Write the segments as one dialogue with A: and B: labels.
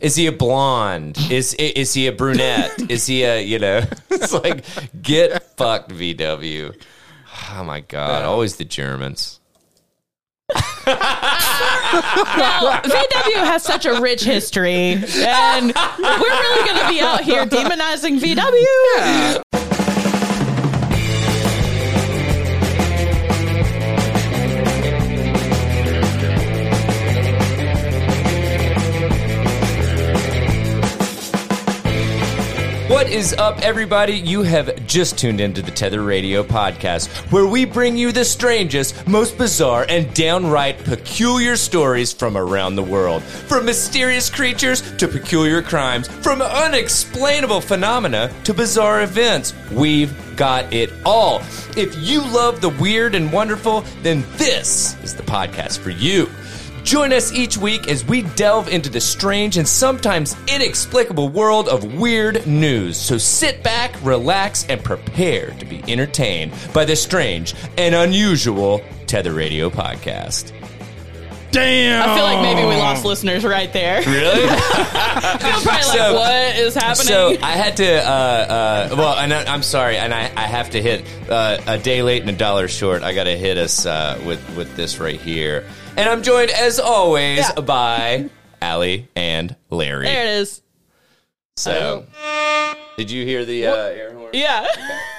A: Is he a blonde? Is i- is he a brunette? Is he a you know? It's like get fucked, VW. Oh my god! Always the Germans.
B: Well, VW has such a rich history, and we're really going to be out here demonizing VW.
A: What is up, everybody? You have just tuned into the Tether Radio podcast, where we bring you the strangest, most bizarre, and downright peculiar stories from around the world. From mysterious creatures to peculiar crimes, from unexplainable phenomena to bizarre events, we've got it all. If you love the weird and wonderful, then this is the podcast for you. Join us each week as we delve into the strange and sometimes inexplicable world of weird news. So sit back, relax, and prepare to be entertained by the strange and unusual Tether Radio podcast.
C: Damn.
B: I feel like maybe we lost listeners right there.
A: Really?
B: They're probably like,
A: So-
B: what is happening?
A: so I had to, uh, uh, well, and I, I'm sorry, and I, I have to hit uh, a day late and a dollar short. I got to hit us uh, with, with this right here. And I'm joined, as always,
B: Yeah.
A: by Allie and Larry.
B: there it is.
A: So, did you hear the uh, air horn?
B: Yeah.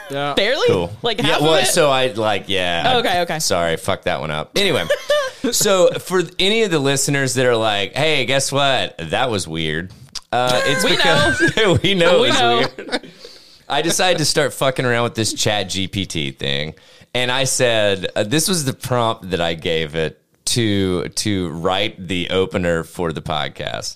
C: Yeah.
B: Barely?
A: Cool.
B: Like half
A: yeah,
B: of
A: well,
B: it? Oh,
A: so I like yeah. I-
B: Okay, okay.
A: Sorry, fuck that one up. Anyway, so for any of the listeners that are like, "Hey, guess what? That was weird." Uh, it's
B: We
A: because we know
B: We
A: it's
B: know.
A: weird. I decided to start fucking around with this Chat GPT thing, and I said uh, this was the prompt that I gave it to to write the opener for the podcast.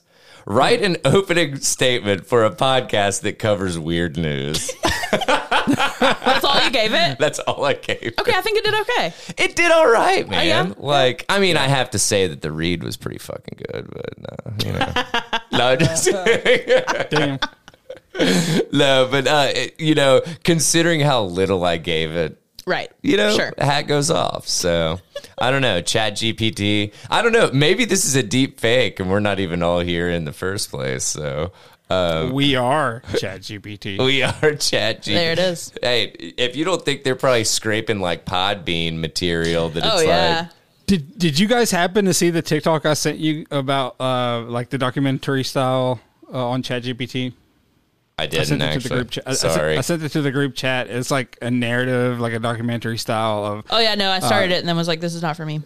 A: Write an opening statement for a podcast that covers weird news.
B: That's all you gave it?
A: That's all I gave.
B: Okay, I think it did okay.
A: It did all right, man.
B: Oh, yeah?
A: Like, I mean, I have to say that the read was pretty fucking good, but no, you know, no, I'm just
C: Damn.
A: no, but uh, it- you know, considering how little I gave it,
B: Right.
A: you know,
B: Sure.
A: hat goes off. So I don't know, Chat GPT. I don't know. Maybe this is a deep fake, and we're not even all here in the first place. So Oh.
C: We are ChatGPT.
A: We are chat G.
B: There it is.
A: Hey, if you don't think they're probably scraping like Podbean material, that
B: Oh,
A: it's
B: yeah.
A: like
C: Did Did you guys happen to see the TikTok I sent you about uh like the documentary style uh, on ChatGPT?
A: I
C: I
A: didn't
C: sent it
A: actually.
C: to the group. Cha- I- I sent-
A: Sorry,
C: I sent it to the group chat. It's like a narrative, like a documentary style of.
B: Oh, yeah, no, I
A: Uh,
B: started it and then was like, this is not for me.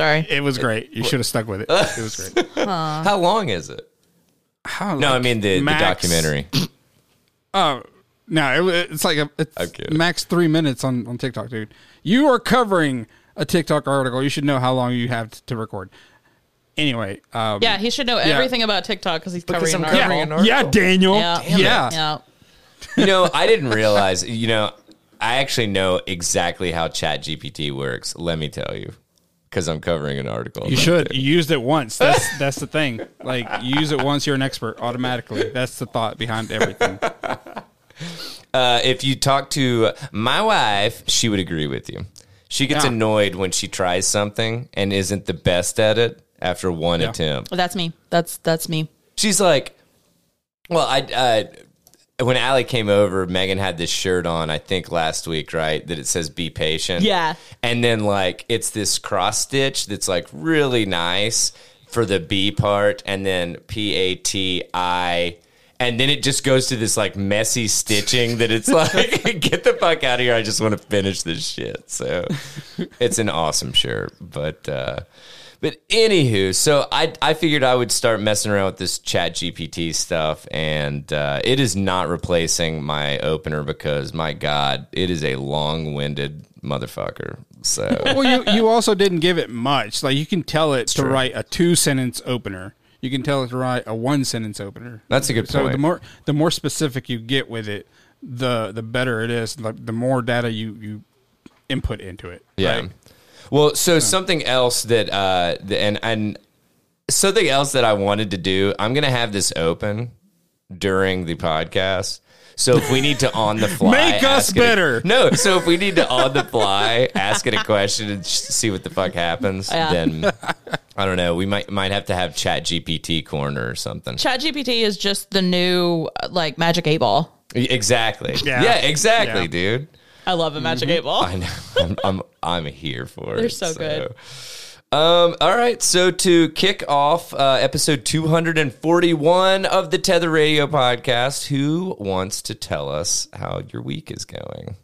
B: Sorry.
C: It was great. You should have stuck with it. It was great.
A: how long is it?
C: How,
A: No, I
C: like,
A: mean the, the
C: max-
A: documentary.
C: Oh no, it, wa- it's like a
A: I'm
C: it's
A: kidding.
C: max three minutes on on TikTok, dude. You are covering a TikTok article. You should know how long you have t- to record. Anyway, um,
B: Yeah, he should know everything about TikTok because he's covering
A: Because
B: an
A: I'm covering
B: article.
A: an article.
C: yeah, Daniel,
B: Yeah.
C: yeah.
B: Yeah.
A: You know, I didn't realize. You know, I actually know exactly how Chat GPT works. Let me tell you, because I'm covering an article.
C: You should. You used it once. That's that's the thing. Like you use it once, you're an expert automatically. That's the thought behind everything.
A: Uh, if you talk to my wife, she would agree with you. She gets
C: Yeah.
A: annoyed when she tries something and isn't the best at it after one
C: Yeah.
A: attempt.
B: Well, that's me. That's that's me.
A: she's like, well, I, uh, when Allie came over, Megan had this shirt on, I think last week, right? That it says be patient.
B: Yeah.
A: And then like, it's this cross stitch that's like really nice for the B part and then P A T I. And then it just goes to this like messy stitching that it's like, get the fuck out of here. I just want to finish this shit. So it's an awesome shirt. But, uh, but anywho, so I I figured I would start messing around with this Chat GPT stuff, and uh, it is not replacing my opener because my God, it is a long winded motherfucker. So
C: Well, you you also didn't give it much. Like you can tell it to write a two sentence opener. You can tell it to write a one sentence opener.
A: That's a good
C: So the
A: point.
C: more the more specific you get with it, the the better it is. Like the more data you you input into it.
A: yeah.
C: right?
A: Well, so something else that uh the, and and something else that I wanted to do, I'm gonna have this open during the podcast. So if we need to on the fly,
C: Make us
A: ask it a-
C: better.
A: no, so if we need to on the fly ask it a question and just see what the fuck happens,
B: Yeah.
A: then I don't know. We might might have to have Chat GPT corner or something.
B: ChatGPT is just the new uh, like Magic Eight Ball.
A: exactly. Yeah.
C: Yeah.
A: exactly,
C: Yeah.
A: dude.
B: I love a Magic Eight Ball.
A: Mm-hmm. I know. I'm I'm, I'm here for it.
B: They're so good.
A: Um, all right, so to kick off uh, episode 241 of the Tether Radio podcast, who wants to tell us how your week is going?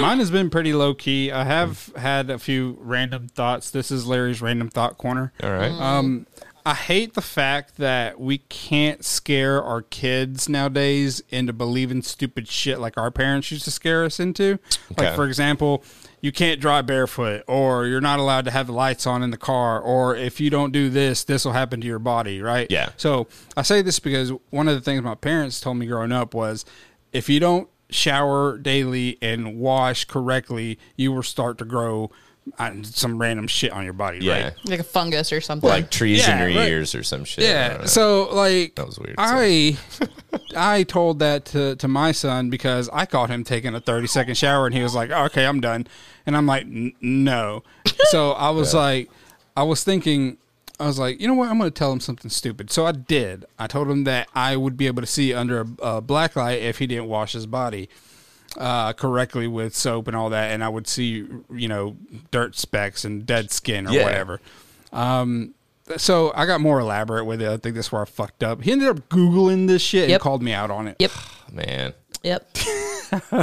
C: Mine has been pretty low key. I have had a few random thoughts. This is Larry's random thought corner.
A: All right.
C: Um, I hate the fact that we can't scare our kids nowadays into believing stupid shit like our parents used to scare us into.
A: Okay.
C: Like, for example, you can't drive barefoot, or you're not allowed to have the lights on in the car, or if you don't do this, this will happen to your body, right?
A: Yeah.
C: So I say this because one of the things my parents told me growing up was if you don't shower daily and wash correctly, you will start to grow uh, some random shit on your body,
A: yeah.
C: right?
B: like a fungus or something.
A: Like trees in
C: Yeah,
A: your
C: right.
A: ears or some shit. I don't
C: Yeah.
A: know.
C: So like that
A: was weird,
C: I I told that to, to my son because I caught him taking a 30 second shower and he was like, "Okay, I'm done." And I'm like, "N- "No." So I was like I was thinking I was like, "You know what? I'm going to tell him something stupid." So I did. I told him that I would be able to see under a, a black light if he didn't wash his body uh, correctly with soap and all that, and I would see you know dirt specks and dead skin or
A: Yeah.
C: whatever. Um, so I got more elaborate with it. I think that's where I fucked up. He ended up googling this shit
B: Yep.
C: and called me out on it.
B: yep,
A: man.
B: yep.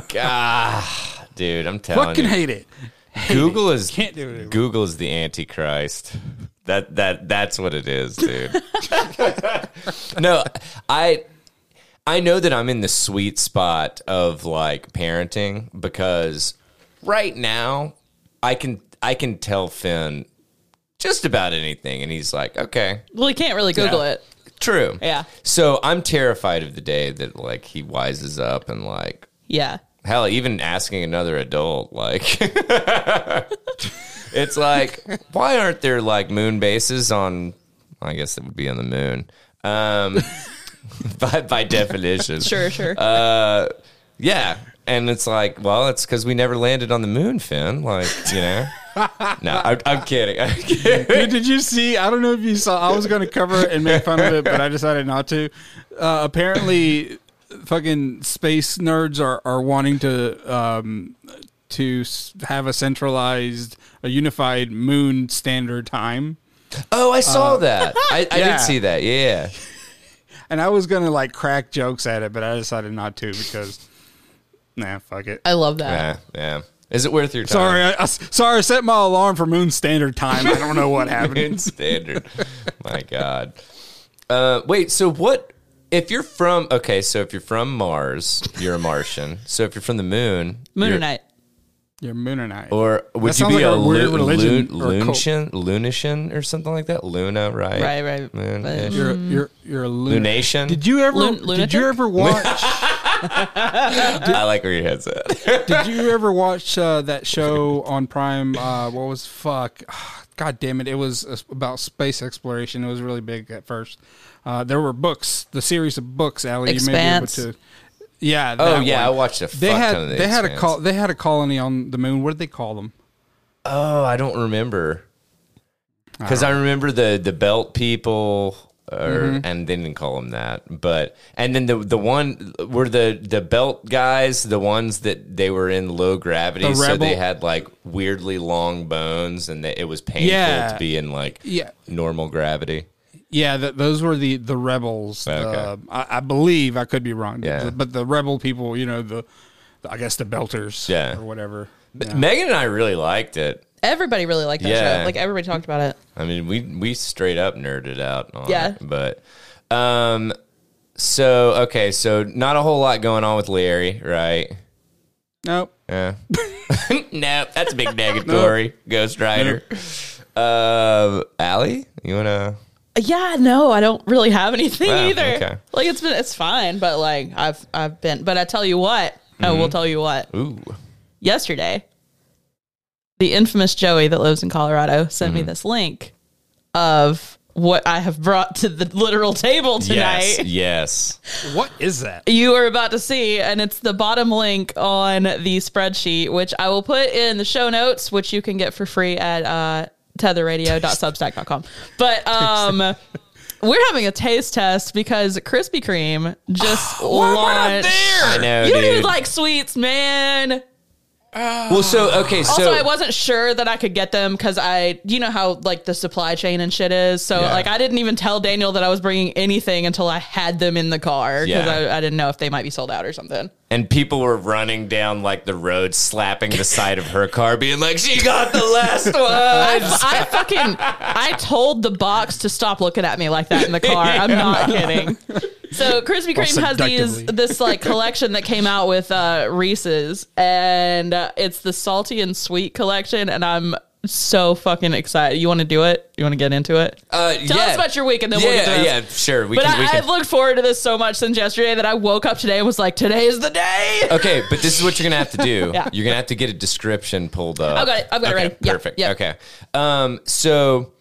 A: God, dude, I'm telling
C: Fucking
A: you.
C: hate it.
A: Google is
C: Can't do it anymore.
A: Google is the antichrist. That that that's what it is, dude. no, I I know that I'm in the sweet spot of like parenting because right now I can I can tell Finn just about anything and he's like, "Okay,
B: Well, you can't really Google
C: Yeah.
B: it.
A: true."
B: Yeah.
A: So, I'm terrified of the day that like he wises up and like
B: Yeah.
A: hell even asking another adult like it's like why aren't there like moon bases on i guess it would be on the moon um by, by definition
B: Sure, sure.
A: Uh, yeah and it's like well it's because we never landed on the moon finn like you know no I, i'm kidding i'm kidding
C: Dude, did you see? I don't know if you saw. I was going to cover it and make fun of it, but I decided not to. Uh, apparently, fucking space nerds are, are wanting to um, to s- have a centralized, a unified moon standard time.
A: oh i saw that i, I
C: Uh, yeah.
A: did see that yeah
C: And I was going to like crack jokes at it, but I decided not to because, nah, fuck it.
B: I love that.
A: yeah yeah is it worth your time
C: Sorry, I, I s- sorry. I set my alarm for moon standard time. I don't know what happened.
A: American standard. My God. Uh, wait. So what? If you're from okay, so if you're from Mars, you're a Martian. So if you're from the Moon,
B: Moon
A: you're-
B: or night.
C: You're moon or night.
A: or would
C: That
A: you
C: sounds
A: be
C: like
A: a,
C: a weird
A: lu-
C: religion
A: lu-
C: or a cult.
A: lunatian, lunatian, or something like that? Luna, right?
B: Right, right.
A: Moon,
B: But-
A: ish.
C: You're you're you're a lunar.
A: Lunation.
C: Did you ever
B: Mm. Lun-
C: did
B: lunatic?
C: you ever watch
A: I like where your head's at.
C: did you ever watch uh, that show on Prime uh, what was fuck god damn it it was uh, about space exploration it was really big at first uh, there were books the series of books Allie
B: Expanse.
C: you may be able to yeah
A: oh
C: that
A: yeah, I
C: one.
A: watched a fuck
C: they had
A: ton of the
C: they had a
A: Expanse.
C: col- they had a colony on the moon what did they call them
A: Oh, I don't remember. Because I remember the the belt people, or
C: Mm-hmm.
A: and they didn't call them that, but and then the the one were the the belt guys, the ones that they were in low gravity,
C: The
A: so they
C: rebel-
A: had like weirdly long bones, and they, it was painful
C: Yeah.
A: to be in like
C: Yeah.
A: normal gravity.
C: yeah th those were the the rebels the-
A: Okay.
C: I, I believe I could be wrong
A: Yeah.
C: but the rebel people you know the I guess the belters
A: Yeah.
C: or whatever
A: But Megan and I really liked it.
B: Everybody really liked that
A: Yeah.
B: show. Like everybody talked about it.
A: I mean, we we straight up nerded out on
B: Yeah.
A: it, but um, so okay, so not a whole lot going on with Larry, right?
C: nope
A: Yeah. no, that's a big negatory. Ghost Rider. Um, Allie, you wanna?
B: Yeah, no, I don't really have anything
A: Wow,
B: either.
A: okay.
B: Like it's been it's fine, but like I've I've been but I tell you what,
A: Mm-hmm.
B: oh we'll tell you what.
A: Ooh,
B: Yesterday,
A: Mm-hmm.
B: the infamous Joey that lives in Colorado sent me this link of what I have brought to the literal table tonight.
A: Yes, yes.
C: What is that?
B: you are about to see, and it's the bottom link on the spreadsheet, which I will put in the show notes, which you can get for free at uh, tetherradio.substack.com. But um, we're having a taste test because Krispy Kreme just launched.
A: I know,
B: You don't
A: dude.
B: even like sweets, man.
A: well, so okay, so
B: Also, I wasn't sure that I could get them because I, you know how like the supply chain and shit is. So
A: Yeah.
B: like, I didn't even tell Daniel that I was bringing anything until I had them in the car because
A: Yeah.
B: I, I didn't know if they might be sold out or something.
A: and people were running down like the road, slapping the side of her car, being like, "She got the last
B: I,
A: one."
B: I fucking I told the box to stop looking at me like that in the car. I'm not kidding. So Krispy Kreme has these
C: seductively.
B: this like collection that came out with uh, Reese's, and uh, it's the salty and sweet collection, and I'm so fucking excited. You want to do it? You want to get into it?
A: Uh,
B: Tell us about your week, and then
A: yeah,
B: we'll get to this.
A: yeah, sure. We
B: but
A: can. we
B: I,
A: can.
B: I've looked forward to this so much since yesterday that I woke up today and was like, today is the day.
A: Okay, but this is what you're gonna have to do.
B: Yeah.
A: You're gonna have to get a description pulled up.
B: I've got it. I've got it
A: okay,
B: ready. Yeah,
A: Perfect.
B: yeah.
A: Okay. Um, so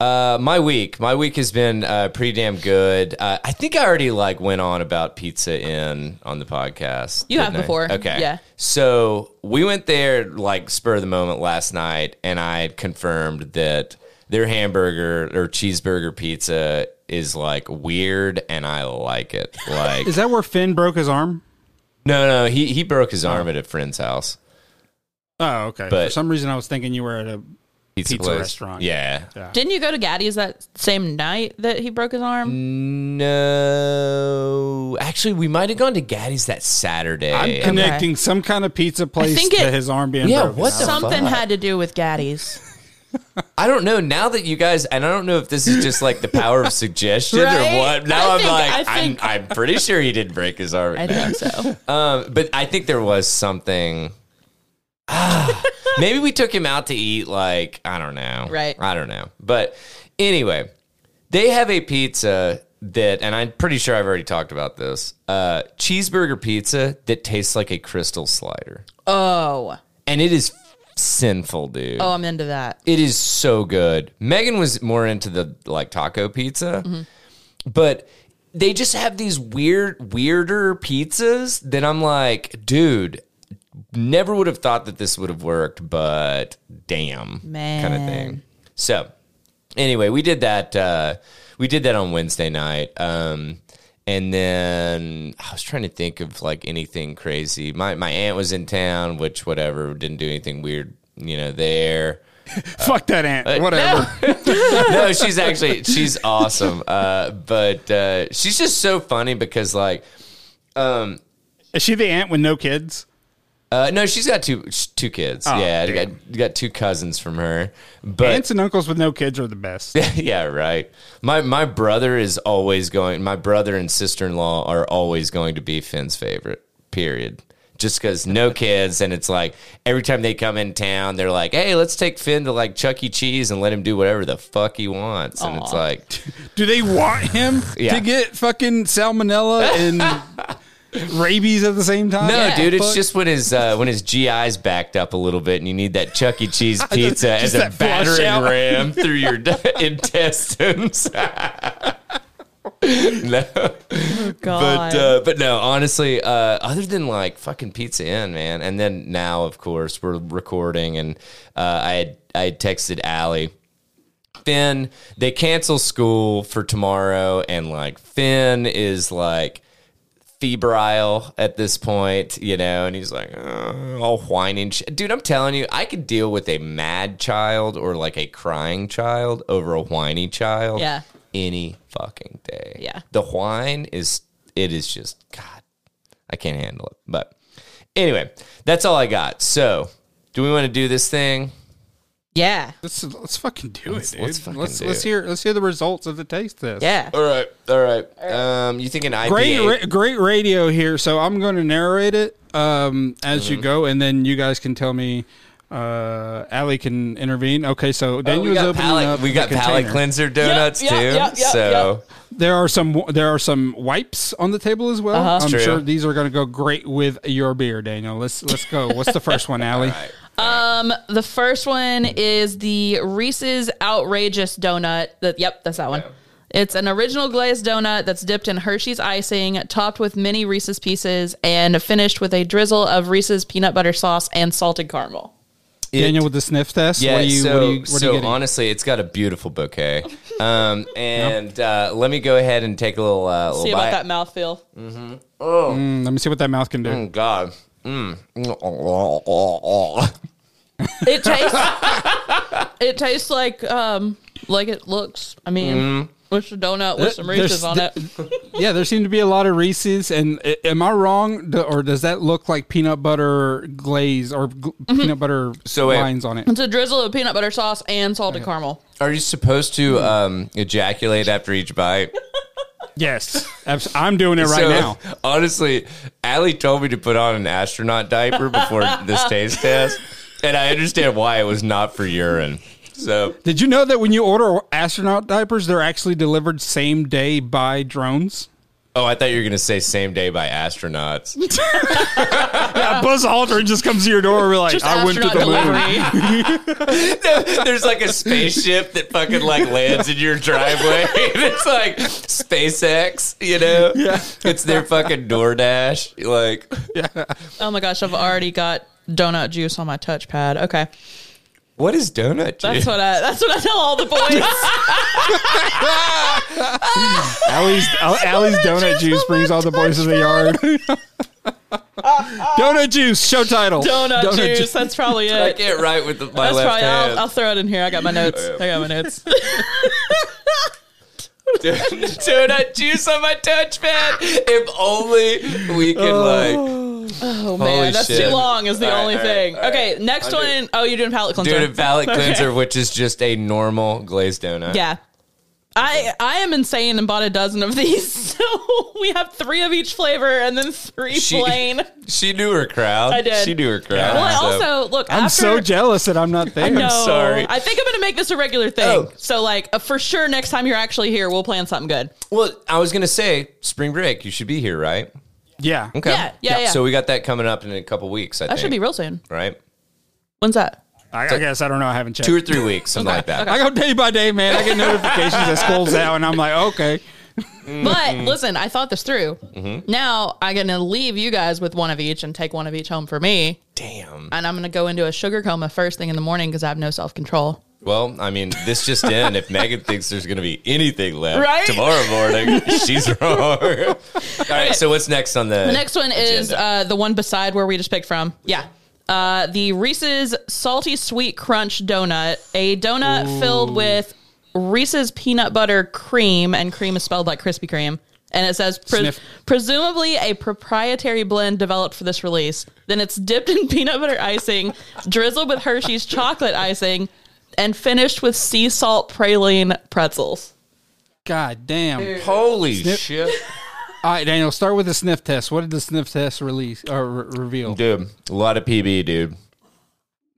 A: uh, my week, my week has been uh, pretty damn good. Uh, I think I already like went on about Pizza Inn on the podcast.
B: You have
A: didn't I?
B: before.
A: Okay.
B: Yeah.
A: So we went there like spur of the moment last night, and I had confirmed that their hamburger or cheeseburger pizza is like weird, and I like it. Like
C: Is that where Finn broke his arm?
A: no, no, he he broke his arm at a friend's house.
C: Oh, okay.
A: But-
C: For some reason, I was thinking you were at a.
A: Pizza,
C: Pizza
A: place.
C: restaurant.
A: Yeah.
B: Didn't you go to Gaddy's that same night that he broke his arm?
A: No, actually, we might have gone to Gaddy's that Saturday.
C: I'm connecting some kind of pizza place
B: think
C: to
B: it-
C: his arm being
A: Yeah,
C: broken.
A: what the-
B: Something
A: fuck?
B: had to do with Gaddy's.
A: I don't know now that you guys, and I don't know if this is just like the power of suggestion
B: Right?
A: or what. Now
B: I
A: I'm
B: think-
A: like,
B: I think-
A: I'm, I'm pretty sure he didn't break his arm.
B: I
A: now.
B: think so.
A: Um, but I think there was something. Ah, maybe we took him out to eat. Like I don't know.
B: Right.
A: I don't know. But anyway, they have a pizza that, and I'm pretty sure I've already talked about this. Uh, cheeseburger pizza that tastes like a crystal slider,
B: Oh,
A: and it is sinful, dude.
B: oh, I'm into that.
A: It is so good. Megan was more into the like taco pizza, but they just have these weird, weirder pizzas that I'm like, dude, never would have thought that this would have worked, but damn, kind of
B: Man.
A: thing. So, anyway, we did that. Uh, we did that on Wednesday night. Um, and then I was trying to think of like anything crazy. My my aunt was in town, which whatever didn't do anything weird, you know. There,
C: Fuck that ant. Whatever.
A: no, she's actually she's awesome. Uh, but uh, she's just so funny because like
C: Is she the ant with no kids?
A: uh, no, she's got two sh- two kids.
C: Oh,
A: yeah, I
C: damn.
A: got, I got two cousins from her. But
C: Aunts and uncles with no kids are the best.
A: yeah, right. My my brother is always going. My brother and sister in law are always going to be Finn's favorite. Period. Just because no kids, and it's like every time they come in town, they're like, "Hey, let's take Finn to like Chuck E. Cheese and let him do whatever the fuck he wants." And it's
B: Aw.
A: like,
C: Do they want him
A: Yeah.
C: to get fucking salmonella and rabies at the same time?
A: No,
B: Yeah.
A: dude, it's
C: Fuck.
A: just when his uh, when his GI's backed up a little bit, and you need that Chuck E. Cheese pizza as
C: just
A: a
C: that flush
A: battering
C: out.
A: ram through your intestines. no,
B: God.
A: but uh, but no, honestly, uh, other than like fucking Pizza Inn, man, and then now, of course, we're recording, and uh, I had I had texted Allie. Finn, they cancel school for tomorrow, and like Finn is like febrile at this point, you know, and he's like "Uh," all whining. sh- Dude, I'm telling you, I could deal with a mad child or like a crying child over a whiny child.
B: Yeah.
A: Any fucking day.
B: Yeah.
A: The whine is, it is just, God, I can't handle it. But anyway, that's all I got. So, do we want to do this thing?
B: yeah,
C: Let's, let's fucking do it, dude.
A: let's
C: Let's,
A: fucking
C: let's,
A: do it.
C: hear let's hear the results of the taste test.
B: yeah.
A: All right. All right. Um, you think an IPA?
C: Great, ra- great radio here. So I'm going to narrate it um, as
A: Mm-hmm.
C: you go, and then you guys can tell me. Uh, Allie can intervene. Okay, so
A: Oh,
C: Daniel
A: we
C: is
A: got
C: opening
A: palate,
C: up.
A: we
C: the
A: got palate
C: container.
A: cleanser donuts
B: Yep, yep,
A: too.
B: yep, yep,
A: so
C: There are some. There are some wipes on the table as well. I'm
A: Uh-huh. True.
C: sure these are going to go great with your beer, Daniel. Let's let's go. What's the first one, Allie?
B: Um, the first one is the Reese's Outrageous Donut. That yep, that's that one. It's an original glazed donut that's dipped in Hershey's icing, topped with mini Reese's pieces, and finished with a drizzle of Reese's peanut butter sauce and salted caramel.
A: It-
C: Daniel with the sniff test.
A: Yeah,
C: what are you,
A: so,
C: what are you, what are you
A: so
C: getting?
A: honestly, it's got a beautiful bouquet. Um, and uh, let me go ahead and take a little, uh, little
B: See
A: bite.
B: about that mouthfeel.
C: Mm, let me see what that mouth can do.
A: Oh, God. Mm.
B: It tastes. it tastes like um like it looks. I mean,
A: Mm-hmm.
B: it's a donut with some
C: There's-
B: Reese's on it.
C: yeah, there seem to be a lot of Reese's. And a- am I wrong, Do- or does that look like peanut butter glaze or gl-
B: Mm-hmm.
C: peanut butter
A: So wait.
C: lines on it?
B: It's a drizzle of peanut butter sauce and salted caramel.
A: Are you supposed to um, ejaculate after each bite?
C: Yes, Abs- I'm doing it right
A: So,
C: now.
A: Honestly, Allie told me to put on an astronaut diaper before this taste test, and I understand why it was not for urine. So
C: Did you know that when you order astronaut diapers, they're actually delivered same day by drones?
A: Oh, I thought you were going to say same day by astronauts.
C: Yeah, Buzz Aldrin just comes to your door and be like,
B: Uh, Just
C: I went to
B: astronaut
C: the moon.
B: delivery.
A: There's like a spaceship that fucking like lands in your driveway. And it's like SpaceX, you know? Yeah. It's their fucking DoorDash. Like,
B: oh my gosh, I've already got donut juice on my touchpad. Okay,
A: what is donut juice?
B: that's what I that's what I tell all the boys.
C: Allie's, Al- Allie's donut juice brings all the boys to the yard. donut juice, show title.
B: donut, juice.
C: ju-
B: That's probably it.
A: I can't write with the, my
B: that's
A: left
B: probably.
A: hand.
B: I'll, I'll throw it in here. I got my notes. I got my notes.
A: donut juice on my touchpad. If only we could like
B: Oh
A: Holy
B: man, that's
A: shit.
B: too long. Is the
A: All right,
B: only
A: all right,
B: thing.
A: all right.
B: okay, next
A: I'll do-
B: one. Oh, you're doing palate cleanser.
A: do a palate
B: Okay.
A: cleanser, which is just a normal glazed donut.
B: Yeah. I I am insane and bought a dozen of these. So we have three of each flavor and then three
A: She-
B: plain.
A: She knew her crowd.
B: I did.
A: She knew her crowd.
B: Well, I
A: so-
B: also look.
C: I'm
B: after,
C: so jealous that I'm not there.
B: No,
A: sorry.
B: I think I'm gonna make this a regular thing.
A: Oh.
B: So like uh, for sure, next time you're actually here, we'll plan something good.
A: well, I was gonna say spring break. You should be here, right?
C: Yeah.
A: Okay.
B: Yeah, yeah, yeah.
A: So we got that coming up in a couple weeks. I
B: That
A: think.
B: should be real soon.
A: right.
B: When's that?
C: I, I guess I don't know. I haven't checked.
A: Two or three weeks, something like that.
C: I go day by day, man. I get notifications that school's out, and I'm like, okay.
B: But listen, I thought this through.
A: Mm-hmm.
B: Now I'm gonna leave you guys with one of each and take one of each home for me,
A: Damn.
B: and I'm gonna go into a sugar coma first thing in the morning because I have no self control.
A: Well, I mean, this just in. If Megan thinks there's going to be anything left
B: Right?
A: tomorrow morning, she's wrong. All right. So what's next on the?
B: The next one is
A: agenda?
B: uh, the one beside where we just picked from. Yeah. Uh, the Reese's Salty Sweet Crunch Donut, a donut filled with Reese's peanut butter cream, and cream is spelled like Krispy Kreme. And it says, pre-
C: Sniff.
B: presumably a proprietary blend developed for this release. Then it's dipped in peanut butter icing, drizzled with Hershey's chocolate icing, and finished with sea salt praline pretzels.
C: God damn.
A: Holy shit,
C: All right, Daniel, start with the sniff test. What did the sniff test release or re- reveal?
A: dude! A lot of PB, dude.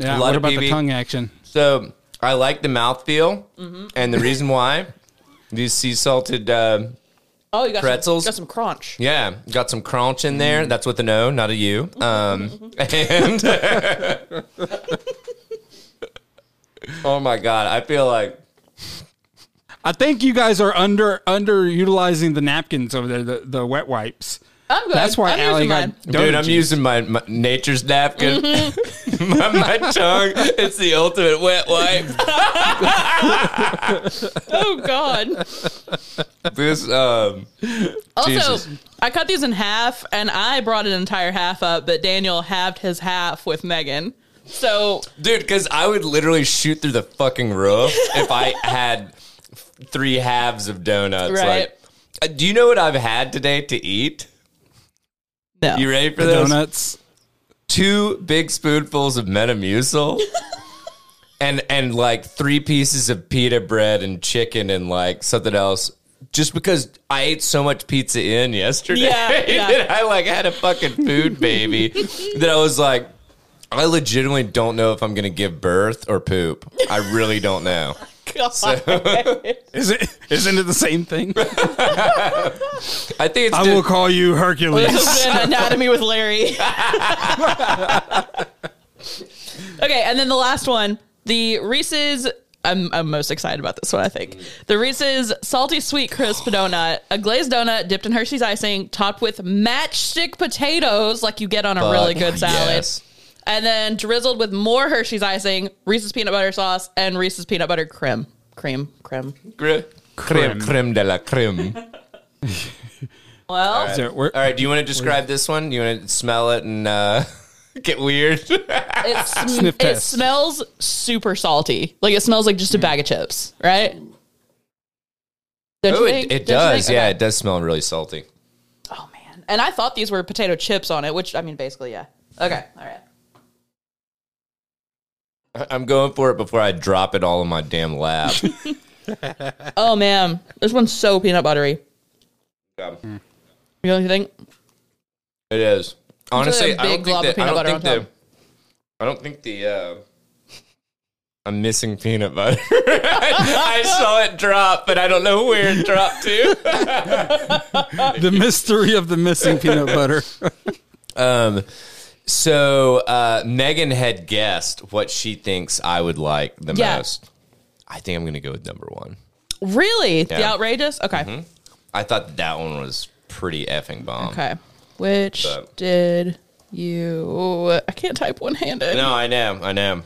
C: Yeah,
A: a lot
C: what
A: of
C: about
A: BB.
C: the tongue action?
A: So I like the mouthfeel, and the reason why these sea salted, uh,
B: Oh, you got
A: Pretzels?
B: Some, got some crunch.
A: yeah, got some crunch in there. That's with an O, not a U. Um, and oh my god, I feel like
C: I think you guys are under underutilizing the napkins over there, the, the wet wipes.
B: I'm good.
C: That's why
B: I'm
C: Allie
B: using
C: got.
B: mine.
C: donut
A: Dude, I'm
C: juice.
A: using my, my nature's napkin. my, my tongue. It's the ultimate wet wipe.
B: Oh, God.
A: This um
B: Also,
A: Jesus.
B: I cut these in half, and I brought an entire half up, but Daniel halved his half with Megan. So
A: dude, because I would literally shoot through the fucking roof if I had three halves of donuts.
B: Right.
A: Like, Uh, do you know what I've had today to eat?
B: no,
A: You ready for
C: the
A: this?
C: donuts.
A: Two big spoonfuls of Metamucil. And, and like three pieces of pita bread and chicken and like something else just because I ate so much pizza in yesterday.
B: Yeah, yeah.
A: that I like had a fucking food baby that I was like, I legitimately don't know if I'm gonna give birth or poop. I really don't know.
B: God.
C: Is it? Isn't it the same thing?
A: I think it's
C: I
A: just-
C: will call you
B: this
C: Hercules.
B: has been anatomy with Larry. Okay, and then the last one, the Reese's. I'm, I'm most excited about this one, I think. The Reese's salty sweet crisp donut, a glazed donut dipped in Hershey's icing, topped with matchstick potatoes, like you get on a really good salad,
A: Yes.
B: and then drizzled with more Hershey's icing, Reese's peanut butter sauce, and Reese's peanut butter creme, cream, creme.
A: Gr- creme, creme de la creme.
B: Well,
C: So we're,
A: All right, do you want to describe this one? You want to smell it and uh, get weird?
B: it, sm-
C: Sniff
B: it
C: test.
B: smells super salty. Like it smells like just a bag of chips, right? Don't
A: Oh,
B: you
A: it,
B: think?
A: it
B: Don't you
A: does.
B: think?
A: Yeah,
B: Okay.
A: it does smell really salty.
B: Oh man. And I thought these were potato chips on it, which I mean basically, yeah. Okay, all right.
A: I- I'm going for it before I drop it all in my damn lap.
B: Oh man. This one's so peanut buttery.
A: Um,
B: You know what you think?
A: it is honestly.
B: a
A: I don't
B: big glob
A: think
B: of
A: that. I
B: peanut
A: don't
B: butter
A: think the.
B: on top.
A: I don't think the. Uh, I'm missing peanut butter. I saw it drop, but I don't know where it dropped to.
C: the mystery of the missing peanut butter.
A: Um, so uh, Megan had guessed what she thinks I would like the
B: Yeah.
A: most. I think I'm going to go with number one.
B: Really? The
A: Yeah. Mm-hmm.
B: outrageous? Okay.
A: I thought that one was pretty effing bomb.
B: Okay. Which
A: But-
B: did you I can't type one handed.
A: No, I know, I know.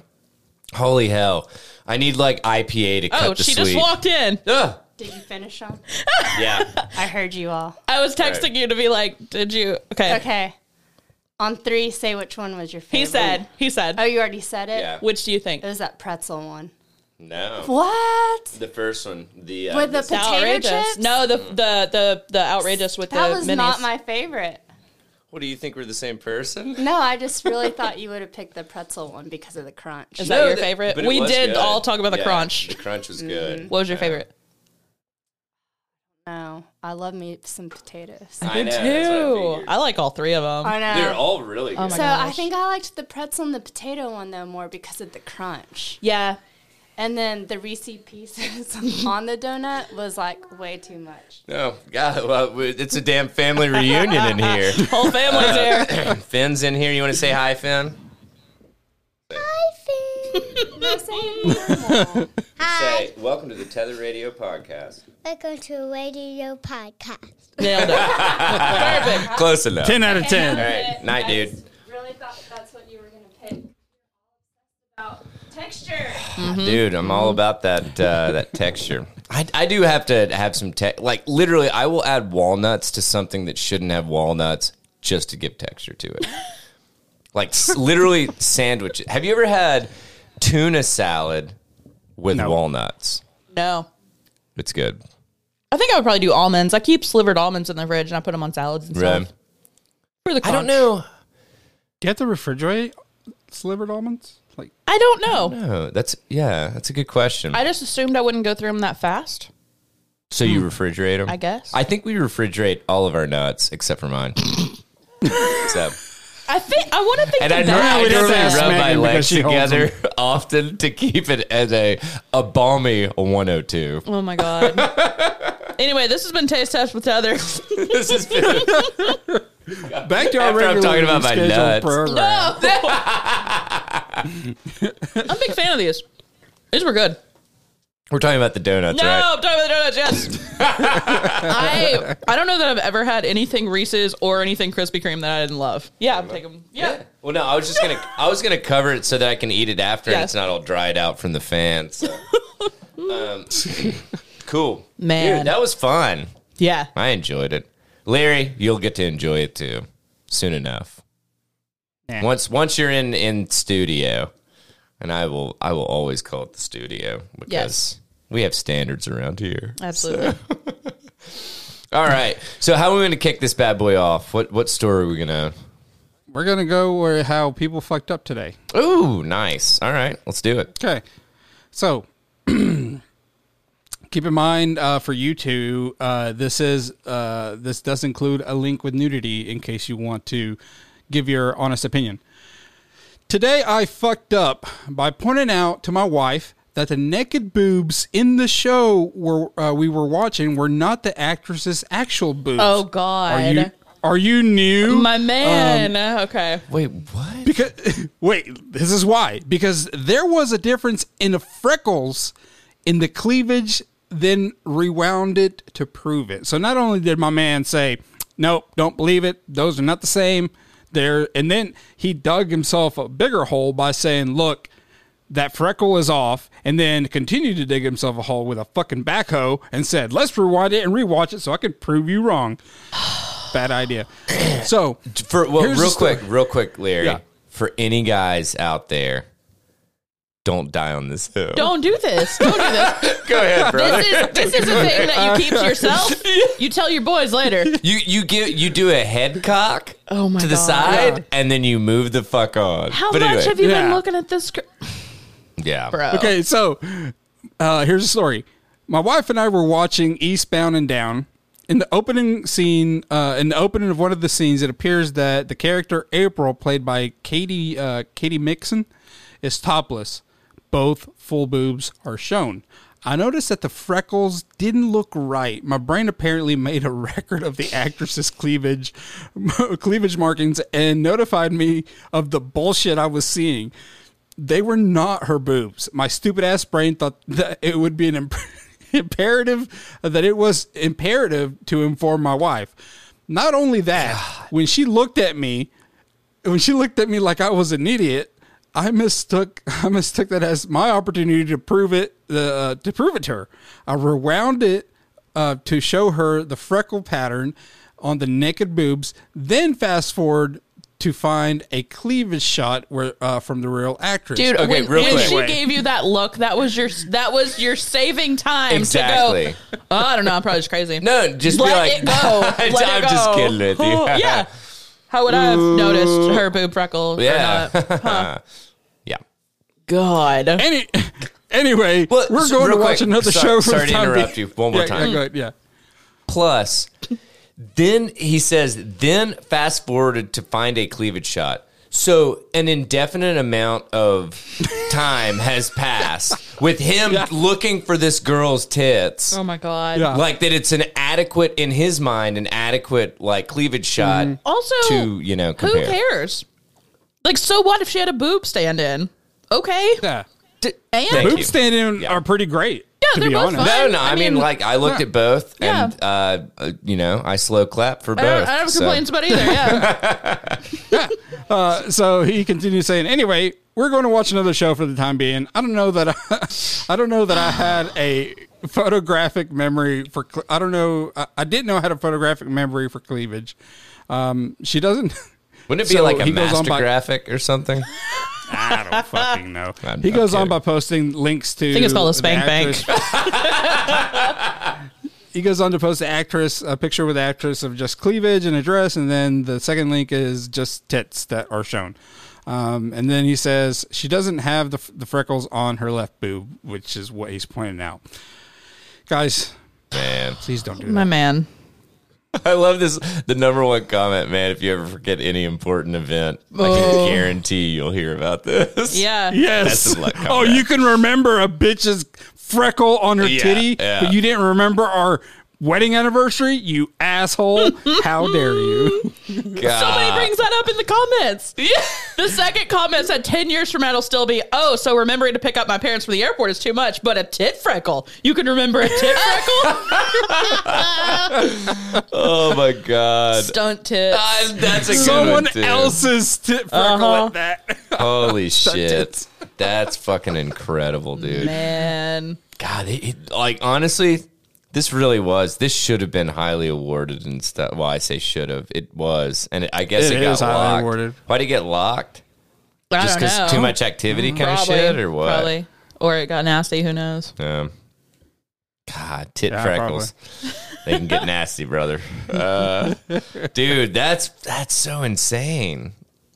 A: Holy hell! I need like IPA to
B: Oh,
A: cut the
B: she
A: sweet.
B: just walked in.
A: Ugh.
D: Did you finish them?
A: Yeah.
D: I heard you all.
B: I was texting
A: Right.
B: you to be like, did you okay.
D: Okay. On three, say which one was your favorite.
B: He said, he said,
D: Oh, you already said it?
A: Yeah.
B: which do you think?
D: It was that pretzel one.
A: No.
D: What?
A: The first one. The uh,
D: With the
A: this-
D: potato chips?
B: No, the the the the outrageous with
D: That
B: the
D: was
B: minis.
D: not my favorite.
A: What do you think? We're the same person?
D: No, I just really thought you would have picked the pretzel one because of the crunch.
B: Is that your favorite?
A: but it
B: We
A: was
B: did
A: good.
B: all talk about the
A: Yeah,
B: crunch. Mm-hmm.
A: The crunch was good.
B: What was your favorite?
D: No, I love me some potatoes.
A: I know,
B: Me
A: that's what I
B: too. Uh, um,
A: figured.
B: I, like all three of them.
D: I know.
A: They're all really good.
D: so I think I liked the pretzel and the potato one though more because of the crunch.
B: yeah.
D: And then the Reese pieces on the donut was like way too much.
A: No, Oh, God, well, we- it's a damn family reunion in here.
B: Whole family's there.
A: Finn's in here. You want to say hi, Finn?
D: They're saying normal.
A: Say, welcome to the Tether Radio podcast.
E: Welcome to a radio podcast.
B: Nailed it.
A: Close enough.
C: Ten out of ten.
A: All right, night, dude.
D: really thought that's what you were gonna pick. About texture.
B: Mm-hmm.
A: dude i'm all about that uh, that texture I, I do have to have some tech like literally i will add walnuts to something that shouldn't have walnuts just to give texture to it like s- literally sandwich have you ever had tuna salad with
C: No.
A: walnuts
B: No.
A: it's good
B: I think I would probably do almonds. I keep slivered almonds in the fridge and I put them on salads and
A: right
B: stuff. For the
A: i don't
B: crunch.
A: know
C: Do you have to refrigerate slivered almonds? Like
B: I don't know.
A: oh that's yeah that's a good question
B: I just assumed I wouldn't go through them that fast.
A: so you refrigerate them
B: I guess.
A: i think we refrigerate all of our nuts except for mine so
B: I think I want to think
A: And I,
B: of
A: nor-
B: that.
A: I
C: we don't
A: normally
C: ask
A: rub my
C: Megan
A: legs
C: because she holds
A: together often to keep it as a, a balmy 102.
B: Oh my god. anyway, this has been taste test with Heather.
A: this has been
C: back to
A: After
C: our
A: I'm
C: regularly
A: talking about my
C: scheduled
A: nuts.
C: program.
B: No. I'm a big fan of these. These were good.
A: We're talking about the donuts,
B: No,
A: right?
B: I'm talking about the donuts. Yes. I I don't know that I've ever had anything Reese's or anything Krispy Kreme that I didn't love. Yeah, I'm taking. Yeah.
A: Well, no, I was just gonna I was gonna cover it so that I can eat it after and
B: Yeah.
A: it's not all dried out from the fan. So. um, cool,
B: Man.
A: Dude, that was fun.
B: yeah,
A: I enjoyed it. Larry, you'll get to enjoy it too soon enough.
C: Nah.
A: Once once you're in in studio, and I will I will always call it the studio because
B: Yes.
A: we have standards around here.
B: absolutely.
A: All right. So how are we going to kick this bad boy off? What what story are we going to
C: We're gonna go where how people fucked up today.
A: Ooh, nice. All right. Let's do it.
C: Okay. So keep in mind uh, for you two, uh, this is uh, this does include a link with nudity in case you want to give your honest opinion. Today I fucked up by pointing out to my wife that the naked boobs in the show were uh, we were watching were not the actress's actual boobs.
B: Oh, God.
C: Are you Are you new?
B: My man. okay.
A: Wait, what?
C: because wait, this is why. Because there was a difference in the freckles in the cleavage, then rewound it to prove it. So not only did my man say, Nope, don't believe it, those are not the same. There and then he dug himself a bigger hole by saying, Look, that freckle is off, and then continued to dig himself a hole with a fucking backhoe and said, Let's rewind it and rewatch it so I can prove you wrong. Bad idea. So
A: For well,
C: here's the
A: real
C: story.
A: quick, real quick, Larry.
C: Yeah.
A: For any guys out there, don't die on this hill.
B: Don't do this. Don't do this.
A: go ahead, brother.
B: This is this is a thing that you keep to yourself. You tell your boys later.
A: You you give you do a head cock
B: Oh my
A: to the
B: God.
A: side and then you move the fuck on.
B: How
A: but
B: much
A: anyway,
B: have you been
C: yeah.
B: looking at this, gr-
A: Yeah.
B: bro?
C: Okay, so uh, here's the story. My wife and I were watching Eastbound and Down. In the opening scene, uh, in the opening of one of the scenes, it appears that the character April, played by Katie uh, Katie Mixon, is topless. Both full boobs are shown. I noticed that the freckles didn't look right. My brain apparently made a record of the actress's cleavage cleavage markings and notified me of the bullshit I was seeing they were not her boobs. My stupid ass brain thought that it would be an imp- imperative that it was imperative to inform my wife. Not only that, when she looked at me, when she looked at me like I was an idiot, I mistook I mistook that as my opportunity to prove it uh, to prove it to her. I rewound it uh, to show her the freckle pattern on the naked boobs, then fast forward to find a cleavage shot where uh, from the real actress.
B: Dude,
A: Okay,
B: when,
A: real
B: when
A: quick.
B: she
C: Wait.
B: gave you that look, that was your that was your saving time
A: Exactly.
B: to go. "Oh, I don't know. I'm probably just crazy.
A: No, just
B: let
A: be like
B: it go. Let it
A: I'm just
B: go.
A: kidding with you.
B: yeah. How would I have noticed her boob freckle?
A: Yeah.
B: Or not?
A: Yeah.
B: God.
C: Any, anyway,
A: Well,
C: we're
A: so
C: going to
A: real
C: watch
A: quick,
C: another
A: sorry-
C: show. for
A: sorry
C: the
A: to
C: time
A: interrupt
C: being.
A: you one more
C: Yeah,
A: time.
C: Yeah, go ahead, yeah.
A: Plus, then he says, then fast forwarded to find a cleavage shot. So an indefinite amount of time has passed with him looking for this girl's tits.
B: oh my God.
C: Yeah.
A: like that it's an adequate in his mind an adequate like cleavage shot
B: Also,
A: to you know compare.
B: Mm-hmm. Oh, who cares? Like, so what if she had a boob stand in? Okay.
C: Yeah.
A: D-
B: And
A: Thank
C: Boob
A: you.
C: standing
A: Yeah.
C: are pretty great.
B: Yeah,
C: to
B: they're
C: be
B: both
C: honest.
B: fine.
A: no no i,
B: I
A: mean,
B: mean-
A: like i looked at both
B: Yeah.
A: and uh, uh, you know i slow clap for
B: I
A: both
B: don't, I don't
A: so-
B: complain about either. Yeah.
C: Uh, so he continues saying, anyway, we're going to watch another show for the time being. I don't know that I, I don't know that I had a photographic memory for cle- I don't know I, I didn't know I had a photographic memory for cleavage. Um, she doesn't
A: wouldn't it be
C: So
A: like a
C: he goes on
A: master
C: by-
A: graphic or something
C: I don't fucking know.
A: I'm-
C: he
A: I'm
C: goes on
A: kidding.
C: by posting links to. I
B: think it's called a spank bank.
C: he goes on to post the actress a picture with the actress of just cleavage and a dress, and then the second link is just tits that are shown. Um, and then he says she doesn't have the, the freckles on her left boob, which is what he's pointing out. Guys,
A: man
C: please don't do that.
B: My man.
A: i love this the number one comment man if you ever forget any important event i can guarantee you'll hear about this
B: Oh. Yeah.
C: Yes.
A: That's a luck
C: oh,
A: comeback.
C: you can remember a bitch's freckle on her
A: Yeah,
C: titty,
A: yeah.
C: but you didn't remember our wedding anniversary, you asshole. How dare you?
B: Somebody
A: God.
B: brings that up in the comments.
A: Yeah.
B: The second comment said 10 years from now it'll still be, oh, so remembering to pick up my parents from the airport is too much, but a tit freckle. You can remember a tit freckle?
A: oh my god
B: Stunt tits.
A: I- that's a good one,
C: Someone
A: too.
C: else's tit freckle
B: Uh-huh.
C: at that.
A: Holy
C: it.
A: shit. That's fucking incredible, dude.
B: Man.
A: God, it, it- like honestly, this really was. This should have been highly awarded and stuff. Well, I say should have. It was, and it, I guess it,
C: It
A: got
C: is highly
A: locked.
C: awarded.
A: Why did it get locked?
B: I
A: Just
B: don't know.
A: because too much activity kind of
B: Probably.
A: shit, or what?
B: Probably. Or it got nasty. Who knows?
A: Um, God, tit
C: Yeah,
A: freckles. they can get nasty, brother. Uh, dude, that's that's so insane.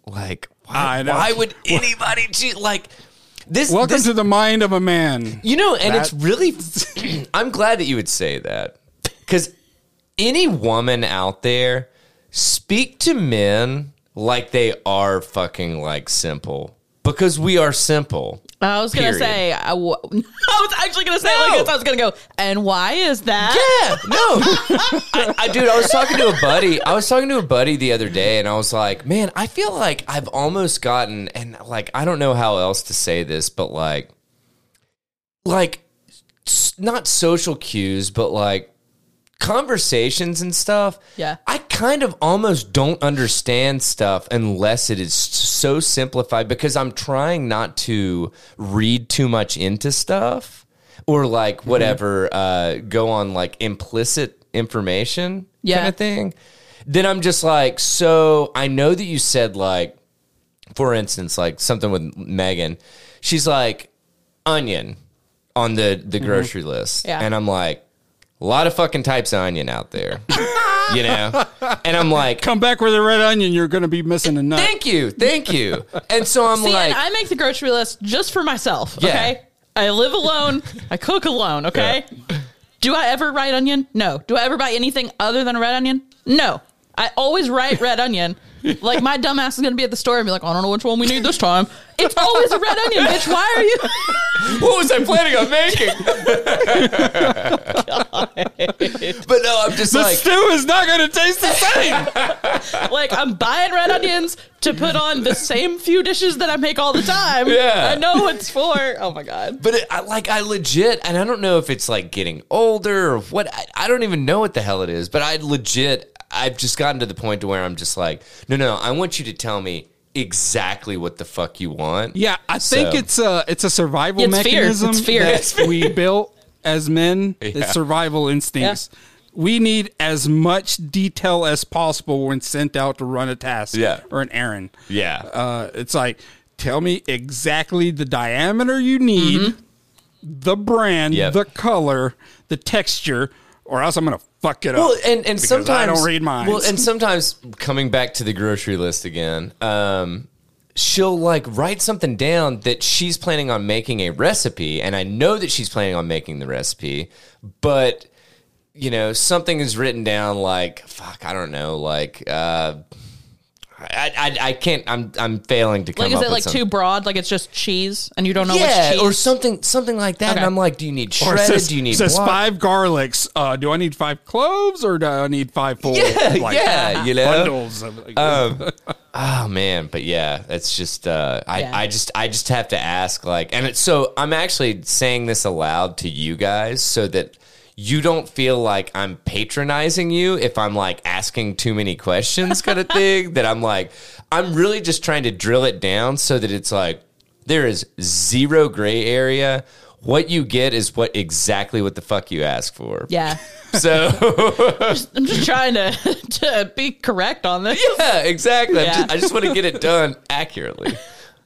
A: Like, why,
C: I know.
A: why would anybody do like this?
C: Welcome
A: this,
C: to the mind of a man.
A: You know, and it's
C: That-
A: really. I'm glad that you would say that because any woman out there speak to men like they are fucking like simple because we are simple.
B: I was gonna
A: Period.
B: say I, w- I was actually gonna say it
A: No.
B: like this. I was gonna go, and why is that?
A: Yeah, no, I, I dude, I was talking to a buddy. I was talking to a buddy the other day, and I was like, man, I feel like I've almost gotten, and like I don't know how else to say this, but like, like s- not social cues, but like conversations and stuff.
B: Yeah.
A: I kind of almost don't understand stuff unless it is so simplified because I'm trying not to read too much into stuff or like
B: Mm-hmm.
A: whatever uh go on like implicit information kind
B: Yeah.
A: of thing. Then I'm just like, so I know that you said like for instance, like something with Megan, she's like onion on the the grocery list,
B: Mm-hmm. Yeah.
A: and I'm like, a lot of fucking types of onion out there, you know, and I'm like,
C: Come back with a red onion, you're going to be missing a nut.
A: thank you, thank you, and so I'm
B: See,
A: like,
B: and I make the grocery list just for myself.
A: Yeah.
B: Okay, I live alone. I cook alone. Okay. Do I ever write onion? No. Do I ever buy anything other than a red onion? No. I always write red onion. Like my dumbass is gonna be at the store and be like, I don't know which one we need this time. It's always a red onion, bitch. Why are you?
A: what was I planning on making? but no, I'm just
C: The
A: like,
C: stew is not going to taste the same.
B: Like I'm buying red onions to put on the same few dishes that I make all the time.
A: Yeah.
B: I know what it's for. Oh my god.
A: But it, I, like I legit, and I don't know if it's like getting older or what. I, I don't even know what the hell it is. But I legit, I've just gotten to the point to where I'm just like, no, no, I want you to tell me exactly what the fuck you want.
C: Yeah, I think
A: So-
C: it's a it's a survival
B: It's fear.
C: mechanism
B: It's fear.
C: that
B: It's
C: we built as men.
A: Yeah.
C: It's survival instincts. We need as much detail as possible when sent out to run a task
A: Yeah.
C: or an errand.
A: yeah.
C: Uh, it's like tell me exactly the diameter you need, the brand,
A: Mm-hmm. Yep.
C: the color, the texture, or else I'm gonna fuck it
A: well,
C: up.
A: and and
C: because I
A: sometimes
C: don't read minds.
A: Well, and sometimes coming back to the grocery list again, um, she'll like write something down that she's planning on making a recipe, and I know that she's planning on making the recipe, but you know something is written down like fuck, I don't know, like. Uh, I, I I can't I'm I'm failing to come
B: Like is
A: up
B: it
A: with
B: like
A: something.
B: too broad? Like it's just cheese and you don't know
A: yeah
B: which cheese.
A: or something something like that and
B: Okay.
A: I'm like do you need
C: Or it
A: shredded
C: says,
A: do you need
C: says
A: block?
C: five garlics. Uh, do I need five cloves or do I need five full
A: yeah
C: like,
A: yeah Uh, you know
C: bundles of like,
A: Oh man, but yeah, it's just uh, I
B: Yeah.
A: I just I just have to ask like, and it's so I'm actually saying this aloud to you guys so that you don't feel like I'm patronizing you if I'm like asking too many questions kind of thing. That I'm like I'm really just trying to drill it down so that it's like there is zero gray area. What you get is what exactly what the fuck you ask for.
B: yeah.
A: So
B: I'm just trying to to be correct on this.
A: Yeah, exactly. I'm
B: Yeah.
A: Just, I just want to get it done accurately.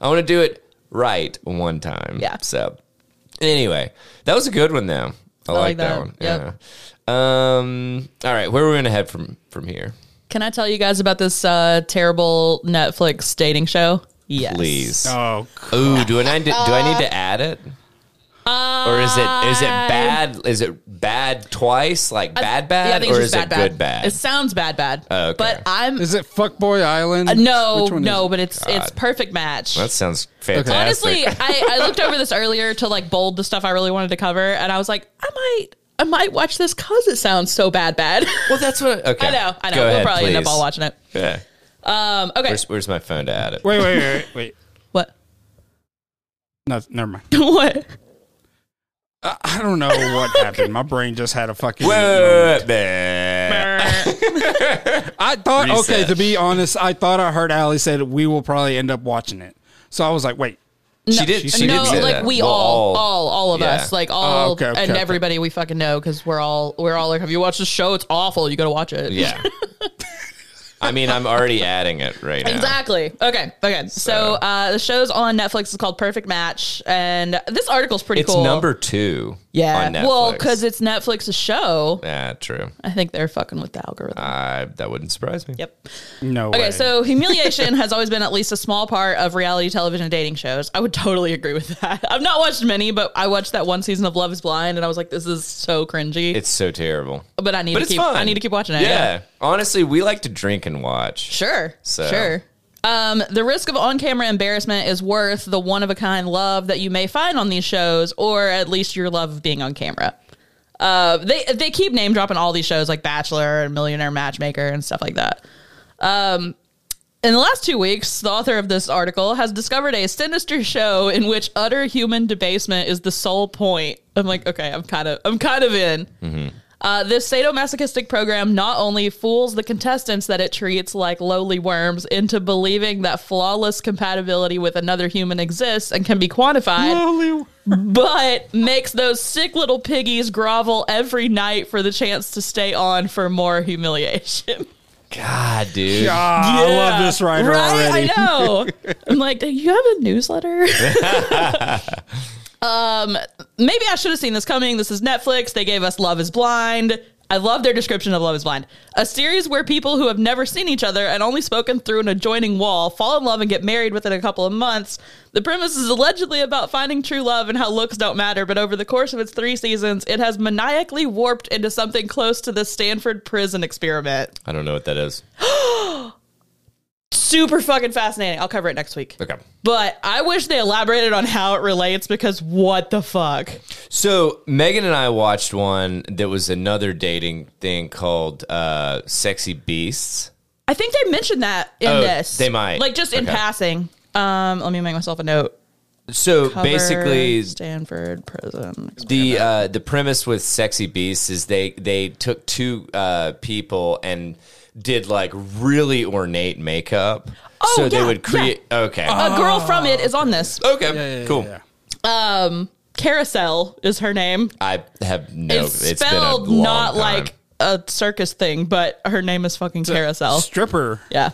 A: I want to do it right one time.
B: Yeah.
A: So, anyway, that was a good one though. I, like, that, one.
B: Yep.
A: Yeah. Um. All right, where are we gonna head from from here?
B: Can I tell you guys about this uh, terrible Netflix dating show? Yes. Uh,
A: Please.
C: oh,
A: Ooh, do I need do I need to add it? Or is it is it bad? Is it bad twice? Like bad bad,
B: Yeah, uh, I think
A: or
B: it's
A: is
B: just
A: it
B: bad, bad.
A: good bad?
B: It sounds bad, bad.
A: Oh, okay.
B: But I'm uh,
C: is it Fuckboy Island?
A: Uh,
B: no,
C: Which one is
B: no.
C: it?
B: But it's it's perfect match.
A: that sounds fantastic.
B: Honestly, I, I looked over this earlier to like bold the stuff I really wanted to cover, and I was like, I might I might watch this because it sounds so bad, bad.
A: well, that's what. Okay,
B: I know, I know.
A: Go
B: we'll
A: ahead,
B: probably end up
A: please.
B: all watching it.
A: Yeah.
B: Um, okay,
A: Where's, where's my phone to add it?
C: wait, wait, wait, wait.
B: what?
C: No, never mind.
B: what?
C: I, I don't know what happened. My brain just had a fucking. I thought okay.
A: Reset.
C: To be honest, I thought I heard Allie said we will probably end up watching it. So I was like, wait,
A: She did. She
B: no,
A: did say
B: like
A: that.
B: we
A: Well,
B: all, all, all of
A: yeah.
B: us, like all,
C: Oh, okay, okay,
B: and
C: okay.
B: everybody we fucking know because we're all, we're all like, have you watched the show? It's awful. You got to watch it.
A: Yeah. I mean, I'm already adding it right now.
B: Exactly. Okay. Okay. So, uh, the show's on Netflix. It's called Perfect Match, and this article's pretty
A: It's
B: cool.
A: number two.
B: yeah.
A: On Netflix.
B: Well, because it's Netflix's show.
A: yeah, true.
B: I think they're fucking with the algorithm.
A: I that wouldn't surprise me.
B: Yep.
C: no way.
B: Okay, so humiliation has always been at least a small part of reality television and dating shows. I would totally agree with that. I've not watched many, but I watched that one season of Love Is Blind, and I was like, "This is so cringy."
A: It's so terrible.
B: but I need
A: But
B: to
A: it's
B: keep.
A: fun.
B: I need to keep watching it.
A: Yeah. Honestly, we like to drink and watch.
B: Sure.
A: So-
B: Sure. Um, the risk of on camera embarrassment is worth the one of a kind love that you may find on these shows, or at least your love of being on camera. Uh, they they keep name dropping all these shows like Bachelor and Millionaire Matchmaker and stuff like that. Um, In the last two weeks, the author of this article has discovered a sinister show in which utter human debasement is the sole point. I'm like, okay, I'm kind of, I'm kind of in. Uh, this sadomasochistic program not only fools the contestants that it treats like lowly worms into believing that flawless compatibility with another human exists and can be quantified, but makes those sick little piggies grovel every night for the chance to stay on for more humiliation.
A: God, dude.
C: Ah, I love
B: Yeah.
C: this writer
B: right?
C: already.
B: I know. I'm like, do you have a newsletter? um, maybe I should have seen this coming. This is Netflix. They gave us Love is Blind. I love their description of Love is Blind, a series where people who have never seen each other and only spoken through an adjoining wall fall in love and get married within a couple of months. The premise is allegedly about finding true love and how looks don't matter, but over the course of its three seasons, it has maniacally warped into something close to the Stanford prison experiment.
A: I don't know what that is.
B: Super fucking fascinating. I'll cover it next week.
A: Okay.
B: But I wish they elaborated on how it relates because what the fuck?
A: So Megan and I watched one that was another dating thing called uh, Sexy Beasts.
B: I think they mentioned that in
A: Oh,
B: this.
A: they might.
B: Like just in
A: Okay.
B: passing. Um, let me make myself a note.
A: So
B: Cover
A: basically,
B: Stanford prison.
A: the uh, the premise with Sexy Beasts is they they took two uh, people and did like really ornate makeup.
B: Oh,
A: so they
B: yeah, Uh-huh.
A: would create. Okay.
B: a girl from it is on this.
A: okay.
C: Yeah, yeah, yeah,
A: cool.
C: yeah.
B: Carousel is her name.
A: I have no.
B: it's
A: Oh, it's been a
B: spelled
A: long
B: not
A: time.
B: like a circus thing, but her name is fucking Carousel.
C: Stripper.
B: yeah.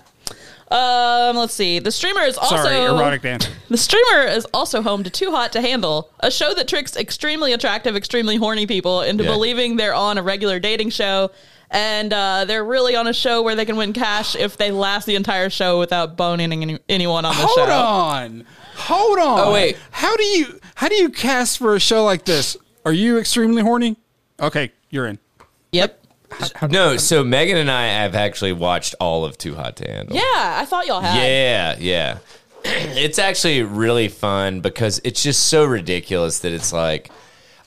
B: Um, let's see. The streamer is also
C: Sorry, erotic dancer.
B: The streamer is also home to Too Hot to Handle, a show that tricks extremely attractive, extremely horny people into
A: Yeah.
B: believing they're on a regular dating show. And uh, they're really on a show where they can win cash if they last the entire show without boning any- anyone on the
C: Hold
B: show.
C: on. Hold on.
A: Oh, wait.
C: How do you how do you cast for a show like this? Are you extremely horny? Okay, you're in.
B: Yep.
A: No, so Megan and I have actually watched all of Too Hot to Handle.
B: Yeah, I thought y'all had.
A: Yeah, yeah. It's actually really fun because it's just so ridiculous that it's like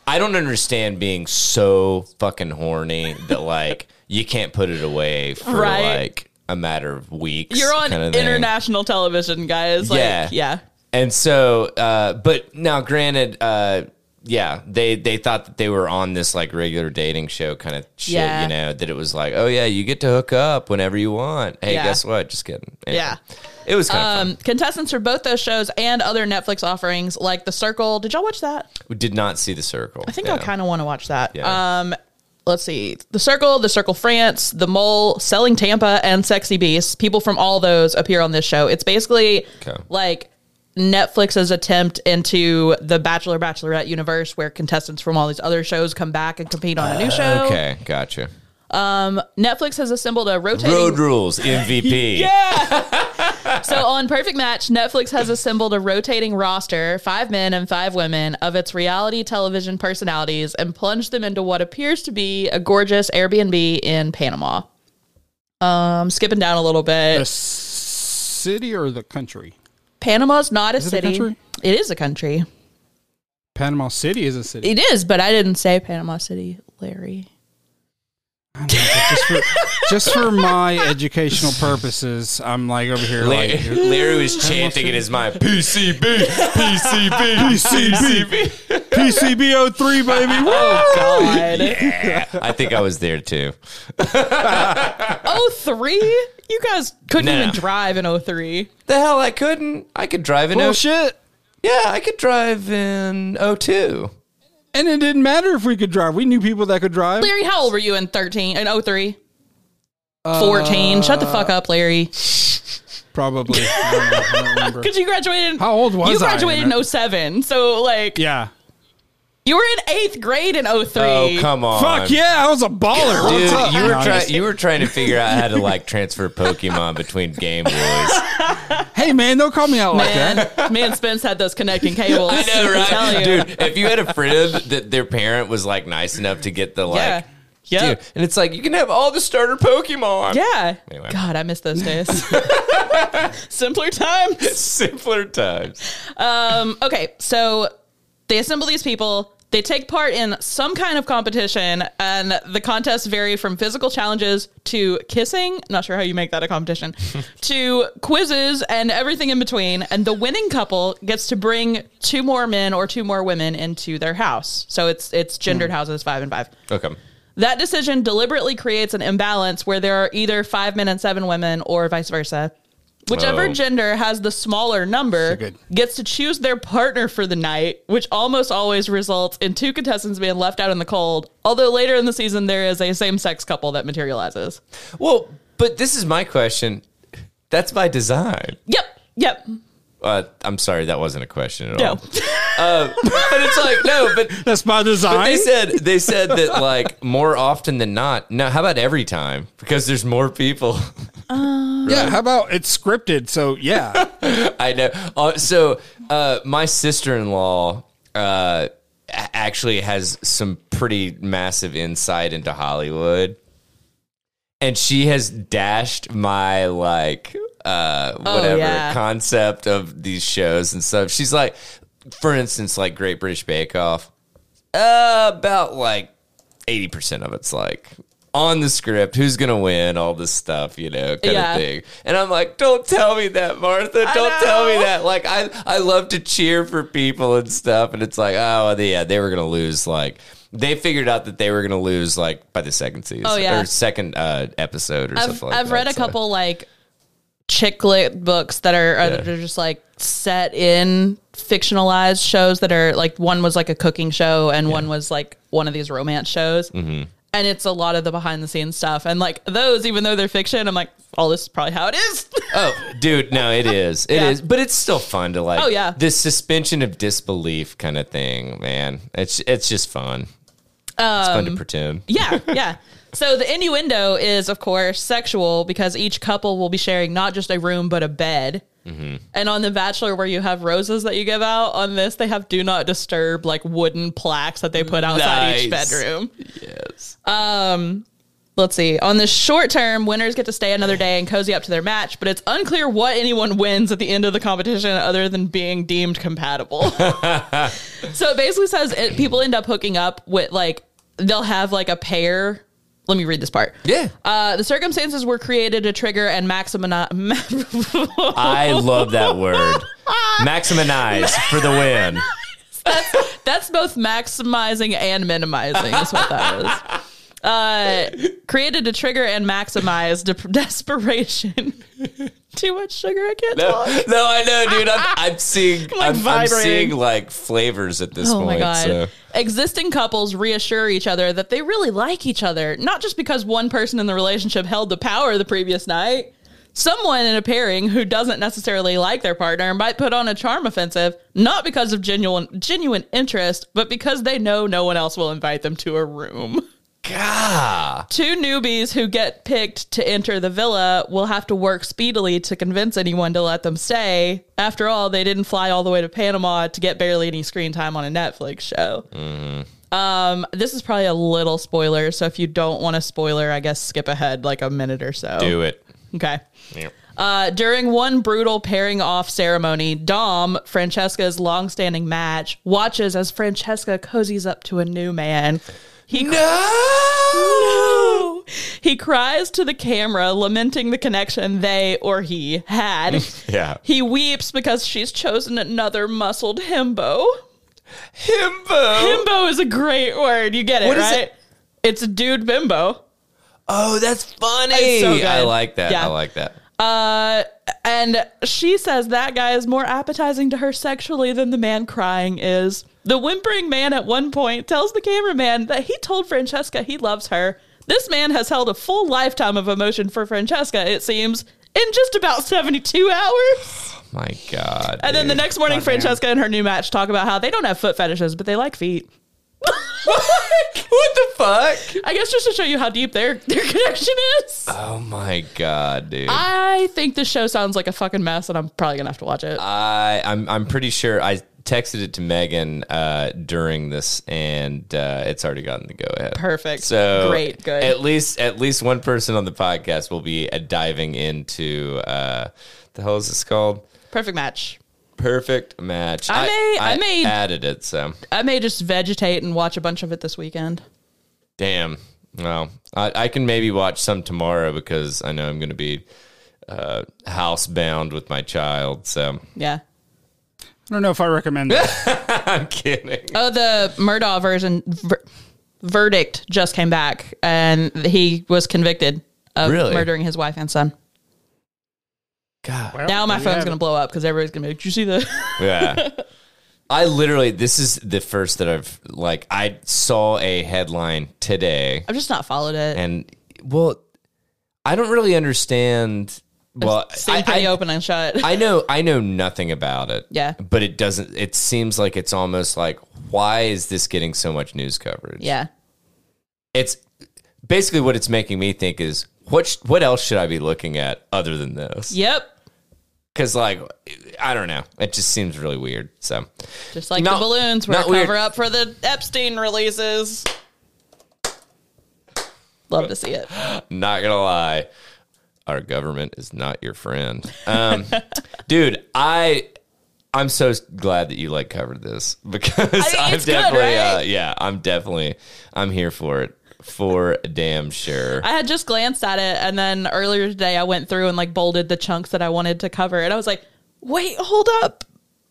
A: I don't understand being so fucking horny that like you can't put it away for
B: Right.
A: like a matter of weeks.
B: You're on
A: kinda thing.
B: international television, guys. Like,
A: Yeah.
B: yeah.
A: And so, uh, but now, granted, uh, yeah, they they thought that they were on this like regular dating show kind of shit,
B: Yeah.
A: you know, that it was like, oh yeah, you get to hook up whenever you want. Hey,
B: Yeah.
A: guess what? Just kidding. Anyway,
B: Yeah.
A: it was kind of
B: Um, contestants for both those shows and other Netflix offerings like The Circle. Did y'all watch that?
A: fun. We did not see the circle.
B: I think
A: yeah.
B: I kind of want to watch that.
A: Yeah.
B: Um, let's see, The Circle, The Circle France, The Mole, Selling Tampa, and Sexy Beast. People from all those appear on this show. It's basically
A: Okay.
B: like Netflix's attempt into the Bachelor Bachelorette universe, where contestants from all these other shows come back and compete on a new show.
A: Uh, Okay, gotcha.
B: Netflix has assembled a rotating
A: Road rules MVP.
B: yeah. so on Perfect Match, Netflix has assembled a rotating roster, five men and five women, of its reality television personalities and plunged them into what appears to be a gorgeous Airbnb in Panama. Um, skipping down a little bit.
C: The city or the country?
B: Panama's not a
C: Is it a
B: city.
C: country?
B: it is a country.
C: Panama City is a city.
B: It is, but I didn't say Panama City, Larry.
C: I don't know, but just, for, just for my educational purposes, I'm like over here
A: Larry,
C: like
A: Larry was chanting in his mind, PCB, PCB, PCB.
C: PCB 03, baby.
B: Oh God.
A: I think I was there too.
B: Oh three? You guys couldn't
A: No,
B: even
A: no.
B: drive in 03.
A: The hell, I couldn't. I could drive in
C: Well,
A: oh
C: shit.
A: Yeah, I could drive in 02.
C: And it didn't matter if we could drive. We knew people that could drive.
B: Larry, how old were you in 13 in 03? 14. Shut the fuck up, Larry.
C: Probably. I don't know. I don't remember.
B: Because you graduated.
C: How old was
B: You
C: I?
B: graduated in 07. So, like,
C: Yeah.
B: you were in eighth grade in 03.
A: Oh, come on.
C: Fuck yeah, I was a baller.
A: Dude,
C: What's up?
A: you were
C: No, I'm
A: trying
C: just-
A: you were trying to figure out how to like transfer Pokemon between Game Boys. I
C: Hey man, don't call me out like that.
B: Man, me and Spence had those connecting cables. I
A: know,
B: Tell you.
A: right? Dude, if you had a friend that their parent was like nice enough to get the like
B: Yeah. Yep.
A: Dude, and it's like you can have all the starter Pokemon.
B: Yeah.
A: Anyway.
B: God, I miss those days. Simpler times.
A: Simpler times.
B: Um, okay, so they assemble these people. They take part in some kind of competition, and the contests vary from physical challenges to kissing. Not sure how you make that a competition, to quizzes and everything in between. And the winning couple gets to bring two more men or two more women into their house. So it's it's gendered houses, five and five.
A: Okay.
B: That decision deliberately creates an imbalance where there are either five men and seven women or vice versa. Whichever
A: Oh.
B: gender has the smaller number
C: So good.
B: gets to choose their partner for the night, which almost always results in two contestants being left out in the cold. Although later in the season, there is a same sex couple that materializes.
A: Well, but this is my question. That's by design.
B: Yep. Yep.
A: Uh, I'm sorry, that wasn't a question at
B: No.
C: Oh.
A: all. But it's like no, but
C: That's by
A: But they
C: design.
A: said they said that like more often than not. No, how about every time? Because there's more people.
C: yeah. How about it's scripted? So yeah,
A: I know. Uh, so uh, my sister-in-law uh, a- actually has some pretty massive insight into Hollywood, and she has dashed my like uh, whatever
B: Oh, yeah.
A: concept of these shows and stuff. She's like, for instance, like Great British Bake Off. Uh, about like eighty percent of it's like on the script, who's gonna win, all this stuff, you know, kind
B: Yeah.
A: of thing. And I'm like, don't tell me that, Martha. Don't tell me
B: know.
A: that. Like, I I love to cheer for people and stuff, and it's like, oh yeah, they were gonna lose. Like, they figured out that they were gonna lose like by the second season
B: Oh, yeah.
A: or second uh, episode or
B: I've,
A: something. like
B: I've
A: that.
B: read a
A: So-
B: couple like chick lit books that are, are that are just like set in fictionalized shows that are like one was like a cooking show and one was like one of these romance shows.
A: Mm-hmm.
B: And it's a lot of the behind the scenes stuff. And like those, even though they're fiction, I'm like, all this is probably how it is.
A: Oh, dude, no, it is. it is,
B: Yeah.
A: But it's still fun to like
B: Oh, yeah.
A: this suspension of disbelief kind of thing, man. It's it's just fun. it's fun
B: Um,
A: to pretend.
B: Yeah, yeah. So the innuendo is, of course, sexual because each couple will be sharing not just a room but a bed. And on The Bachelor, where you have roses that you give out, on this they have "Do Not Disturb" like wooden plaques that they put outside
A: Nice.
B: each bedroom.
A: Yes.
B: Let's see. On the short term, winners get to stay another day and cozy up to their match, but it's unclear what anyone wins at the end of the competition other than being deemed compatible. so it basically says it, people end up hooking up with like they'll have like a pair. Let me read this part.
A: Yeah.
B: Uh, the circumstances were created to trigger and maximize.
A: I love that word. Maximize for the win.
B: That's both maximizing and minimizing, is what that is. Uh, created to trigger and maximize de- desperation. Too much sugar, I can't
A: No,
B: talk.
A: no, I know, dude. I'm, I'm seeing,
B: like,
A: I'm, I'm
B: vibrating.
A: seeing like flavors at this
B: Oh
A: point.
B: my god.
A: so-
B: Existing couples reassure each other that they really like each other, not just because one person in the relationship held the power the previous night. Someone in a pairing who doesn't necessarily like their partner might put on a charm offensive, not because of genuine genuine interest, but because they know no one else will invite them to a room.
A: Gah.
B: Two newbies who get picked to enter the villa will have to work speedily to convince anyone to let them stay. After all, they didn't fly all the way to Panama to get barely any screen time on a Netflix show.
A: Mm-hmm.
B: Um, this is probably a little spoiler, so if you don't want a spoiler, I guess skip ahead like a minute or so.
A: Do it.
B: Okay. Uh, during one brutal pairing off ceremony, Dom, Francesca's longstanding match, watches as Francesca cozies up to a new man. He no! He cries to the camera, lamenting the connection they or he had.
A: Yeah.
B: He weeps because she's chosen another muscled himbo.
A: Himbo.
B: Himbo is a great word. You get it,
A: What is
B: right?
A: it?
B: It's a dude bimbo.
A: Oh, that's funny.
B: It's so good.
A: I like that.
B: Yeah.
A: I like that.
B: Uh, and she says that guy is more appetizing to her sexually than the man crying is. The whimpering man at one point tells the cameraman that he told Francesca he loves her. This man has held a full lifetime of emotion for Francesca, it seems, in just about 72 hours.
A: Oh My God.
B: And then the
A: dude.
B: next morning,
C: Goddamn.
B: Francesca and her new match talk about how they don't have foot fetishes, but they like feet. what the
A: Fuck.
B: I guess just to show you how deep their, their connection is.
A: Oh my god, dude. I,
B: I think this show sounds like a fucking mess, and I'm probably gonna have to watch it.
A: I'm I'm pretty sure I texted it to Megan uh, during this, and uh, it's already gotten the go ahead.
B: Perfect.
A: So
B: Great. Good.
A: At least at least one person on the podcast will be uh, diving into uh, the hell is this called?
B: Perfect match.
A: Perfect match.
B: I may- I may-
A: added it. So
B: I may just vegetate and watch a bunch of it this weekend.
A: damn. Well, I, I can maybe watch some tomorrow because I know I'm going to be uh, housebound with my child. So
B: Yeah.
C: I don't know if I recommend that.
A: I'm kidding.
B: Oh, the Murdaugh version ver- verdict just came back, and he was convicted of
A: Really?
B: murdering his wife and son.
A: God.
B: Now my
C: we
B: phone's
C: have-
B: gonna blow up because everybody's gonna be like, "Did you see the?"
A: Yeah. I literally, this is the first that I've, like, I saw a headline today
B: I've just not followed it.
A: and, well, I don't really understand. Well,
B: Staying
A: I,
B: pretty
A: I,
B: open and shut.
A: I know, I know nothing about it.
B: Yeah.
A: But it doesn't, it seems like it's almost like, why is this getting so much news coverage?
B: yeah,
A: It's basically what it's making me think is, what, sh- what else should I be looking at other than this?
B: yep.
A: Because, like, I don't know. It just seems really weird. So,
B: Just like
A: Not-
B: the balloons were a
A: not
B: cover
A: weird.
B: up for the Epstein releases. Love to see it.
A: not gonna lie our government is not your friend um dude i i'm so glad that you like covered this because I am
B: it's good,
A: definitely uh,
B: right?
A: yeah i'm definitely i'm here for it for damn sure
B: I had just glanced at it, and then earlier today I went through and like bolded the chunks that I wanted to cover, and I was like, "Wait, hold up,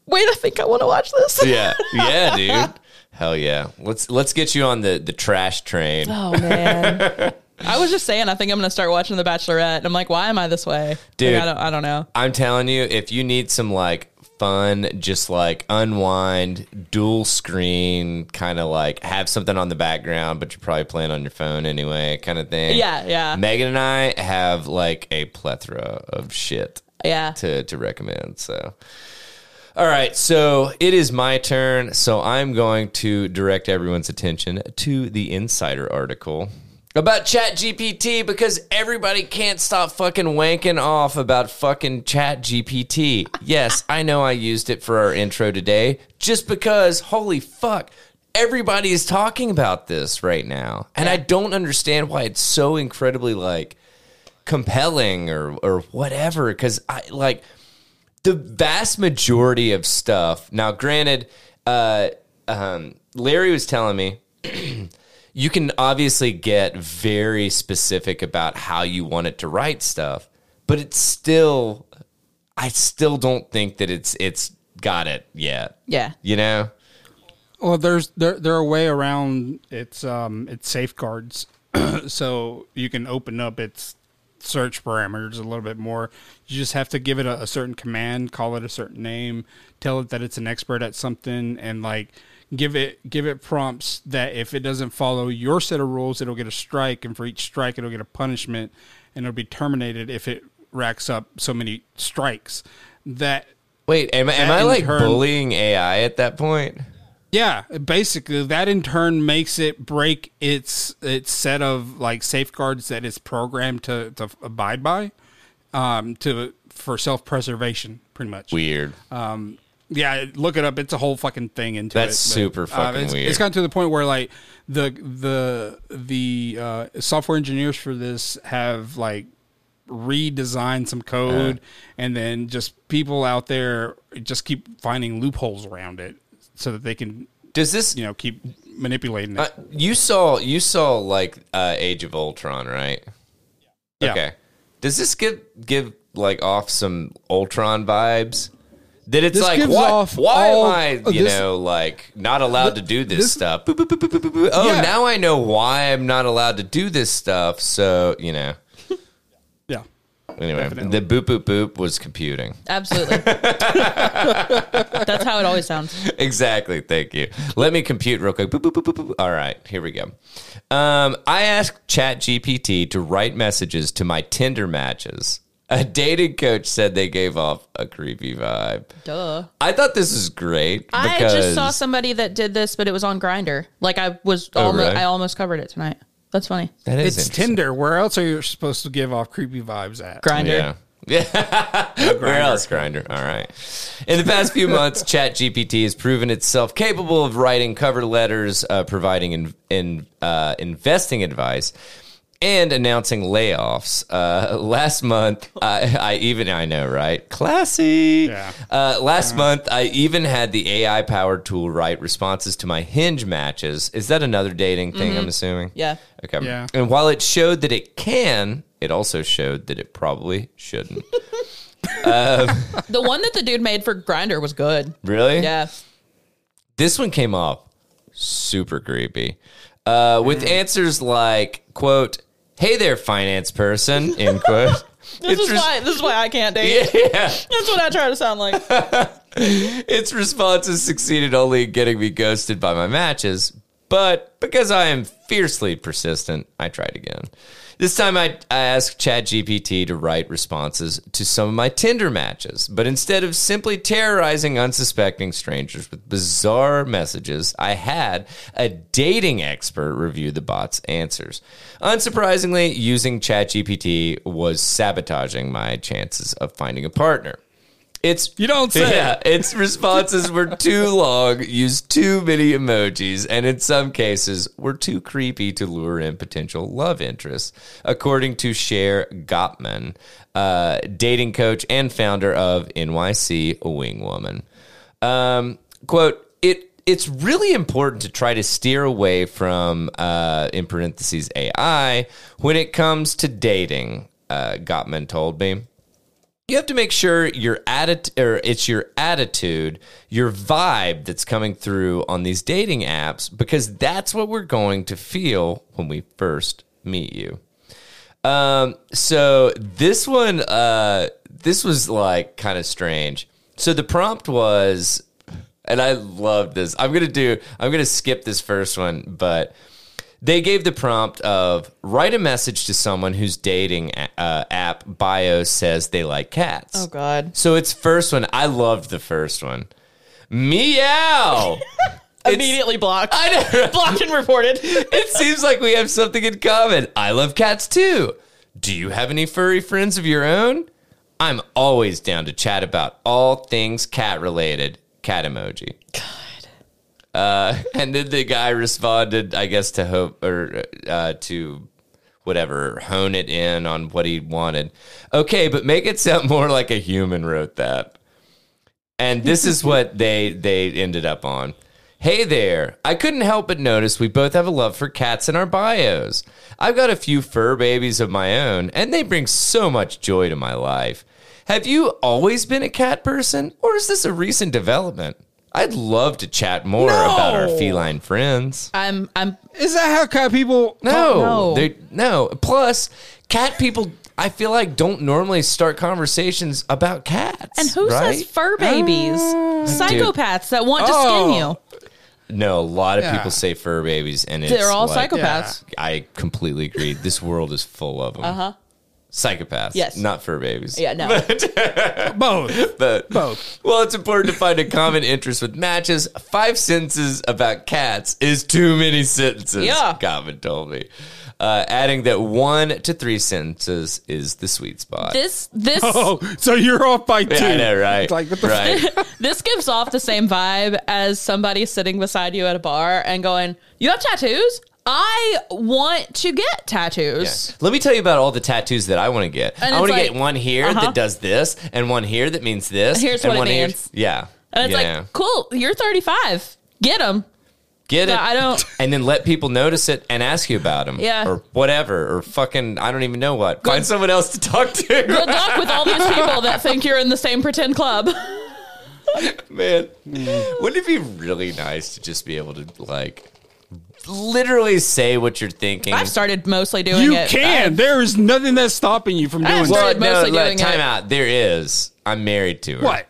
B: wait, I think I want to watch this."
A: yeah yeah dude hell yeah let's let's get you on the the trash train
B: Oh man. I was just saying, I think I'm gonna start watching The Bachelorette, and I'm like, why am I this way, Like,
A: Dude.
B: I don't, I don't know.
A: I'm telling you, if you need some like fun, just like unwind, dual screen, kind of like have something on the background, but you're probably playing on your phone anyway, kind of thing.
B: Yeah, yeah.
A: Megan and I have like a plethora of shit
B: Yeah,
A: to, to recommend. So, all right. So it is my turn. So I'm going to direct everyone's attention to the insider article about ChatGPT because everybody can't stop fucking wanking off about fucking ChatGPT. Yes, I know I used it for our intro today just because, holy fuck. Everybody is talking about this right now. And I don't understand why it's so incredibly like compelling or or whatever because i like the vast majority of stuff now granted uh um larry was telling me you can obviously get very specific about how you want it to write stuff but it's still i still don't think that it's it's got it yet
B: yeah,
A: you know
C: Well, there's there there are way around its um its safeguards, so you can open up its search parameters a little bit more. You just have to give it a, a certain command, call it a certain name, tell it that it's an expert at something, and like give it give it prompts that if it doesn't follow your set of rules, it'll get a strike, and for each strike, it'll get a punishment, and it'll be terminated if it racks up so many strikes. That
A: wait am, am
C: That
A: i
C: in
A: like
C: turn-
A: bullying ai at that point
C: Yeah, basically that in turn makes it break its its set of like safeguards that it's programmed to, to abide by, um, to for self preservation, pretty much.
A: weird
C: yeah, look it up. It's a whole fucking thing into
A: That's
C: it, uh,
A: super fucking
C: it's,
A: weird.
C: It's gotten to the point where like the the the uh, software engineers for this have like redesigned some code,
A: Uh.
C: and then just people out there just keep finding loopholes around it so that they can
A: does this
C: you know keep manipulating it.
A: Uh, you saw you saw like uh, Age of Ultron, right?
C: yeah.
A: Okay. Does this give give like off some Ultron vibes? That it's
C: This
A: like
C: gives
A: what?
C: off
A: why
C: all-
A: am I
C: oh,
A: you
C: this-
A: know like not allowed to do this,
C: this-
A: stuff? Boop, boop, boop, boop, boop, boop, boop. Oh,
C: Yeah.
A: now I know why I'm not allowed to do this stuff. So you know.
C: Yeah.
A: Anyway,
C: Definitely.
A: the boop boop boop was computing.
B: absolutely. That's how it always sounds.
A: exactly. Thank you. Let me compute real quick. Boop, boop, boop, boop, boop. All right, here we go. Um, I asked ChatGPT to write messages to my Tinder matches. A dating coach said they gave off a creepy vibe.
B: Duh.
A: I thought this was great.
B: I just saw
A: because- Oh,
B: somebody that did this, but it was on Grinder. Like I was, almost,
A: really? Oh,
B: I almost covered it tonight. That's funny.
A: That is
C: It's
A: interesting.
C: Tinder. Where else are you supposed to give off creepy vibes at?
B: Grinder.
A: Yeah. Where else, Grinder? All right. In the past few months, ChatGPT has proven itself capable of writing cover letters, uh, providing in, in, uh, investing advice, and announcing layoffs. Uh, last month, I, I even I know, right? Classy.
C: Yeah.
A: Uh, last month, I even had the AI-powered tool write responses to my Hinge matches. Is that another dating thing? I'm assuming.
B: Yeah.
A: Okay.
C: Yeah.
A: And while it showed that it can, it also showed that it probably shouldn't.
B: The one that the dude made for Grinder was good.
A: Really?
B: Yeah.
A: This one came off super creepy. Uh,
B: Mm.
A: with answers like, quote, hey there, finance person, end quote.
B: This
A: It's
B: is
A: res-
B: why this is why I can't date.
A: yeah.
B: That's what I try to sound like.
A: Its responses succeeded only in getting me ghosted by my matches, but because I am fiercely persistent, I tried again. This time I, I asked ChatGPT to write responses to some of my Tinder matches, but instead of simply terrorizing unsuspecting strangers with bizarre messages, I had a dating expert review the bot's answers. Unsurprisingly, using ChatGPT was sabotaging my chances of finding a partner. It's
C: You don't say.
A: Yeah, its responses were too long, used too many emojis, and in some cases were too creepy to lure in potential love interests, according to Cher Gottman, uh, dating coach and founder of NYC Wing Woman. Um, quote, it it's really important to try to steer away from, uh, in parentheses, AI when it comes to dating, uh, Gottman told me you have to make sure your attitude or it's your attitude your vibe that's coming through on these dating apps because that's what we're going to feel when we first meet you um so this one uh this was like kind of strange so the prompt was and i love this i'm gonna do i'm gonna skip this first one but they gave the prompt of write a message to someone whose dating uh, app bio says they like cats.
B: Oh God.
A: So it's first one. I loved the first one. Meow. It's-
B: Immediately blocked.
A: I know.
B: blocked and reported.
A: It seems like we have something in common. I love cats too. Do you have any furry friends of your own? I'm always down to chat about all things cat related. Cat emoji. God. Uh, and then the guy responded, I guess, to hope or uh, to whatever, hone it in on what he wanted. Okay, but make it sound more like a human wrote that. And this is what they they ended up on. Hey there. I couldn't help but notice we both have a love for cats in our bios. I've got a few fur babies of my own, and they bring so much joy to my life. Have you always been a cat person, or is this a recent development? I'd love to chat more about our feline friends.
B: I'm I'm
C: Is that how cat people?
A: No,
B: no.
A: they no. Plus, cat people, I feel like don't normally start conversations about cats.
B: and who
A: right? Ah.
B: says fur babies? Psychopaths that want to
C: Oh.
B: skin you.
A: No, a lot of
C: Yeah.
A: people say fur babies, and it's
B: They're all
A: like-
B: psychopaths. Uh-huh.
A: I completely agree. This world is full of them. Uh huh. Psychopaths.
B: Yes.
A: Not fur babies.
B: Yeah, no.
C: Both.
A: But
C: Both.
A: well, it's important to find a common interest with matches. Five sentences about cats is too many sentences.
B: Yeah.
A: Gottman told me. Uh, adding that one to three sentences is the sweet spot.
B: This this
C: Oh, so you're off by two.
A: yeah, I know, right?
C: It's like, what the f-
A: right.
B: this gives off the same vibe as somebody sitting beside you at a bar and going, "You have tattoos? I want to get tattoos."
A: Let me tell you about all the tattoos that I want to get.
B: And
A: I
B: it's
A: want to
B: like-
A: get one here
B: Uh-huh.
A: that does this, and one here that means this.
B: Here's
A: and
B: what it
A: one here-
B: means.
A: Yeah.
B: And it's
A: Yeah.
B: like, "Cool, you're 35. Get them."
A: get it.
B: I don't-
A: And then let people notice it and ask you about them.
B: Yeah.
A: Or whatever. Or fucking, I don't even know what. Find someone else to talk
B: Good
A: to.
B: luck with all these people that think you're in the same pretend club.
A: Man. Wouldn't it be really nice to just be able to, like, literally say what you're thinking?
B: I've started mostly doing
C: You
B: it.
C: can. There is nothing that's stopping you from
B: I
C: doing
A: well,
B: started
C: that.
A: no,
B: mostly
A: like,
B: doing
A: time
B: it.
A: out. There is. I'm married to her.
C: What?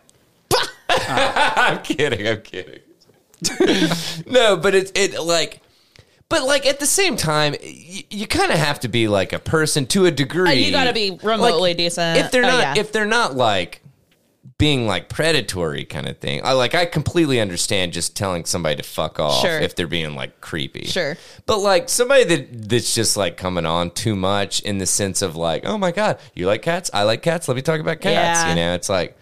A: I'm kidding. I'm kidding. no, but it's it like, but like at the same time, you, you kind of have to be like a person to a degree.
B: Uh, you gotta be remotely decent.
A: If they're
B: Oh,
A: not,
B: yeah.
A: if they're not like being like predatory kind of thing. I like I completely understand just telling somebody to fuck off
B: Sure.
A: if they're being like creepy.
B: Sure.
A: But like somebody that that's just like coming on too much in the sense of like, oh my god, you like cats? I like cats. Let me talk about cats.
B: Yeah.
A: You know, it's like,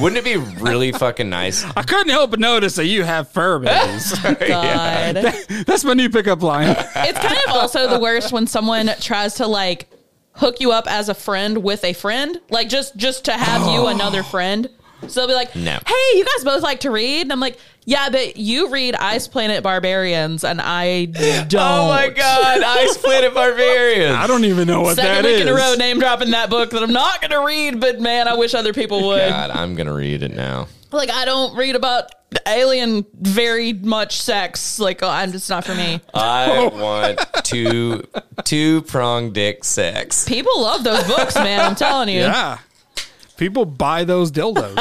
A: wouldn't it be really fucking nice?
C: I couldn't help but notice that you have fur babies.
B: God.
C: That's my new pickup line.
B: It's kind of also the worst when someone tries to like hook you up as a friend with a friend, like just just to have you another friend. So they'll be like,
A: No.
B: "Hey, you guys both like to read," and I'm like, "Yeah, but you read Ice Planet Barbarians, and I don't."
A: Oh my god, Ice Planet Barbarians.
C: I don't even know what
B: Second
C: that
B: week
C: is.
B: in a row, name dropping that book that I'm not going to read, but man, I wish other people would.
A: God, I'm gonna read it now.
B: Like, I don't read about alien very much sex. Like, oh, I'm just not for me.
C: Uh,
A: I want two two prong dick sex.
B: People love those books, man. I'm telling you.
C: yeah. People buy those dildos.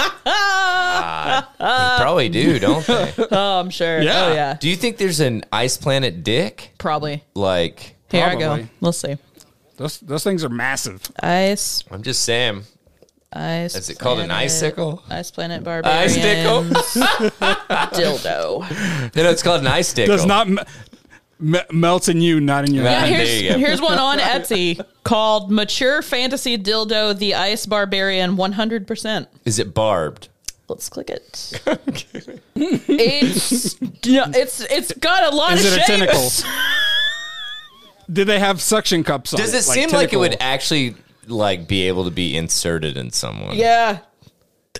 A: Probably do, don't they?
B: Oh, I'm sure.
C: Yeah.
B: Oh, yeah.
A: Do you think there's an Ice Planet dick?
B: Probably.
A: Like,
B: Here I go.
C: Probably.
B: We'll see.
C: those those things are massive.
B: Ice,
A: I'm just saying.
B: ice.
A: Is it called an
B: planet-
A: icicle?
B: Ice planet barbarian.
A: Ice dickle?
B: dildo.
A: No, no, it's called an ice dickle.
C: Does not me- me- melts in you, not in your
A: Yeah,
B: Yeah,
A: Ah,
C: mouth.
A: here-
B: here's,
A: there you go.
B: here's one on Etsy called Mature Fantasy Dildo the Ice Barbarian 100%.
A: Is it barbed?
B: Let's click it. it's yeah, it's it's got a lot
C: Is
B: of
C: it a
B: shapes.
C: tentacle? Do they have suction cups on
A: Does it
C: Like
A: seem like it would
C: tentacle-
A: actually like be able to be inserted in someone?
B: Yeah.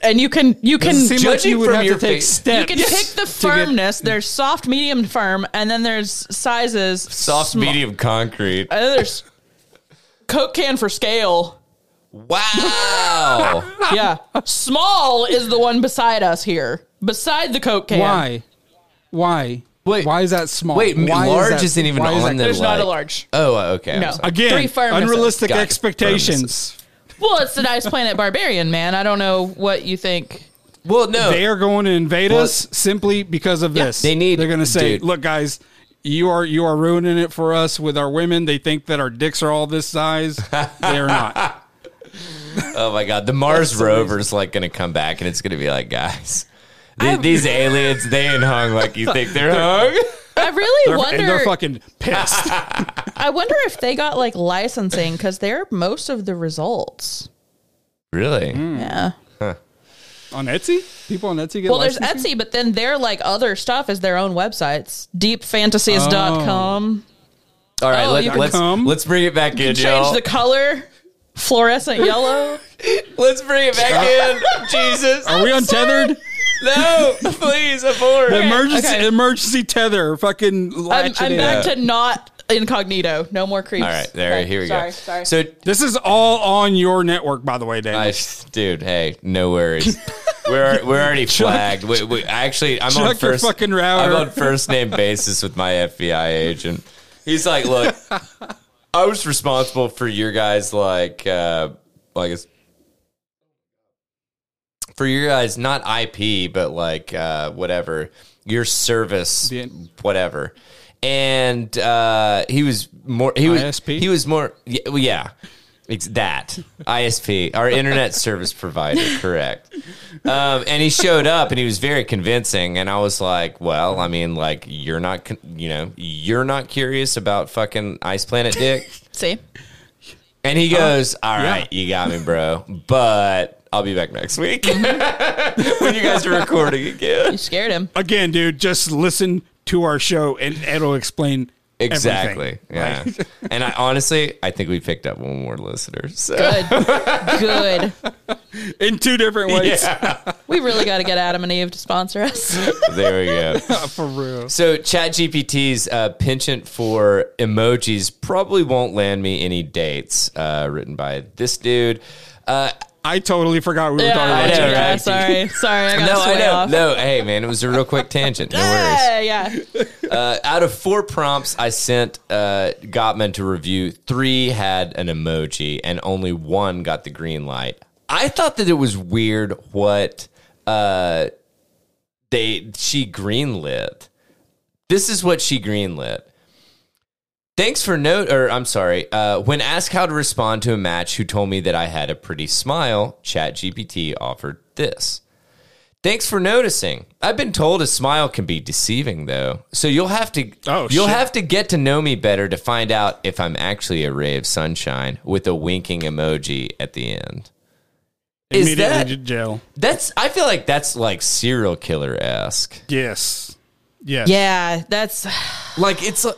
B: And you can you can
C: Does it seem like
A: Judging
C: you would
A: from
C: have
A: your
C: to take
A: face-
B: you
C: steps?
B: can pick the
C: to get-
B: firmness. there's soft, medium, firm, and then there's sizes.
A: Soft,
B: small-
A: medium concrete.
B: And then there's Coke can for scale.
A: Wow.
B: Yeah. Small is the one beside us here. Beside the Coke can.
C: Why? Why?
A: Wait.
C: why is that small?
A: Wait,
C: why
A: large
C: that-
A: isn't even
C: why is
A: on
C: that-
A: the-
B: There's not a
A: Like-
B: large.
A: Oh, uh, okay. I'm
B: No.
A: sorry.
C: Again,
B: Three firmnesses.
C: unrealistic
A: Got it.
C: expectations.
B: Well, it's the Nice Planet Barbarian, man. I don't know what you think.
A: Well, no.
C: They are going to invade us simply because of this.
A: They need-
C: They're going to say,
A: dude.
C: "Look, guys, you are you are ruining it for us with our women. They think that our dicks are all this size. they are not.
A: Oh my god, the Mars rover's like going to come back, and it's going to be like, guys, th- these aliens they ain't hung like you think they're hung.
B: I really
C: They're, and
B: wonder.
C: they're fucking pissed.
B: I wonder if they got like licensing because they're most of the results.
A: Really?
B: Yeah.
C: on Etsy, people on Etsy get
B: Well, there's
C: licensing?
B: Etsy, but then their like other stuff is their own websites. Deepfantasies.com.
A: All right,
B: Oh,
A: let,
B: you can
A: let's
C: come.
A: let's bring it back in,
B: Change
A: y'all.
B: the color. Fluorescent yellow.
A: let's bring it back in. Jesus,
C: Are we untethered?
A: no, please abort.
C: The emergency
B: okay.
C: emergency tether. Fucking
B: I'm,
C: latch it
B: I'm
C: in.
B: back to uh, not incognito. No more creeps.
A: All right, there.
B: Okay,
A: here we
B: sorry,
A: go.
B: Sorry.
A: So,
C: This is all on your network, by the way, Dave.
A: I, dude, hey, no worries. We're we're already flagged. We, we, actually, I'm on
C: Chuck your
A: first.
C: fucking
A: I'm
C: router.
A: on first name basis with my FBI agent. He's like, look, I was responsible for your guys, like, uh, well, I guess for your guys, not IP, but like uh, whatever your service,
C: The-
A: whatever. And uh, he was more. He was.
C: ISP?
A: He was more. Yeah, well, yeah. It's that ISP, our internet service provider, correct? Um, and he showed up, and he was very convincing. And I was like, "Well, I mean, like you're not, con- you know, you're not curious about fucking Ice Planet Dick."
B: See?
A: And he goes, "All
C: Uh-huh. yeah.
A: right, you got me, bro. But I'll be back next week when you guys are recording again."
B: You scared him.
C: Again, dude, just listen to our show and it'll explain everything.
A: Exactly. Yeah.
C: Like-
A: and I honestly, I think we picked up one more listener. So
B: Good. Good.
C: in two different ways.
B: We really got to get Adam and Eve to sponsor us.
A: there we go.
C: For real.
A: So ChatGPT's uh, penchant for emojis probably won't land me any dates. Uh, written by this dude. Uh,
C: I totally forgot we were talking
A: I
C: about
A: know,
C: Jack
A: right?
B: yeah,
C: Jack.
B: sorry. Sorry, I got
A: no,
B: sway
A: I know.
B: off.
A: No, hey man, it was a real quick tangent. No worries.
B: Yeah, yeah.
A: out of four prompts I sent uh, Gottman to review, three had an emoji and only one got the green light. I thought that it was weird what uh, they she greenlit. This is what she greenlit. Thanks for note, or I'm sorry. Uh, when asked how to respond to a match who told me that I had a pretty smile, ChatGPT offered this. Thanks for noticing. I've been told a smile can be deceiving, though. So you'll have to
C: Oh,
A: you'll
C: shit.
A: have to get to know me better to find out if I'm actually a ray of sunshine with a winking emoji at the end. Is
C: Immediately
A: that-
C: j- jail.
A: That's I feel like that's like serial killer esque.
C: Yes. Yes.
B: Yeah, that's
A: like it's a-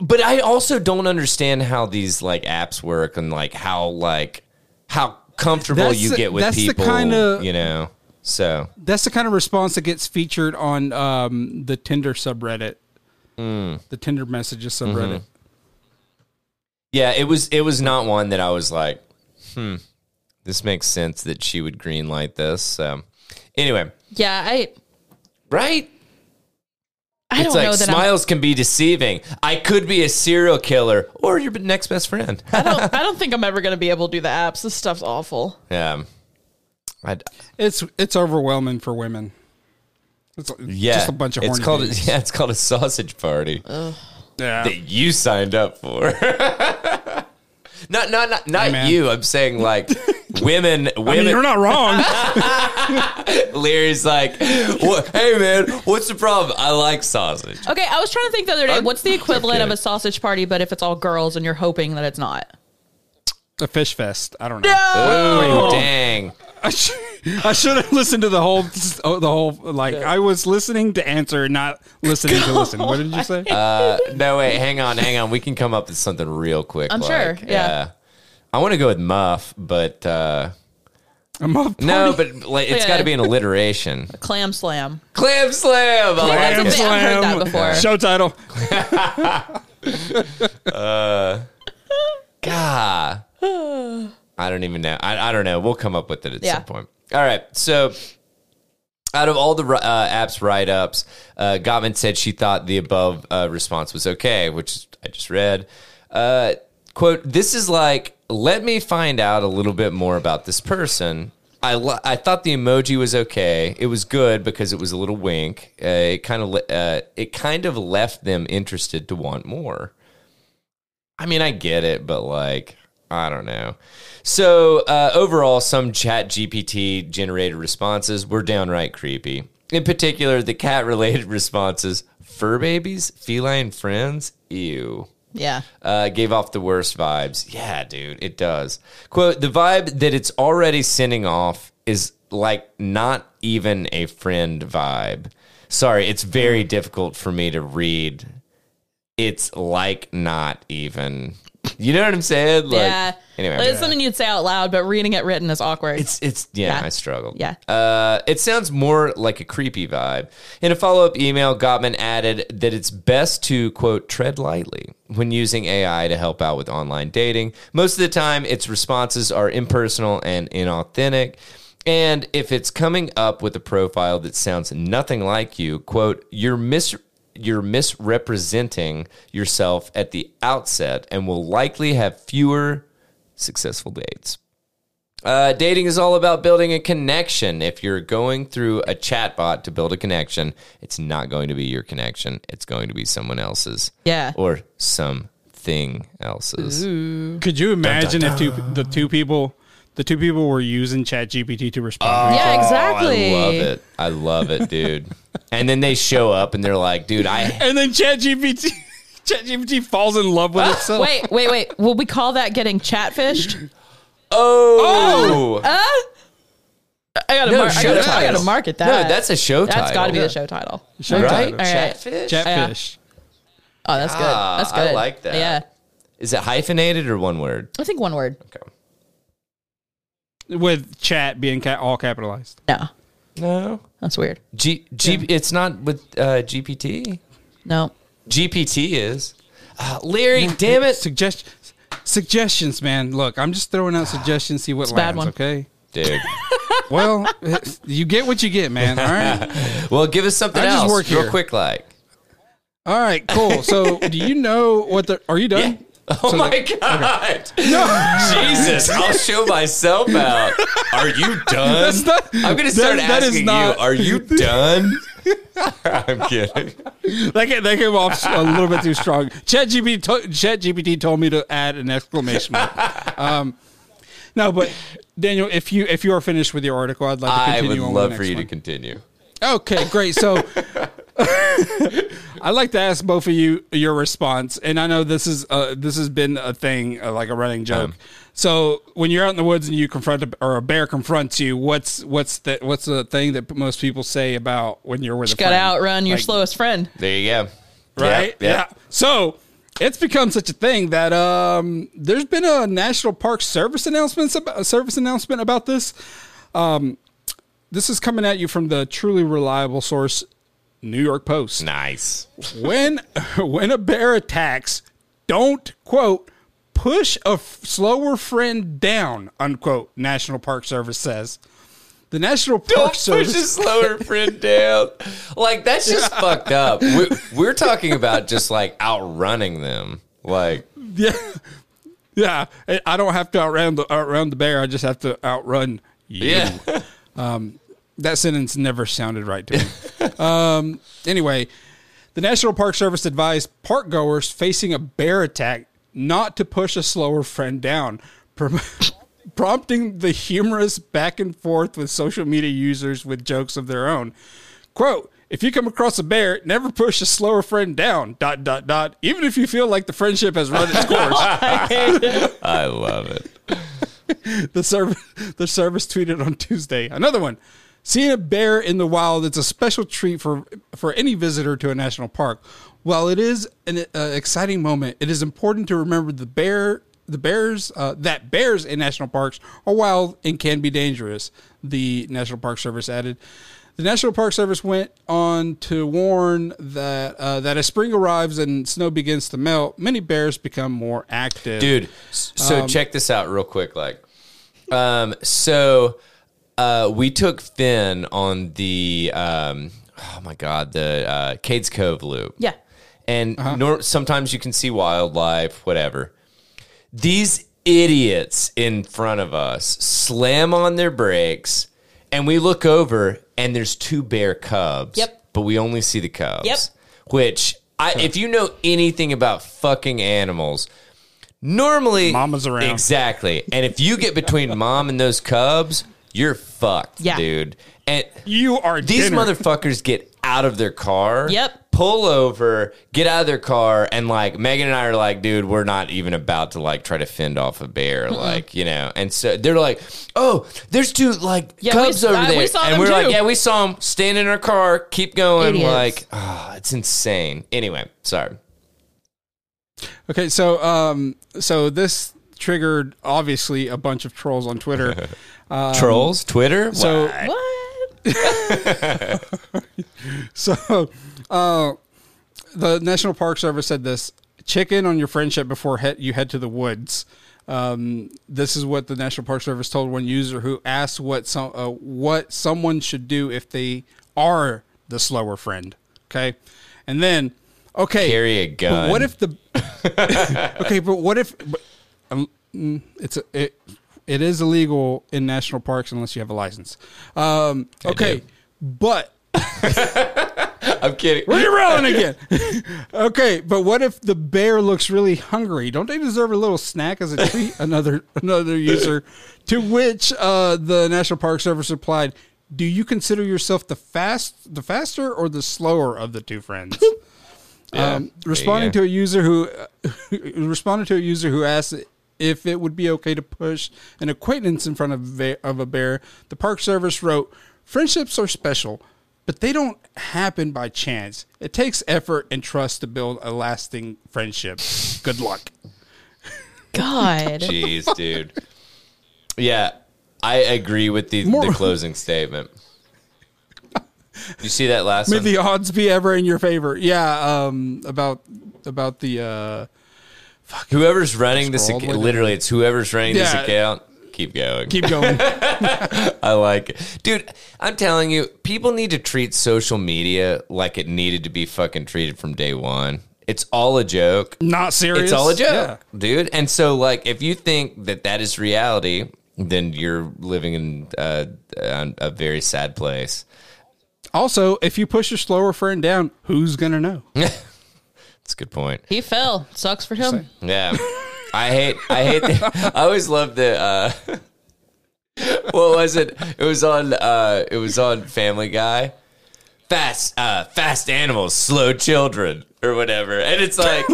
A: but i also don't understand how these like apps work and like how like how comfortable
C: That's
A: you
C: the-
A: get with
C: that's the
A: people
C: kinda-
A: you know so
C: That's the kind of response that gets featured on um, the Tinder subreddit,
A: Hmm.
C: the Tinder messages subreddit.
A: Mm-hmm. yeah it was it was not one that i was like hmm this makes sense that she would green light this so anyway
B: yeah. I
A: right
B: I
A: it's
B: don't
A: like
B: know that I'm,
A: smiles can be deceiving i could be a serial killer or your next best friend
B: I don't. I don't think I'm ever gonna be able to do the apps. This stuff's awful.
A: yeah I'd,
C: It's it's overwhelming for women. It's
A: yeah
C: just a bunch of horny
A: it's called a,
C: dudes.
A: yeah it's called a sausage party
C: yeah.
A: that you signed up for. not not not, not
C: man.
A: you. I'm saying like women.
C: I mean,
A: Women.
C: you're not wrong.
A: Larry's like, "What- hey man, what's the problem? I like sausage.
B: Okay, I was trying to think the other day.
A: I'm-
B: What's the equivalent of
A: okay.
B: a sausage party, but if it's all girls and you're hoping that it's not?
C: a fish fest. I don't know.
A: Oh dang!
C: I should, I should have listened to the whole oh, the whole like I was listening to answer, not listening to listen. What did you say?
B: Uh,
A: No wait, hang on, hang on. We can come up with something real quick.
B: I'm
A: like, uh,
B: sure, yeah.
A: I want to go with muff, but uh,
C: I'm off
A: no,
C: party.
A: but like, it's
B: Yeah.
A: got to be an alliteration.
B: Clam slam.
A: Clam slam. I like
B: Clam
A: it.
B: slam. I've heard that
C: Slam.
B: before.
C: Show title.
A: God. I don't even know. I, I don't know. We'll come up with it at
B: Yeah.
A: some point. All right. So, out of all the uh, app's write ups, uh, Gottman said she thought the above uh, response was okay, which I just read. Uh, quote, this is like, let me find out a little bit more about this person. I, li- I thought the emoji was okay. It was good because it was a little wink. Uh, it kind of le- uh, it kind of left them interested to want more. I mean, I get it, but like, I don't know. So uh, overall, some Chat GPT generated responses were downright creepy. In particular, the cat related responses, fur babies, feline friends, ew
B: Yeah.
A: uh, gave off the worst vibes. Yeah, dude, it does. Quote The vibe that it's already sending off is like not even a friend vibe. Sorry, it's very difficult for me to read. It's like not even. You know what I'm saying? Like,
B: yeah.
A: Anyway,
B: Like, it's something you'd say out loud, but reading it written is awkward.
A: it's it's yeah,
B: Yeah.
A: I struggled.
B: Yeah.
A: Uh, it sounds more like a creepy vibe. In a follow up email, Gottman added that it's best to quote tread lightly when using AI to help out with online dating. Most of the time, its responses are impersonal and inauthentic. And if it's coming up with a profile that sounds nothing like you, quote, you're mis you're misrepresenting yourself at the outset and will likely have fewer successful dates. Uh, dating is all about building a connection. If you're going through a chatbot to build a connection, it's not going to be your connection. It's going to be someone else's.
B: Yeah.
A: Or something else's.
C: Could you imagine if two the two people the two people were using Chat GPT to respond?
B: yeah,
A: I
B: exactly.
A: love it. I love it, dude. and then they show up and they're like, dude, I.
C: and then Chat GPT Chat GPT falls in love with itself.
B: Ah, Wait, wait, wait. Will we call that getting chatfished?
A: Oh!
B: Uh, I gotta,
A: No,
B: mark I,
A: show
B: gotta, I
A: title.
B: gotta market that.
A: no, that's a show
B: that's
A: title.
B: gotta be the show title.
C: Show
A: Right?
C: title.
B: All right.
A: Chatfish?
C: Chatfish.
B: Oh, that's good. That's
A: Ah, I
B: good.
A: like that.
B: Yeah,
A: Is it hyphenated or one word?
B: I think one word.
A: Okay.
C: With chat being ca- all capitalized.
B: No,
A: No.
B: that's weird.
A: G- G- It's not with uh, GPT.
B: No,
A: GPT is. Uh, Larry, damn it.
C: Suggest- suggestions, man. Look, I'm just throwing out suggestions, see what
B: a
C: lands,
B: bad one.
C: okay?
A: Dude.
C: Well, you get what you get, man. All right.
A: Well, give us something
C: I just
A: else
C: work
A: real
C: here.
A: quick like.
C: All right, cool. So, do you know what the Are you done?
A: Oh my god. Jesus, I'll show myself out. Are you done?
C: not-
A: I'm going to start
C: that- that is
A: asking
C: not-
A: you, are you done? I'm kidding.
C: They came, they came off a little bit too strong. ChatGPT, to, ChatGPT told me to add an exclamation mark. Um, no, but Daniel, if you if you are finished with your article, I'd like to
A: I
C: continue
A: would
C: on
A: love
C: with
A: for
C: the next
A: you to
C: one.
A: continue.
C: Okay, great. So I'd like to ask both of you your response, and I know this is uh, this has been a thing, uh, like a running joke. so when you're out in the woods and you confront a, or a bear confronts you, what's what's the what's the thing that most people say about when you're with a
B: Gotta
C: friend?
B: outrun your
C: Like,
B: slowest friend.
A: There you go.
C: right?
A: Yeah. yeah.
C: Yeah. So it's become such a thing that um, there's been a National Park Service announcements about, a service announcement about this. Um, this is coming at you from the truly reliable source, New York Post.
A: Nice.
C: when when a bear attacks, don't quote push a f- slower friend down unquote. National Park Service says. The National Park
A: Don't push
C: Service
A: his slower friend down. Like that's just fucked up. We're, we're talking about just like outrunning them. Like
C: Yeah, yeah. I- I don't have to outrun the outrun the bear. I just have to outrun you.
A: yeah,
C: That sentence never sounded right to me. um, anyway, the National Park Service advised park goers facing a bear attack not to push a slower friend down, prom- prompting the humorous back and forth with social media users with jokes of their own. Quote, if you come across a bear, never push a slower friend down, dot, dot, dot, even if you feel like the friendship has run its course.
A: I love it.
C: the service the service tweeted on Tuesday. Another one. Seeing a bear in the wild it's a special treat for for any visitor to a national park. While it is an uh, exciting moment, it is important to remember the bear the bears uh, that bears in national parks are wild and can be dangerous. The National Park Service added. The National Park Service went on to warn that uh, that as spring arrives and snow begins to melt, many bears become more active.
A: dude. s- So check this out real quick. Like, um, so uh, we took Finn on the um, oh my god, the uh, Cades Cove loop.
B: Yeah.
A: and
C: Uh-huh.
A: nor- sometimes you can see wildlife, whatever. These idiots in front of us slam on their brakes, and we look over, and there's two bear cubs.
B: Yep.
A: but we only see the cubs.
B: Yep.
A: Which I, if you know anything about fucking animals, normally
C: Mama's around.
A: exactly and if you get between mom and those cubs you're fucked
B: Yeah.
A: dude and
C: You are
A: these
C: dinner.
A: motherfuckers get out of their car
B: Yep.
A: pull over get out of their car and like megan and i are like dude we're not even about to like try to fend off a bear like you know and so they're like oh there's two like
B: Yeah, we-
A: cubs over
B: I- we
A: there
B: saw
A: and
B: them
A: we're like
B: too.
A: yeah we saw them stand in our car keep going
B: Idiots.
A: like ah, it's insane anyway sorry
C: Okay, so um, so this triggered obviously a bunch of trolls on Twitter.
A: trolls Um, twitter
C: so
B: What?
C: so uh, the National Park Service said this: check in on your friendship before he- you head to the woods. Um, this is what the National Park Service told one user who asked what some uh, what someone should do if they are the slower friend. Okay, and then okay,
A: Carry a gun.
C: But what if the okay? But what if but, um, mm, it's a, it it is illegal in national parks unless you have a license. Um, okay,
A: do.
C: but
A: I'm kidding.
C: You're rolling again. okay, but what if the bear looks really hungry? Don't they deserve a little snack as a treat? another another user. To which uh, the National Park Service replied, "Do you consider yourself the fast, the faster, or the slower of the two friends?" um, responding
A: go.
C: to a user who responded to a user who asked if it would be okay to push an acquaintance in front of a, of a bear. The Park Service wrote, "Friendships are special, but they don't happen by chance. It takes effort and trust to build a lasting friendship. Good luck."
B: God.
A: Jeez, dude. Yeah, I agree with the,
C: More-
A: the closing statement. You see that last
C: May
A: one?
C: the odds be ever in your favor. Yeah, um, about about the uh,
A: Whoever's running this,
C: Scroll
A: ac-
C: all the way down.
A: literally, it's whoever's running this
C: Yeah.
A: account. Keep going.
C: keep going.
A: I like it. Dude, I'm telling you, people need to treat social media like it needed to be fucking treated from day one. It's all a joke.
C: Not serious.
A: It's all a joke,
C: Yeah.
A: dude. And so, like, if you think that that is reality, then you're living in uh, a a very sad place.
C: Also, if you push your slower friend down, who's gonna know?
A: That's a good point.
B: He fell. Sucks for him.
A: Yeah. I hate I hate the, I always love the uh what was it? It was on uh it was on Family Guy. Fast uh fast animals, slow children or whatever. And it's like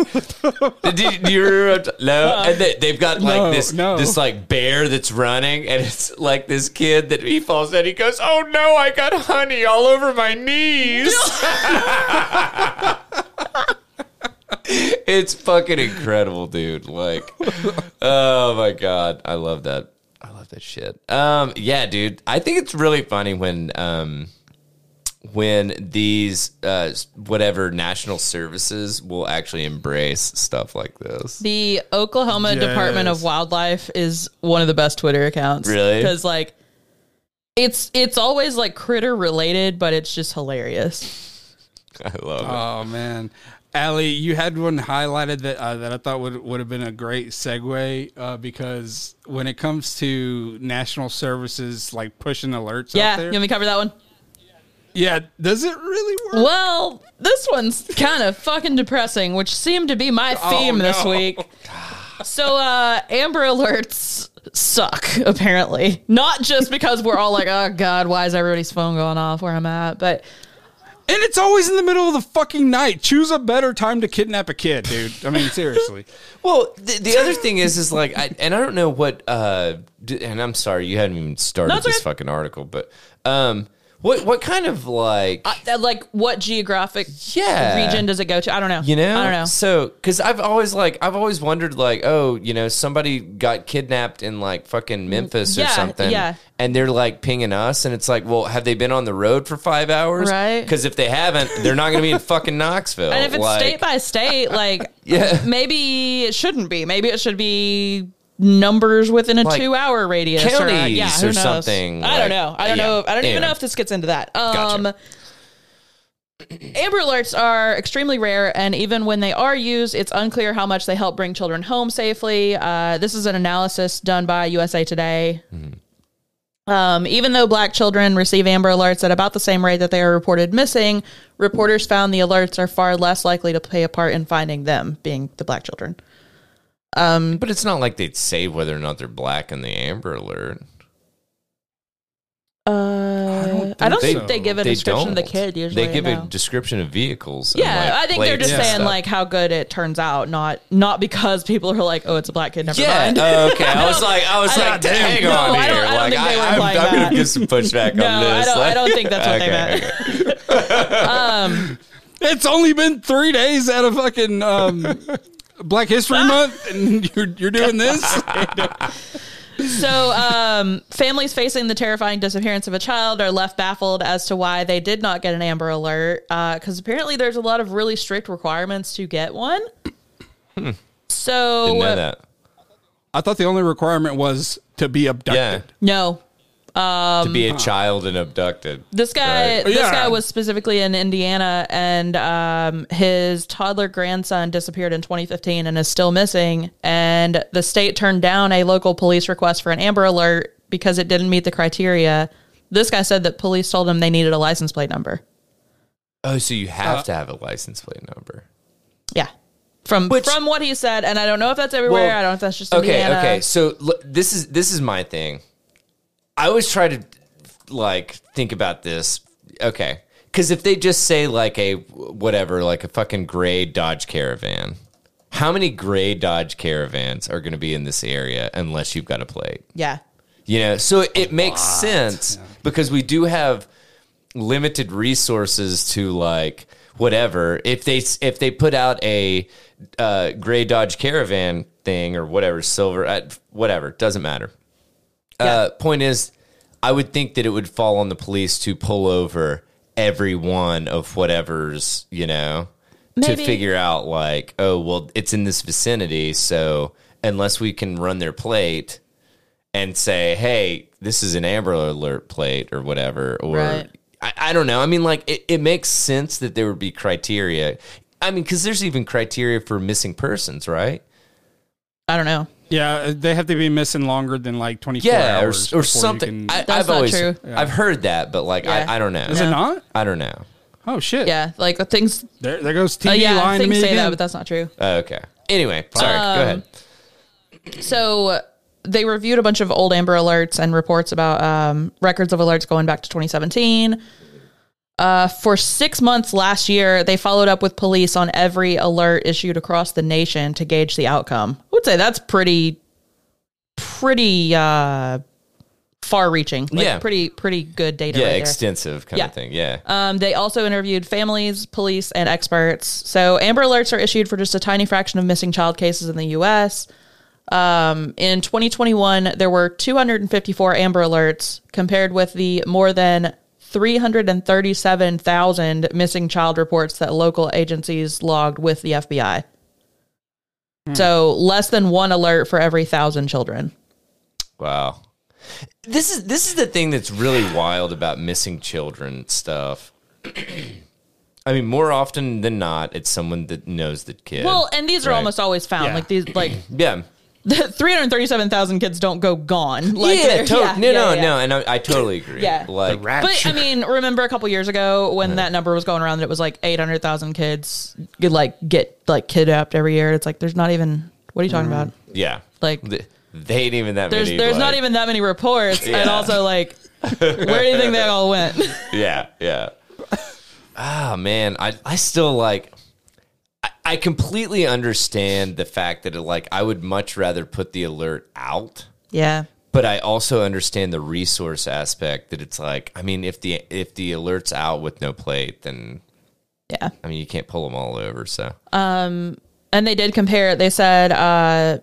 A: do, you- do you remember no and they, they've got like
C: Uh, No,
A: this
C: no.
A: this like bear that's running and it's like this kid that he falls and he goes, "Oh no, I got honey all over my knees." it's fucking incredible, dude. Like, oh my god, I love that. I love that shit. Um, yeah, dude. I think it's really funny when um, when these uh, whatever national services will actually embrace stuff like this.
B: The Oklahoma Department of
C: Yes.
B: Wildlife is one of the best Twitter accounts.
A: Really?
B: Because like it's it's always like critter related, but it's just hilarious.
A: I love it.
C: Oh man, Allie, you had one highlighted that uh, that I thought would would have been a great segue uh, because when it comes to national services like pushing alerts,
B: yeah,
C: out
B: you
C: there,
B: want me to cover that one?
C: yeah, does it really work?
B: Well, this one's kind of fucking depressing, which seemed to be my theme this
C: Oh, no.
B: week. So, uh, Amber Alerts suck, apparently. Not just because we're all like, oh God, why is everybody's phone going off where I'm at? But
C: And it's always in the middle of the fucking night. Choose a better time to kidnap a kid, dude. I mean, seriously.
A: Well, the, the other thing is, is like, I, and I don't know what, uh, d- and I'm sorry, you hadn't even started
B: That's
A: this
B: okay.
A: fucking article, but um, what, what kind of like,
B: uh, like, what geographic
A: Yeah.
B: region does it go to? I don't know.
A: You know?
B: I don't know.
A: So, because I've always like, I've always wondered, like, oh, you know, somebody got kidnapped in like fucking Memphis or
B: Mm, yeah,
A: something.
B: yeah.
A: And they're like pinging us. And it's like, well, have they been on the road for five hours?
B: Right.
A: Because if they haven't, they're not going to be in fucking Knoxville.
B: And if it's
A: Like,
B: state by state, like,
A: Yeah.
B: maybe it shouldn't be. Maybe it should be numbers within a
A: Like
B: two hour radius or, a- yeah,
A: counties
B: who
A: or
B: knows?
A: something,
B: I don't
A: like-
B: know. I don't
A: yeah,
B: know. I don't even
A: anyway.
B: know if this gets into that. Um,
A: Gotcha.
B: Amber alerts are extremely rare, and even when they are used, it's unclear how much they help bring children home safely. Uh, this is an analysis done by USA Today.
A: Mm-hmm.
B: Um, even though black children receive Amber alerts at about the same rate that they are reported missing, reporters found the alerts are far less likely to play a part in finding them, being the black children.
A: but it's not like they'd say whether or not they're black in the Amber Alert.
B: Uh, I don't think, they,
C: so.
B: give a
A: They
B: description
A: don't.
B: of the kid usually.
A: They give
B: no.
A: a description of vehicles. and,
B: Yeah,
A: like,
B: I think they're
A: plates
B: just
A: and
B: saying
A: stuff.
B: like how good it turns out, not not because people are like, oh, it's a black kid. Never
A: Yeah.
B: mind.
A: oh, okay. I was like, I was
B: I
A: like,
B: don't-
A: hang
B: No,
A: on
B: I
A: here.
B: don't- I don't
A: like,
B: think they were implying
A: am
B: that.
A: gonna give some pushback
B: no,
A: on this.
B: I don't. I
A: Like-
B: don't think that's what they
A: Okay,
B: meant.
A: okay.
C: It's only been three days out of fucking um, Black History Month, and you're you're doing this.
B: So, um, families facing the terrifying disappearance of a child are left baffled as to why they did not get an Amber Alert, because apparently there's a lot of really strict requirements to get one. So,
A: Hmm. Didn't know
B: uh,
A: that.
C: I thought the only requirement was to be
A: Yeah.
C: abducted.
B: no,
A: to be
B: Um,
A: a child and abducted.
B: This guy,
A: Right.
B: this
C: Yeah.
B: guy was specifically in Indiana, and um, his toddler grandson disappeared in 2015 and is still missing. And the state turned down a local police request for an Amber Alert because it didn't meet the criteria. This guy said that police told him they needed a license plate number.
A: Oh, so you have
B: Uh,
A: to have a license plate number.
B: Yeah, from
A: Which-
B: from what he said, and I don't know if that's everywhere.
A: Well,
B: I don't know if that's just
A: Okay,
B: Indiana.
A: okay. So l- this is this is my thing. I always try to like think about this. Okay. Cuz if they just say like a whatever, like a fucking gray Dodge Caravan. How many gray Dodge Caravans are going to be in this area unless you've got a plate?
B: Yeah,
A: You know, so it, makes sense because we do have limited resources to like whatever. If they s- if they put out a uh, gray Dodge Caravan thing or whatever, silver, uh, whatever, doesn't matter. Uh, point is, I would think that it would fall on the police to pull over every one of whatever's you know
B: Maybe.
A: to figure out like, oh well, it's in this vicinity, so unless we can run their plate and say, "Hey, this is an Amber Alert plate or whatever," or
B: Right.
A: I, I don't know. I mean, like it, it makes sense that there would be criteria. I mean, because there's even criteria for missing persons, right?
B: I don't know.
C: Yeah, uh, they have to be missing longer than like 24
A: Yeah, or,
C: hours.
A: or
C: before you
A: something.
C: can-
A: I,
B: That's
A: I've
B: not
A: always
B: true.
A: I've heard that, but like
B: Yeah.
A: I, I don't know.
C: Is it not?
A: I don't know.
C: Oh, shit.
B: Yeah, like the things.
C: There, there goes
A: Oh,
C: TV
B: Uh, yeah,
C: lying to
B: things
C: me
B: say that,
C: again.
B: but that's not true.
A: Uh, okay. Anyway, sorry.
B: Um,
A: go ahead.
B: So they reviewed a bunch of old Amber Alerts and reports about um, records of alerts going back to 2017. Uh, for six months last year, they followed up with police on every alert issued across the nation to gauge the outcome. I would say that's pretty, pretty uh, far-reaching. Like,
A: Yeah.
B: pretty, pretty good data.
A: Yeah,
B: right there.
A: extensive kind
B: Yeah.
A: of thing. Yeah.
B: Um, they also interviewed families, police, and experts. So Amber Alerts are issued for just a tiny fraction of missing child cases in the U.S. Um, in 2021, there were 254 Amber Alerts, compared with the more than 337,000 missing child reports that local agencies logged with the FBI. So less than one alert for every thousand children.
A: Wow. This is this is the thing that's really wild about missing children stuff. I mean, more often than not, it's someone that knows the kid.
B: Well, and these are
A: Right.
B: almost always found.
C: Yeah.
B: Like these, like
A: yeah.
B: the 337,000 kids don't go gone. Like,
A: yeah,
B: they're-
A: to- no,
B: yeah,
A: no,
B: yeah.
A: no, and I, I totally agree.
B: Yeah.
A: like
C: The rat
B: But I mean, remember a couple years ago when that number was going around that it was like 800,000 kids get like get like kidnapped every year. It's like there's not even what are you
A: Mm.
B: talking about?
A: yeah,
B: Like-
A: Th- they ain't even that
B: There's
A: many.
B: there's not
A: like-
B: even that many reports and
A: Yeah.
B: also like where do you think they all went?
A: yeah, yeah. Ah, man, I I still like. I- I completely understand the fact that it, like I would much rather put the alert out
B: yeah.
A: but I also understand the resource aspect that it's like, I mean, if the if the alert's out with no plate, then
B: Yeah.
A: I mean, you can't pull them all over. So
B: And they did compare it. They said uh,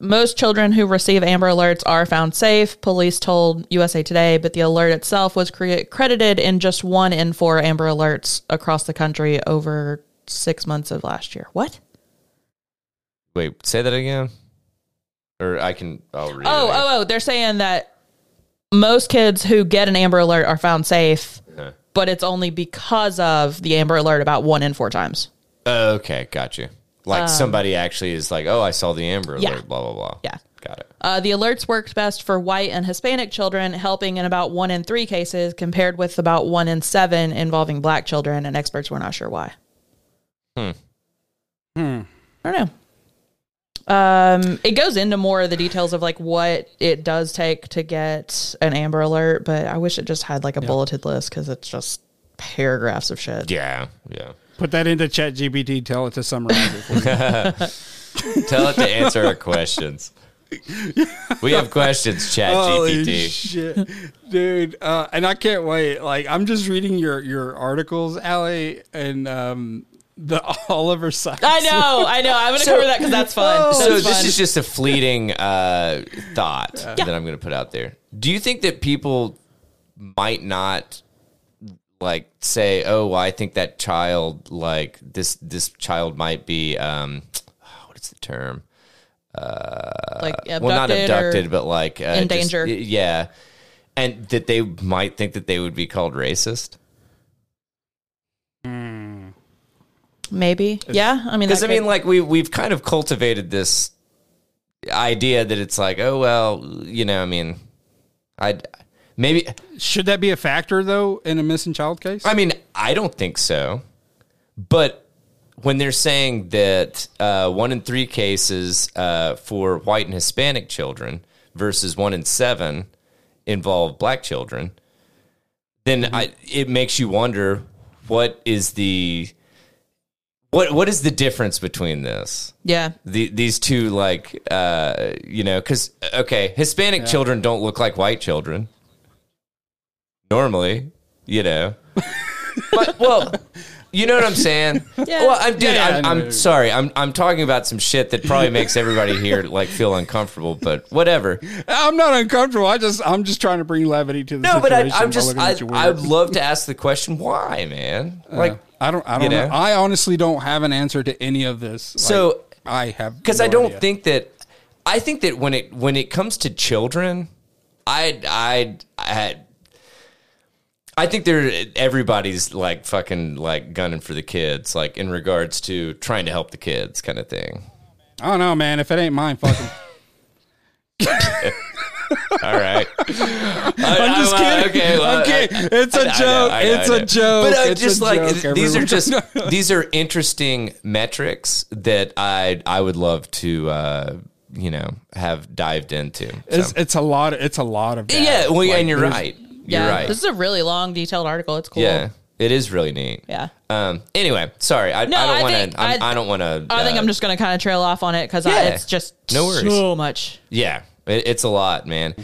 B: most children who receive Amber Alerts are found safe, police told USA Today, but the alert itself was cre- credited in just one in four Amber Alerts across the country over six months of last year. What?
A: wait, say that again, or I can. I'll read.
B: Oh,
A: it.
B: oh, oh. They're saying that most kids who get an Amber Alert are found safe,
A: Huh.
B: but it's only because of the Amber Alert about one in four times.
A: Oh, okay, got you. Like somebody actually is like, oh, I saw the Amber Alert.
B: Um, Yeah.
A: Blah blah blah.
B: Yeah.
A: got it.
B: Uh, the alerts worked best for white and Hispanic children, helping in about one in three cases, compared with about one in seven involving black children, and experts were not sure why. Hmm. I don't know. Um, it goes into more of the details of like what it does take to get an Amber Alert, but I wish it just had like a bulleted list because it's just paragraphs of shit.
A: Yeah, yeah.
C: Put that into chat GPT. Tell it to summarize it for you.
A: Tell it to answer our questions. We have questions, Chat
C: Holy
A: GPT.
C: shit, dude! Uh, and I can't wait. Like I'm just reading your your articles, Allie, and um, the Oliver Sykes.
B: I know, I know. I'm gonna cover that because that's fun. That's
A: So
B: fun.
A: this is just a fleeting uh, thought that I'm going to put out there. Do you think that people might not like say, "Oh, well, I think that child like this this child might be um, what is the term? Uh,
B: like abducted
A: well, not
B: or-
A: abducted, but like uh,
B: in
A: just-
B: danger.
A: yeah, and that they might think that they would be called racist.
B: maybe. yeah, I mean,
A: Because I
B: that
A: mean,
B: could-
A: like we we've kind of cultivated this idea that it's like, oh well, you know, I mean, I maybe
C: Should that be a factor though in a missing child case?
A: I mean, I don't think so. But when they're saying that uh, one in three cases uh, for white and Hispanic children versus one in seven involve black children, then I, it makes you wonder what is the what what is the difference between this?
B: yeah,
A: the, these two like uh you know because okay hispanic children don't look like white children normally you know but well you know what i'm saying
B: Yeah.
A: well i'm dude
C: Yeah,
A: i'm,
C: I know.
A: I'm sorry I'm, I'm talking about some shit that probably makes everybody here like feel uncomfortable but whatever
C: I'm not uncomfortable. I just I'm just trying to bring levity to the
A: no but I,
C: situation.
A: i'm
C: by
A: just
C: looking
A: I,
C: at you weird.
A: i'd love to ask the question why man like
C: I don't. I don't.
A: know?
C: know. I honestly don't have an answer to any of this. Like,
A: So-
C: I have
A: because
C: no
A: I don't
C: idea.
A: think that I think that when it when it comes to children, I I I I think they're everybody's like fucking like gunning for the kids, like in regards to trying to help the kids, kind of thing.
C: I don't know, man. If it ain't mine, fucking.
A: All right.
C: I'm just kidding.
A: okay, well,
C: I'm kidding. it's a
A: I know,
C: joke.
A: I know, I
C: it's
A: know.
C: a joke.
A: But uh,
C: It's a
A: just like
C: joke,
A: these are
C: everyone.
A: just these are interesting metrics that I I would love to uh, you know have dived into. So-
C: It's, it's a lot. Of, it's a lot of. That.
A: yeah, well,
C: Like,
A: and you're
C: there's-
A: right.
B: Yeah,
A: you're right.
B: this is a really long, detailed article. It's cool.
A: yeah, it is really neat.
B: Yeah.
A: Um. Anyway, sorry. I,
B: No,
A: I
B: I
A: don't want
B: think-
A: to. I,
B: I-
A: I don't uh, want to.
B: I think I'm just going to kind of trail off on it because
A: Yeah.
B: it's just
A: No worries.
B: so much.
A: Yeah, it, it's a lot, man.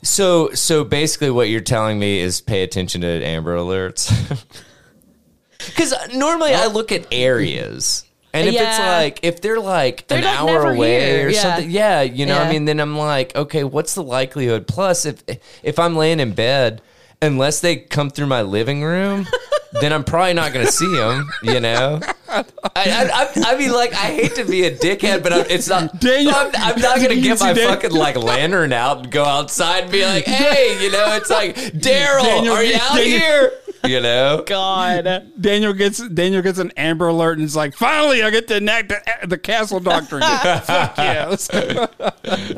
A: So, so basically, what you're telling me is pay attention to Amber Alerts. Because normally I look at areas, and if it's
B: Yeah.
A: like if they're like
B: They're
A: an
B: not
A: hour
B: never
A: away
B: here,
A: or
B: yeah.
A: something, yeah, you know, I
B: Yeah.
A: mean, then I'm like, okay, what's the likelihood? Plus, if if I'm laying in bed, unless they come through my living room. Then I'm probably not going to see them, you know. I, I, I, I mean, like, I hate to be a dickhead, but I'm, it's not.
C: Daniel-
A: I'm, I'm not going to
C: Did you
A: get
C: see
A: my
C: Dan-
A: fucking like lantern out and go outside and be like, "Hey, you know, it's like Daryl,
C: Daniel-
A: are you out
C: Daniel-
A: here?" You know,
B: God.
C: Daniel gets Daniel gets an Amber Alert and is like, finally, I get to enact the, the Castle Doctrine. Fuck yes.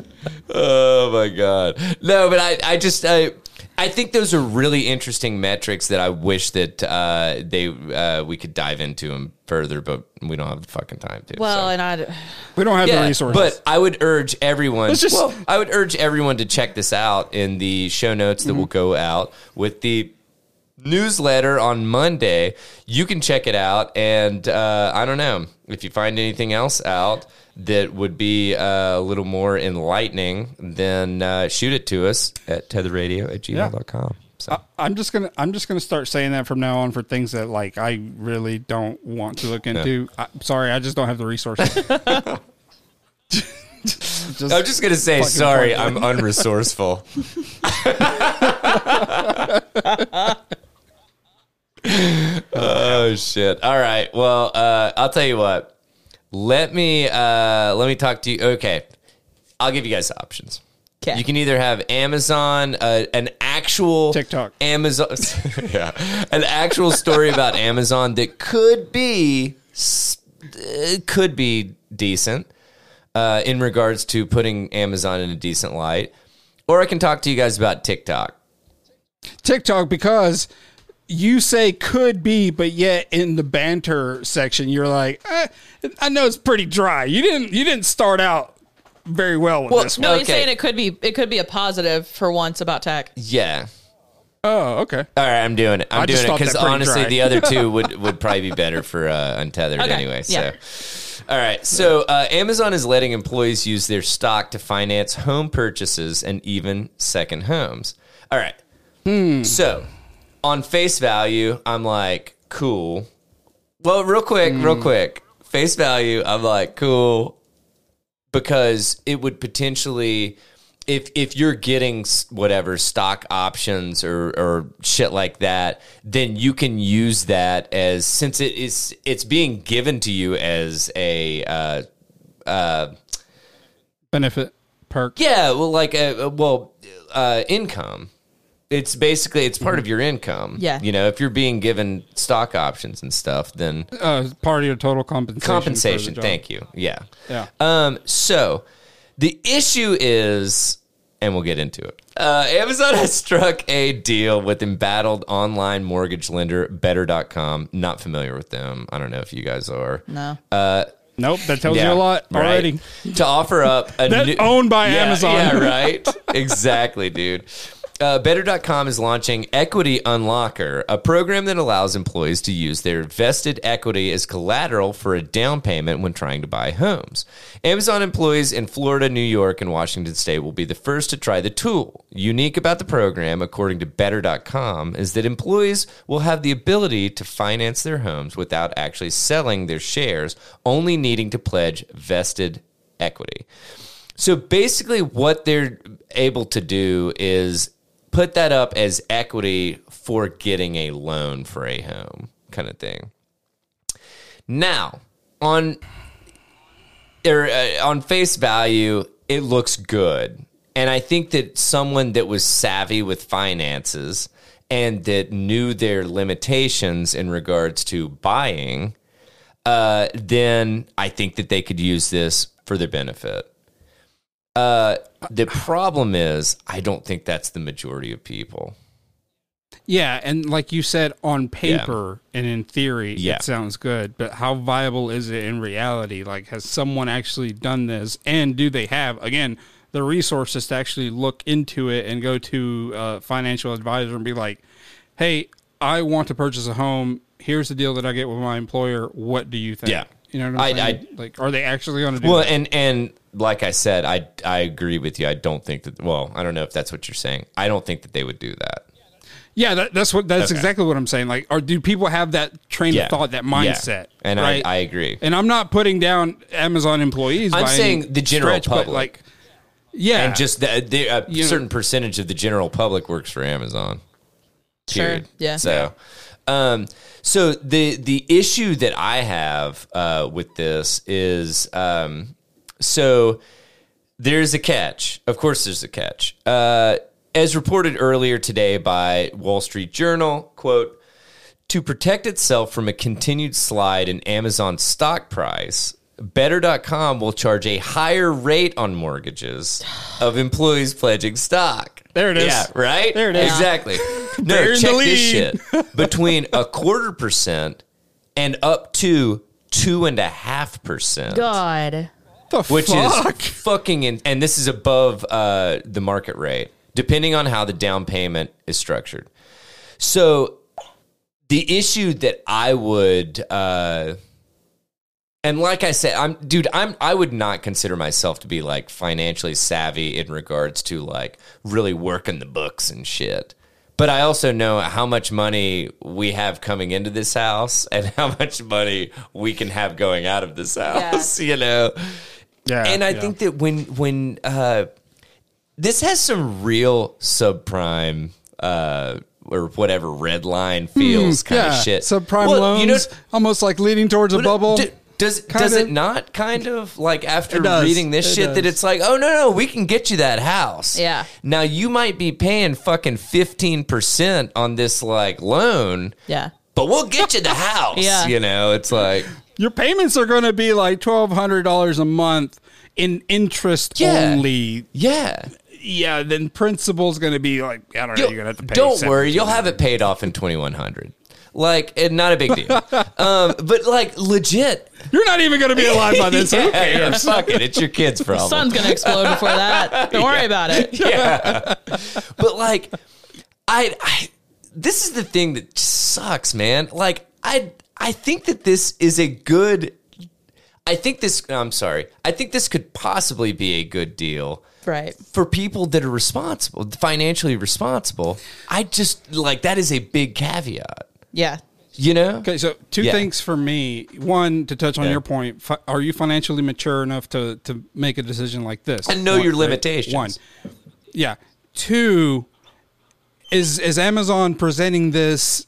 A: Oh my god. No, but I, I just I I think those are really interesting metrics that I wish that uh, they uh, we could dive into them further, but we don't have the fucking time to.
B: Well,
A: so.
B: and I.
C: We don't have the resources.
A: But I would urge everyone.
C: Let's just-
A: well, I would urge everyone to check this out in the show notes
C: Mm-hmm.
A: that will go out with the newsletter on Monday. You can check it out, and uh, I don't know if you find anything else out that would be uh, a little more enlightening. Then uh, shoot it to us at tetherradio at gmail.com. So.
C: I'm just gonna I'm just gonna start saying that from now on for things that like I really don't want to look into. I, sorry, I just don't have the resources. Just-
A: I'm just gonna say
C: Fucking
A: sorry. I'm
C: funny.
A: unresourceful. oh shit! All right. Well, uh, I'll tell you what. Let me uh, let me talk to you. Okay, I'll give you guys options.
B: 'Kay.
A: You can either have Amazon, uh, an actual
C: TikTok.
A: Amazon, yeah, an actual story about Amazon that could be s- uh, could be decent uh, in regards to putting Amazon in a decent light, or I can talk to you guys about TikTok.
C: TikTok because you say could be, but yet in the banter section, you're like, eh, I know it's pretty dry. You didn't you didn't start out very well with
A: Well,
C: this
B: No,
C: one.
B: he's
A: Okay.
B: saying it could be it could be a positive for once about tech.
A: Yeah.
C: Oh, okay.
A: All right, I'm doing it. I'm
C: I
A: doing
C: just
A: it
C: thought
A: because
C: that pretty
A: honestly,
C: dry.
A: the other two would, would probably be better for uh, untethered
B: Okay,
A: anyway.
B: yeah.
A: So, all right. So uh, Amazon is letting employees use their stock to finance home purchases and even second homes. All right.
C: Hmm.
A: So, on face value, I'm like cool. Well, real quick,
C: Hmm.
A: real quick. Face value, I'm like cool because it would potentially if if you're getting s- whatever stock options or or shit like that then you can use that as since it is it's being given to you as a uh
C: Benefit perk.
A: yeah well like a, a- well uh income it's basically it's part of your income
B: Yeah.
A: you know if you're being given stock options and stuff then
C: Uh, part of your total compensation.
A: compensation thank you yeah
C: Yeah.
A: Um, so the issue is, and we'll get into it. Uh, Amazon has struck a deal with embattled online mortgage lender Better.com. Not familiar with them. I don't know if you guys are.
B: No.
A: Uh,
C: Nope, that tells
A: Yeah,
C: you a lot
A: right.
C: already.
A: To offer up a
C: That's
A: new,
C: owned by
A: Yeah,
C: Amazon.
A: Yeah, right. exactly, dude. Uh, Better.com is launching Equity Unlocker, a program that allows employees to use their vested equity as collateral for a down payment when trying to buy homes. Amazon employees in Florida, New York, and Washington State will be the first to try the tool. Unique about the program, according to Better.com, is that employees will have the ability to finance their homes without actually selling their shares, only needing to pledge vested equity. So basically, what they're able to do is put that up as equity for getting a loan for a home, kind of thing. Now, on or, uh, on face value, it looks good, and I think that someone that was savvy with finances and that knew their limitations in regards to buying, uh, then I think that they could use this for their benefit The problem is, I don't think that's the majority of people.
C: Yeah, and like you said, on paper and in theory,
A: Yeah.
C: it sounds good, but how viable is it in reality? Like, has someone actually done this, and do they have again the resources to actually look into it and go to a financial advisor and be like, "Hey, I want to purchase a home. Here's the deal that I get with my employer. What do you think?"
A: Yeah.
C: you know what
A: I-
C: I'm saying? like, are they actually going to do
A: Well,
C: that?
A: and and like I said, I I agree with you. I don't think that. Well, I don't know if that's what you're saying. I don't think that they would do that.
C: Yeah, that, that's what that's
A: Okay.
C: exactly what I'm saying. Like, or do people have that train
A: Yeah.
C: of thought, that
A: Yeah.
C: mindset?
A: And I-
C: right?
A: I agree.
C: And I'm not putting down Amazon employees.
A: I'm
C: by any
A: saying the general
C: stretch, but,
A: public.
C: like, yeah,
A: And just the, the, a
C: You know-
A: certain percentage of the general public works for Amazon.
B: Sure.
A: Period.
B: Yeah.
A: So, um, so the the issue that I have uh, with this is um, so there's a catch. Of course, there's a catch. Uh, as reported earlier today by Wall Street Journal, quote. To protect itself from a continued slide in Amazon's stock price, Better.com will charge a higher rate on mortgages of employees pledging stock.
C: There it is.
A: Yeah, right?
C: There it is.
A: Exactly. No,
C: Bear in
A: check
C: the
A: this
C: lead.
A: shit. Between a quarter percent and up to two and a half percent
B: God.
C: the
A: which
C: fuck?
A: is fucking in, and this is above uh, the market rate depending on how the down payment is structured so the issue that i would uh, and like i said i'm dude i'm i would not consider myself to be like financially savvy in regards to like really working the books and shit but I also know how much money we have coming into this house and how much money we can have going out of this house, you know
C: yeah,
A: and I
C: yeah.
A: think that when when uh, this has some real subprime uh, or whatever red line feels kind
C: Hmm, yeah,
A: of shit.
C: subprime
A: Well,
C: loans,
A: you know,
C: almost like leading towards a
A: but it-
C: bubble.
A: d- does
C: Kind
A: does
C: of.
A: it not kind of like after
C: It does.
A: reading this
C: It
A: shit that
C: does.
A: it's like oh no no we can get you that house
B: Yeah.
A: now you might be paying fucking fifteen percent on this like loan
B: Yeah.
A: but we'll get you the house
B: Yeah.
A: you know it's like
C: Your payments are going to be like twelve hundred dollars a month in interest
A: Yeah.
C: only.
A: yeah
C: Yeah, then principal's going to be like I don't know.
A: Yo,
C: You're going to have to pay.
A: Don't worry,
C: 17.
A: you'll have it paid off in 2100. Like, and not a big deal. um, but like, legit.
C: You're not even going to be alive by then. so who
A: yeah, yeah,
C: cares?
A: fuck it. It's your kid's problem.
B: Sun's gonna explode before that. Don't worry about it.
A: yeah. but like, I, I, this is the thing that sucks, man. Like, I, I think that this is a good. I think this. I'm sorry. I think this could possibly be a good deal.
B: Right.
A: for people that are responsible, financially responsible, I just like that is a big caveat.
B: Yeah.
A: You know?
C: Okay, so two
A: Yeah.
C: things for me. One, to touch on
A: Yeah.
C: your point, fi- are you financially mature enough to to make a decision like this?
A: And know your
C: right?
A: limitations.
C: One, yeah. Two, is is Amazon presenting this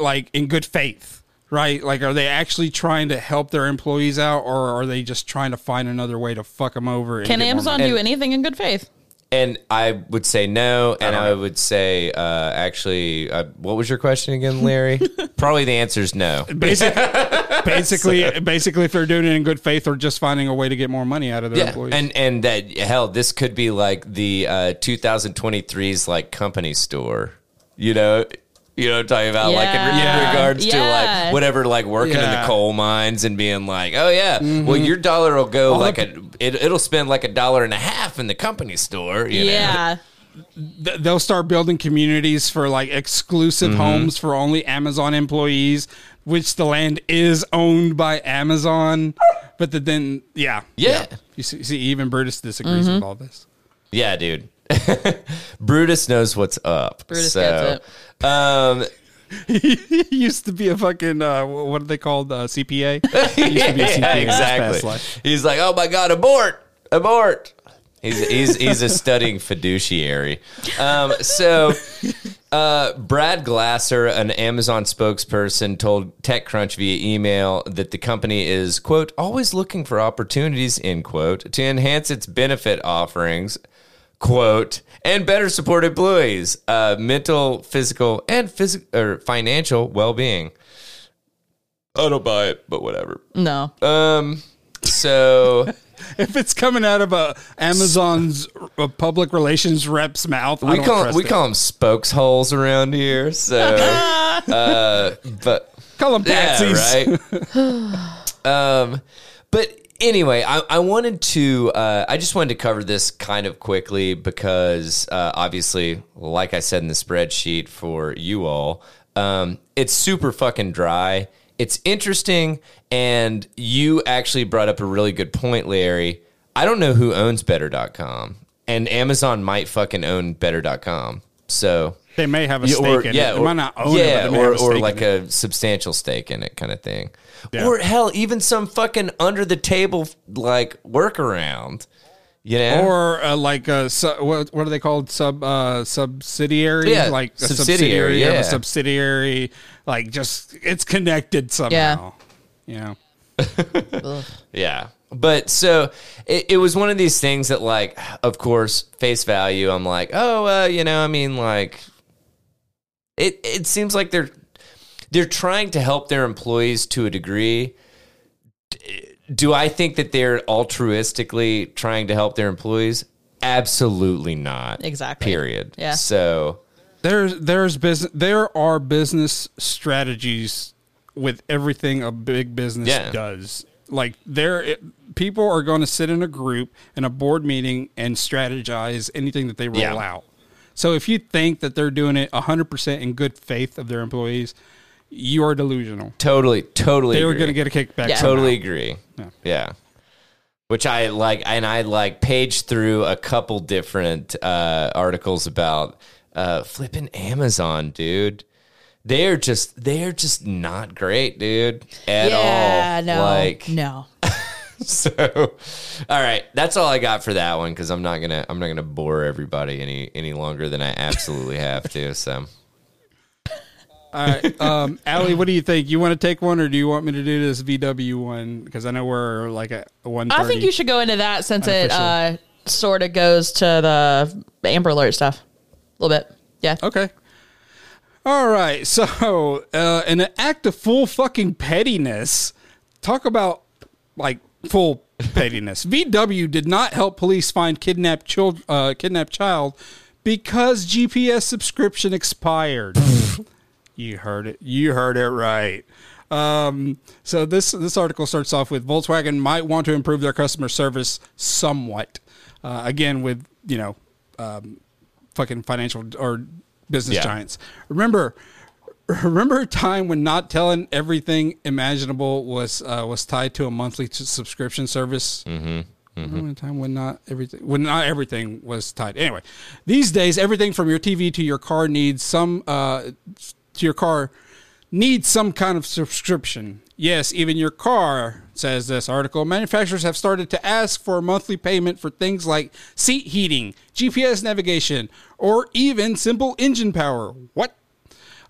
C: like in good faith? Right? Like, are they actually trying to help their employees out, or are they just trying to find another way to fuck them over? and
B: Can
C: get more
B: Amazon
C: money?
B: do anything in good faith?
A: And I would say no, and I would say uh, actually, uh, what was your question again, Larry? Probably the answer is no.
C: Basic, basically, basically, if they're doing it in good faith, or just finding a way to get more money out of their
A: Yeah,
C: employees?
A: and and that hell, this could be like the uh, 2023's like company store. You know, you know, what I'm talking about like in, re- in
B: Yeah.
A: regards to
B: Yeah.
A: like whatever, like working in
C: Yeah.
A: the coal mines and being like, oh yeah, well your dollar will go
C: All
A: like
C: the-
A: a it, it'll spend like a dollar and a half in the company store. You know?
B: Yeah.
C: th- they'll start building communities for like exclusive
A: Mm-hmm.
C: homes for only Amazon employees, which the land is owned by Amazon. But the, then, yeah,
A: Yeah. Mm-hmm.
C: You see, see even Brutus disagrees with all this.
A: Yeah, dude. Brutus knows what's up.
B: Brutus
A: so,
B: gets
A: Um,
C: he used to be a fucking uh, wh- what are they called uh, CPA? He used to be a CPA
A: yeah,
C: in his past
A: exactly.
C: life.
A: He's like, oh my god, abort, abort. He's he's he's a studying fiduciary. Um, so, uh, Brad Glasser, an Amazon spokesperson, told TechCrunch via email that the company is quote always looking for opportunities end quote to enhance its benefit offerings quote and better support employees uh, mental physical and physical or financial well-being Uh, i don't buy it but whatever
B: No.
A: um. So
C: if it's coming out of a Amazon's uh public relations rep's mouth, I
A: we
C: don't
A: call
C: trust
A: we
C: it.
A: call them spokes holes around here. So, uh, but
C: call them patsies.
A: Yeah, right. um, but anyway, I, I wanted to. Uh, I just wanted to cover this kind of quickly because uh, obviously, like I said in the spreadsheet for you all, um, it's super fucking dry. It's interesting, and you actually brought up a really good point, Larry. I don't know who owns Better.com, and Amazon might fucking own Better.com. So
C: They may have a
A: yeah,
C: stake
A: or,
C: in
A: yeah,
C: it. They
A: or,
C: might not own
A: yeah,
C: it, but they may
A: or,
C: have a
A: or
C: stake
A: like
C: in it.
A: a substantial stake in it, kind of thing.
C: Yeah.
A: Or hell, even some fucking under the table like workaround, you know?
C: or uh, like a su- what what are they called sub uh, subsidiary
A: Yeah,
C: like a
A: subsidiary,
C: subsidiary of
A: yeah.
C: a subsidiary like just it's connected somehow. Yeah. You know.
A: yeah. But so it, it was one of these things that, like, of course, face value, I'm like, oh, well, you know, I mean, like, it it seems like they're they're trying to help their employees to a degree. D- Do I think that they're altruistically trying to help their employees? Absolutely not.
B: Exactly.
A: Period.
B: Yeah.
A: So
C: There's there's business there are business strategies with everything a big business
A: Yeah.
C: does. Like there it, people are going to sit in a group in a board meeting and strategize anything that they roll
A: Yeah.
C: out. So if you think that they're doing it 100% in good faith of their employees, you are delusional.
A: totally, totally.
C: They were
A: agree.
C: going to get a kickback.
B: Yeah.
C: somehow.
A: totally agree. Yeah. Which I like, and I like paged through a couple different uh, articles about uh, flipping Amazon, dude. They're just they're just not great, dude, at
B: yeah,
A: all.
B: no,
A: Like
B: no.
A: so, all right, that's all I got for that one because I'm not gonna I'm not gonna bore everybody any any longer than I absolutely have to. So
C: All right, um, Allie, what do you think? You want to take one, or do you want me to do this VW one? Because I know we're like at one.
B: I think you should go into that since it uh,
C: Unofficial.
B: sort of goes to the Amber Alert stuff a little bit. Yeah.
C: Okay. All right. So, uh, in an act of full fucking pettiness, talk about like full pettiness. VW did not help police find kidnapped child, uh, kidnapped child, because GPS subscription expired. you heard it. You heard it right. Um, so this this article starts off with Volkswagen might want to improve their customer service somewhat. Uh, again, with you know um, fucking financial or business
A: Yeah.
C: giants. Remember, remember a time when not telling everything imaginable was uh, was tied to a monthly s- subscription service. Mm-hmm. Remember a time when not everything when not everything was tied. Anyway, these days everything from your TV to your car needs some uh, to your car needs some kind of subscription. Yes, even your car says this article. Manufacturers have started to ask for a monthly payment for things like seat heating, GPS navigation, or even simple engine power. What?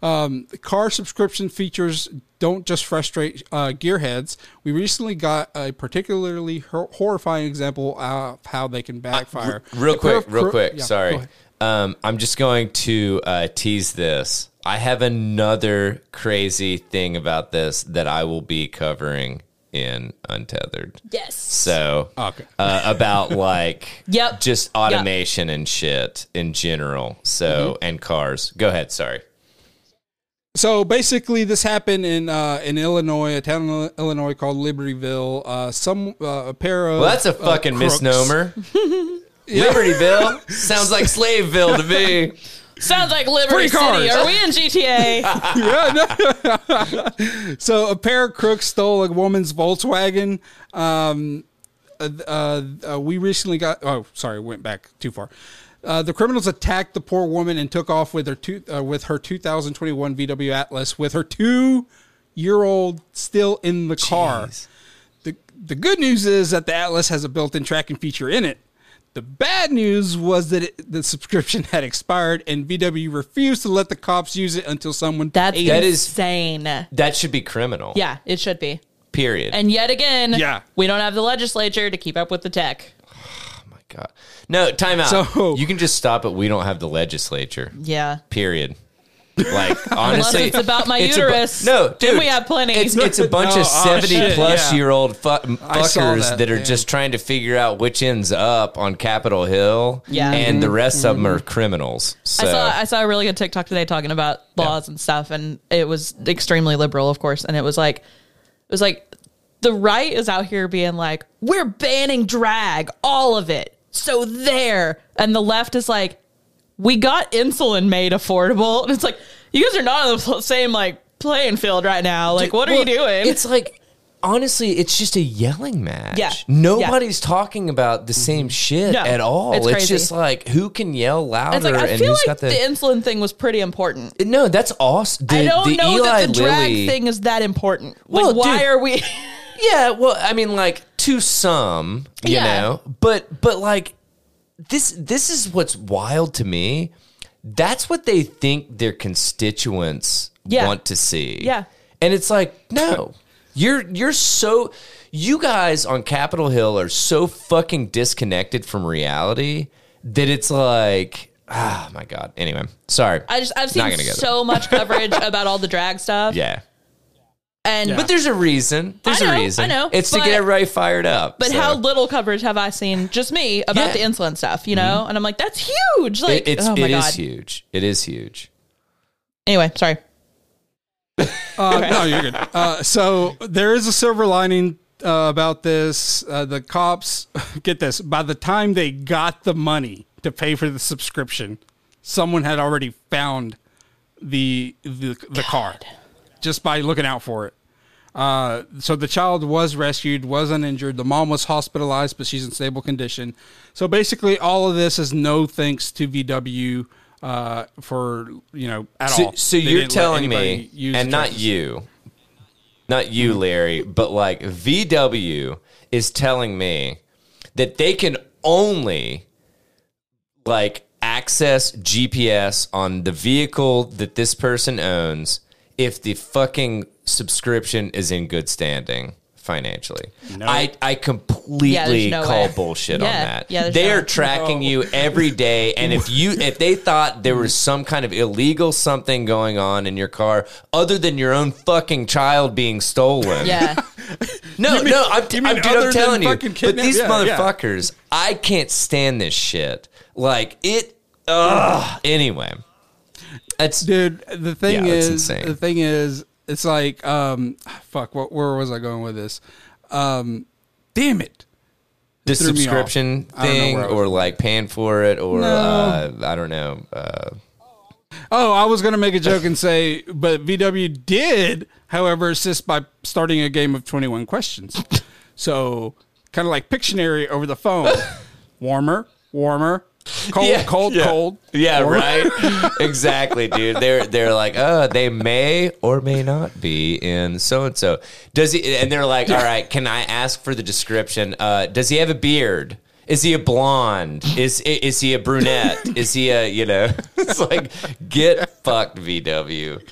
C: Um, the car subscription features don't just frustrate uh, gearheads. We recently got a particularly hor- horrifying example of how they can backfire.
A: Uh, real
C: A
A: quick,
C: pair of
A: real
C: cro-
A: quick.
C: yeah, go
A: sorry,
C: ahead.
A: um, I'm just going to uh, tease this. I have another crazy thing about this that I will be covering in Untethered.
B: Yes.
A: So
C: Okay.
A: uh, about like
B: Yep.
A: just automation and shit in general. So
C: Mm-hmm.
A: and cars. Go ahead. Sorry.
C: So basically, this happened in uh, in Illinois, a town in Illinois called Libertyville. Uh, some uh, a pair of
A: Well, that's a
C: uh,
A: fucking
C: crooks.
A: misnomer. Libertyville sounds like Slaveville to me.
B: Sounds like Liberty
C: Free
B: City.
C: cars.
B: Are we in GTA?
C: So a pair of crooks stole a woman's Volkswagen. Um, uh, uh, uh, we recently got. Oh, sorry, went back too far. Uh, the criminals attacked the poor woman and took off with her two, uh, with her 2021 VW Atlas with her two year old still in the car. The, the good news is that the Atlas has a built in tracking feature in it. The bad news was that it, the subscription had expired and VW refused to let the cops use it until someone
B: That's
C: paid
A: That is-
B: insane.
A: That should be criminal.
B: yeah, it should be.
A: Period.
B: And yet again,
C: Yeah.
B: we don't have the legislature to keep up with the tech.
A: my God. No, time out.
C: So-
A: you can just stop it. We don't have the legislature.
B: Yeah.
A: Period. Like
B: Unless
A: honestly,
B: it's about my
A: it's a bu-
B: uterus.
A: no, dude,
B: Then we have plenty.
A: It's, it's a bunch of
C: Oh, oh,
A: seventy
C: shit,
A: plus
C: yeah.
A: year old fu-
C: I saw
A: fuckers that,
C: that,
A: are
C: yeah.
A: just trying to figure out which ends up on Capitol Hill.
B: Yeah. Mm-hmm.
A: and the rest of them are criminals. So
B: I saw I saw a really good TikTok today talking about laws and stuff, and it was extremely liberal, of course. And it was like, it was like the right is out here being like, we're banning drag, all of it. So there, and the left is like, we got insulin made affordable, and it's like, you guys are not on the pl- same like playing field right now. Like, what are you
A: Well,
B: doing?
A: It's like honestly, it's just a yelling match.
B: Yeah.
A: Nobody's talking about the same shit
B: No,
A: at all. It's,
B: it's crazy.
A: just like who can yell louder
B: It's like I
A: and
B: feel
A: who's got
B: like the,
A: the,
B: insulin thing was pretty important.
A: No, that's awesome. The,
B: I don't
A: the
B: know
A: Eli
B: that the drag
A: Lilly-
B: thing is that important. Like,
A: Well,
B: why
A: dude,
B: are we?
A: Yeah, well, I mean like to some, you
B: Yeah.
A: know. But but like this this is what's wild to me. That's what they think their constituents
B: Yeah.
A: want to see.
B: Yeah.
A: And it's like, no. You're you're so you guys on Capitol Hill are so fucking disconnected from reality that it's like ah my god. Anyway, sorry.
B: I just I've
A: Not
B: seen
A: gonna go there.
B: so much coverage about all the drag stuff.
A: yeah.
B: And
A: But there's a reason. There's
B: know,
A: a reason.
B: I know,
A: It's to
B: but-
A: get everybody fired up.
B: but
A: so.
B: how little coverage have I seen just me about
A: Yeah. Mm-hmm.
B: the insulin stuff, you know? And I'm like, that's huge. Like
A: It- it's
B: oh
A: it
B: my
A: is
B: god.
A: huge. It is huge.
B: Anyway, sorry.
C: Uh, No, you're good. Uh, so there is a silver lining uh, about this. Uh, the cops get this. By the time they got the money to pay for the subscription, someone had already found the the, the car just by looking out for it. Uh, so the child was rescued, was uninjured. The mom was hospitalized, but she's in stable condition. So basically, all of this is no thanks to VW uh, for you know at
A: So,
C: all.
A: so
C: They
A: you're
C: didn't let
A: telling
C: anybody
A: me,
C: use
A: and
C: the
A: not
C: charges. Mm-hmm.
A: you, not you, Larry, but like VW is telling me that they can only like access GPS on the vehicle that this person owns if the fucking subscription is in good standing financially. I, I completely
B: no
A: call
B: way.
A: bullshit on
B: Yeah,
A: that.
B: yeah, there's
A: they
B: no-
A: are tracking you every day and if you if they thought there was some kind of illegal something going on in your car other than your own fucking child being stolen.
B: Yeah.
A: No, no, I'm,
C: you
A: I'm,
C: mean
A: dude,
C: other
A: I'm
C: than
A: telling you.
C: fucking
A: But
C: kidnap-
A: these
C: yeah, yeah.
A: motherfuckers, I can't stand this shit. Like it. Ugh. Anyway, that's
C: dude the thing
A: Yeah, that's
C: is
A: insane.
C: the thing is it's like um fuck what where was i going with this um damn it
A: the
C: threw me off.
A: subscription
C: I don't know
A: thing,
C: where I was
A: or like paying for it, or
C: No.
A: uh, I don't know. Uh,
C: oh i was gonna make a joke and say but vw did however assist by starting a game of 21 questions so kind of like pictionary over the phone warmer warmer cold cold
A: yeah.
C: cold
A: Yeah,
C: warmer.
A: right. exactly, dude. They're they're like, oh, they may or may not be in so and so. Does he? And they're like, all right, can I ask for the description? Uh, does he have a beard? Is he a blonde? Is i- is he a brunette? Is he a you know? It's like get fucked, VW.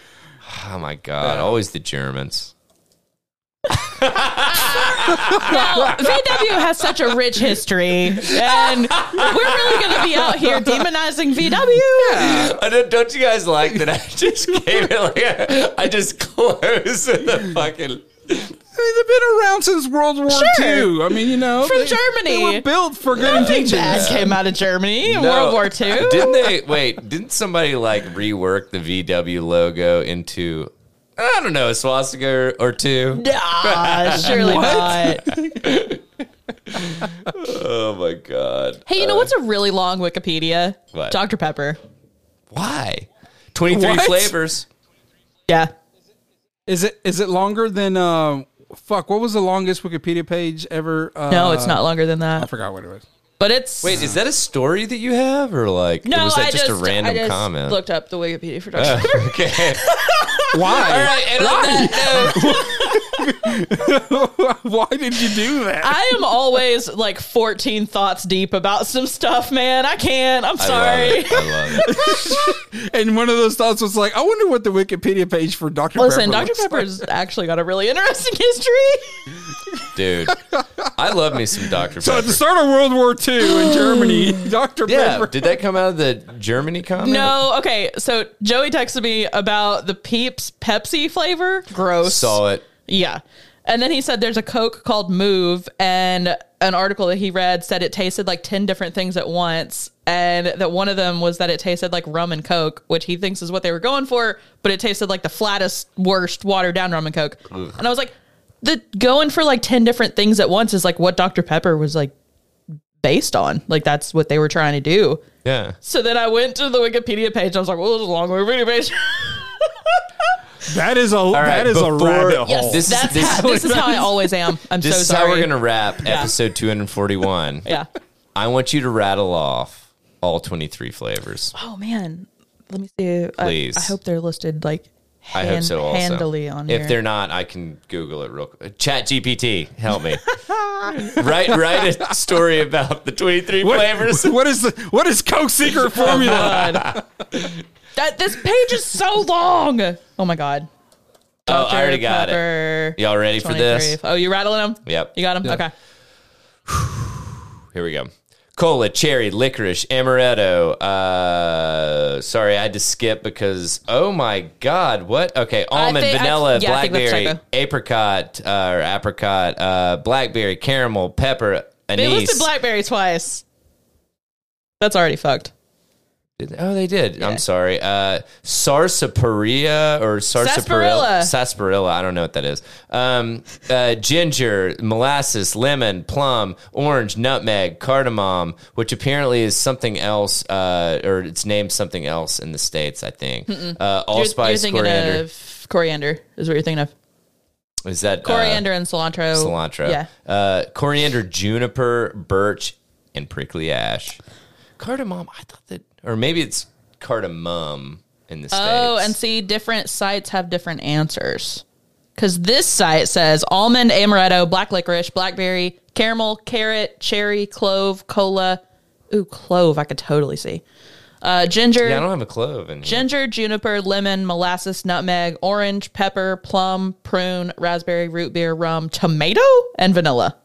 A: Oh my god, always the Germans.
B: Well, VW has such a rich history. And we're really gonna be out here demonizing VW.
A: I don't, don't you guys like that? I just gave it like a, I just closed the fucking.
C: I mean, they've been around since world war ii i mean you know
B: From
C: they-
B: Germany.
C: they were built for good
B: Nothing
C: intentions
B: bad came out of Germany in World War II.
A: Didn't they? Wait, didn't somebody like rework the VW logo into I don't know a swastika or, or two?
B: Nah, surely not.
A: Oh my god!
B: Hey, you know what's a really long Wikipedia?
A: What?
B: Dr. Pepper.
A: Why? Twenty three
C: What?
A: flavors.
B: Yeah.
C: Is it is it longer than uh fuck? What was the longest Wikipedia page ever? Uh,
B: No, it's not longer than that.
C: I forgot what it was.
B: But it's
A: Wait, is that a story that you have, or like
B: no.
A: was that
B: I
A: just, a random
B: I just
A: comment?
B: Looked up the Wikipedia for Dr. Pepper.
A: okay. All
C: Why?
A: right, and on that note,
C: Why did you do that?
B: I am always like 14 thoughts deep about some stuff, man. I can't. I'm
A: I
B: sorry.
A: love it. I love it.
C: and one of those thoughts was like, I wonder what the Wikipedia page for Dr.
B: Listen, Dr.
C: Pepper looks like.
B: Pepper's actually got a really interesting history.
A: dude. I love me some Dr. Pepper.
C: So at the start of World War II in Germany, Dr.
A: yeah,
C: Pepper.
A: did that come out of the Germany comment?
B: No, okay. So Joey texted me about the Peeps Pepsi flavor. Gross.
A: saw it.
B: Yeah. And then he said there's a Coke called Move, and an article that he read said it tasted like 10 different things at once. And that one of them was that it tasted like rum and Coke, which he thinks is what they were going for, but it tasted like the flattest, worst, watered down rum and Coke. And I was like, the going for like 10 different things at once is like what Dr. Pepper was like based on. Like that's what they were trying to do.
A: Yeah.
B: So then I went to the Wikipedia page. I was like, well, this is a long Wikipedia page.
C: that is a that is a rabbit hole.
A: This is,
B: That's
A: this,
B: how, this is how I always am. I'm
A: this
B: so
A: is
B: sorry.
A: how we're going to wrap episode 241.
B: yeah.
A: I want you to rattle off all 23 flavors.
B: Oh man, let me see. I-
A: Please.
B: I, hope they're listed like
A: I
B: hand,
A: hope so also.
B: handily on
A: if
B: here.
A: they're not, I can Google it real quick. Chat GPT, help me. write write a story about the 23 flavors.
C: What is the what is Coke's secret formula?
B: God. that this page is so long. Oh my god.
A: Oh, I already got it.
B: Pepper,
A: Y'all ready for this?
B: 23. Oh, you rattling them?
A: Yep.
B: You got them?
C: Yeah.
B: Okay.
A: Here we go. Cola, cherry, licorice, amaretto. Uh, sorry, I had to skip because oh my god, what? Okay, almond,
B: think- I-
A: vanilla,
B: yeah, I think that's
A: blackberry,
B: typo.
A: apricot uh, or apricot, uh, blackberry, caramel, pepper,
B: They
A: anise.
B: listed blackberry twice. That's already fucked.
A: oh, they did. I'm sorry. Uh, sarsaparilla or sarsaparilla,
B: Sarsaparilla.
A: sarsaparilla. I don't know what that is. Um, uh, ginger, molasses, lemon, plum, orange, nutmeg, cardamom, which apparently is something else, uh, or it's named something else in the states. I think uh, allspice,
B: thinking
A: coriander.
B: of coriander is what you're thinking of.
A: is that uh,
B: Coriander and cilantro.
A: cilantro?
B: Oh, Yeah.
A: Uh, coriander, juniper, birch, and prickly ash. Cardamom. I thought that, or maybe it's cardamom. In the States.
B: Oh, and see, different sites have different answers. Because this site says almond, amaretto, black licorice, blackberry, caramel, carrot, cherry, clove, cola. Ooh, clove, I could totally see. Uh, ginger,
A: Yeah, I don't have a clove in here.
B: ginger, juniper, lemon, molasses, nutmeg, orange, pepper, plum, prune, raspberry, root beer, rum, tomato, and vanilla.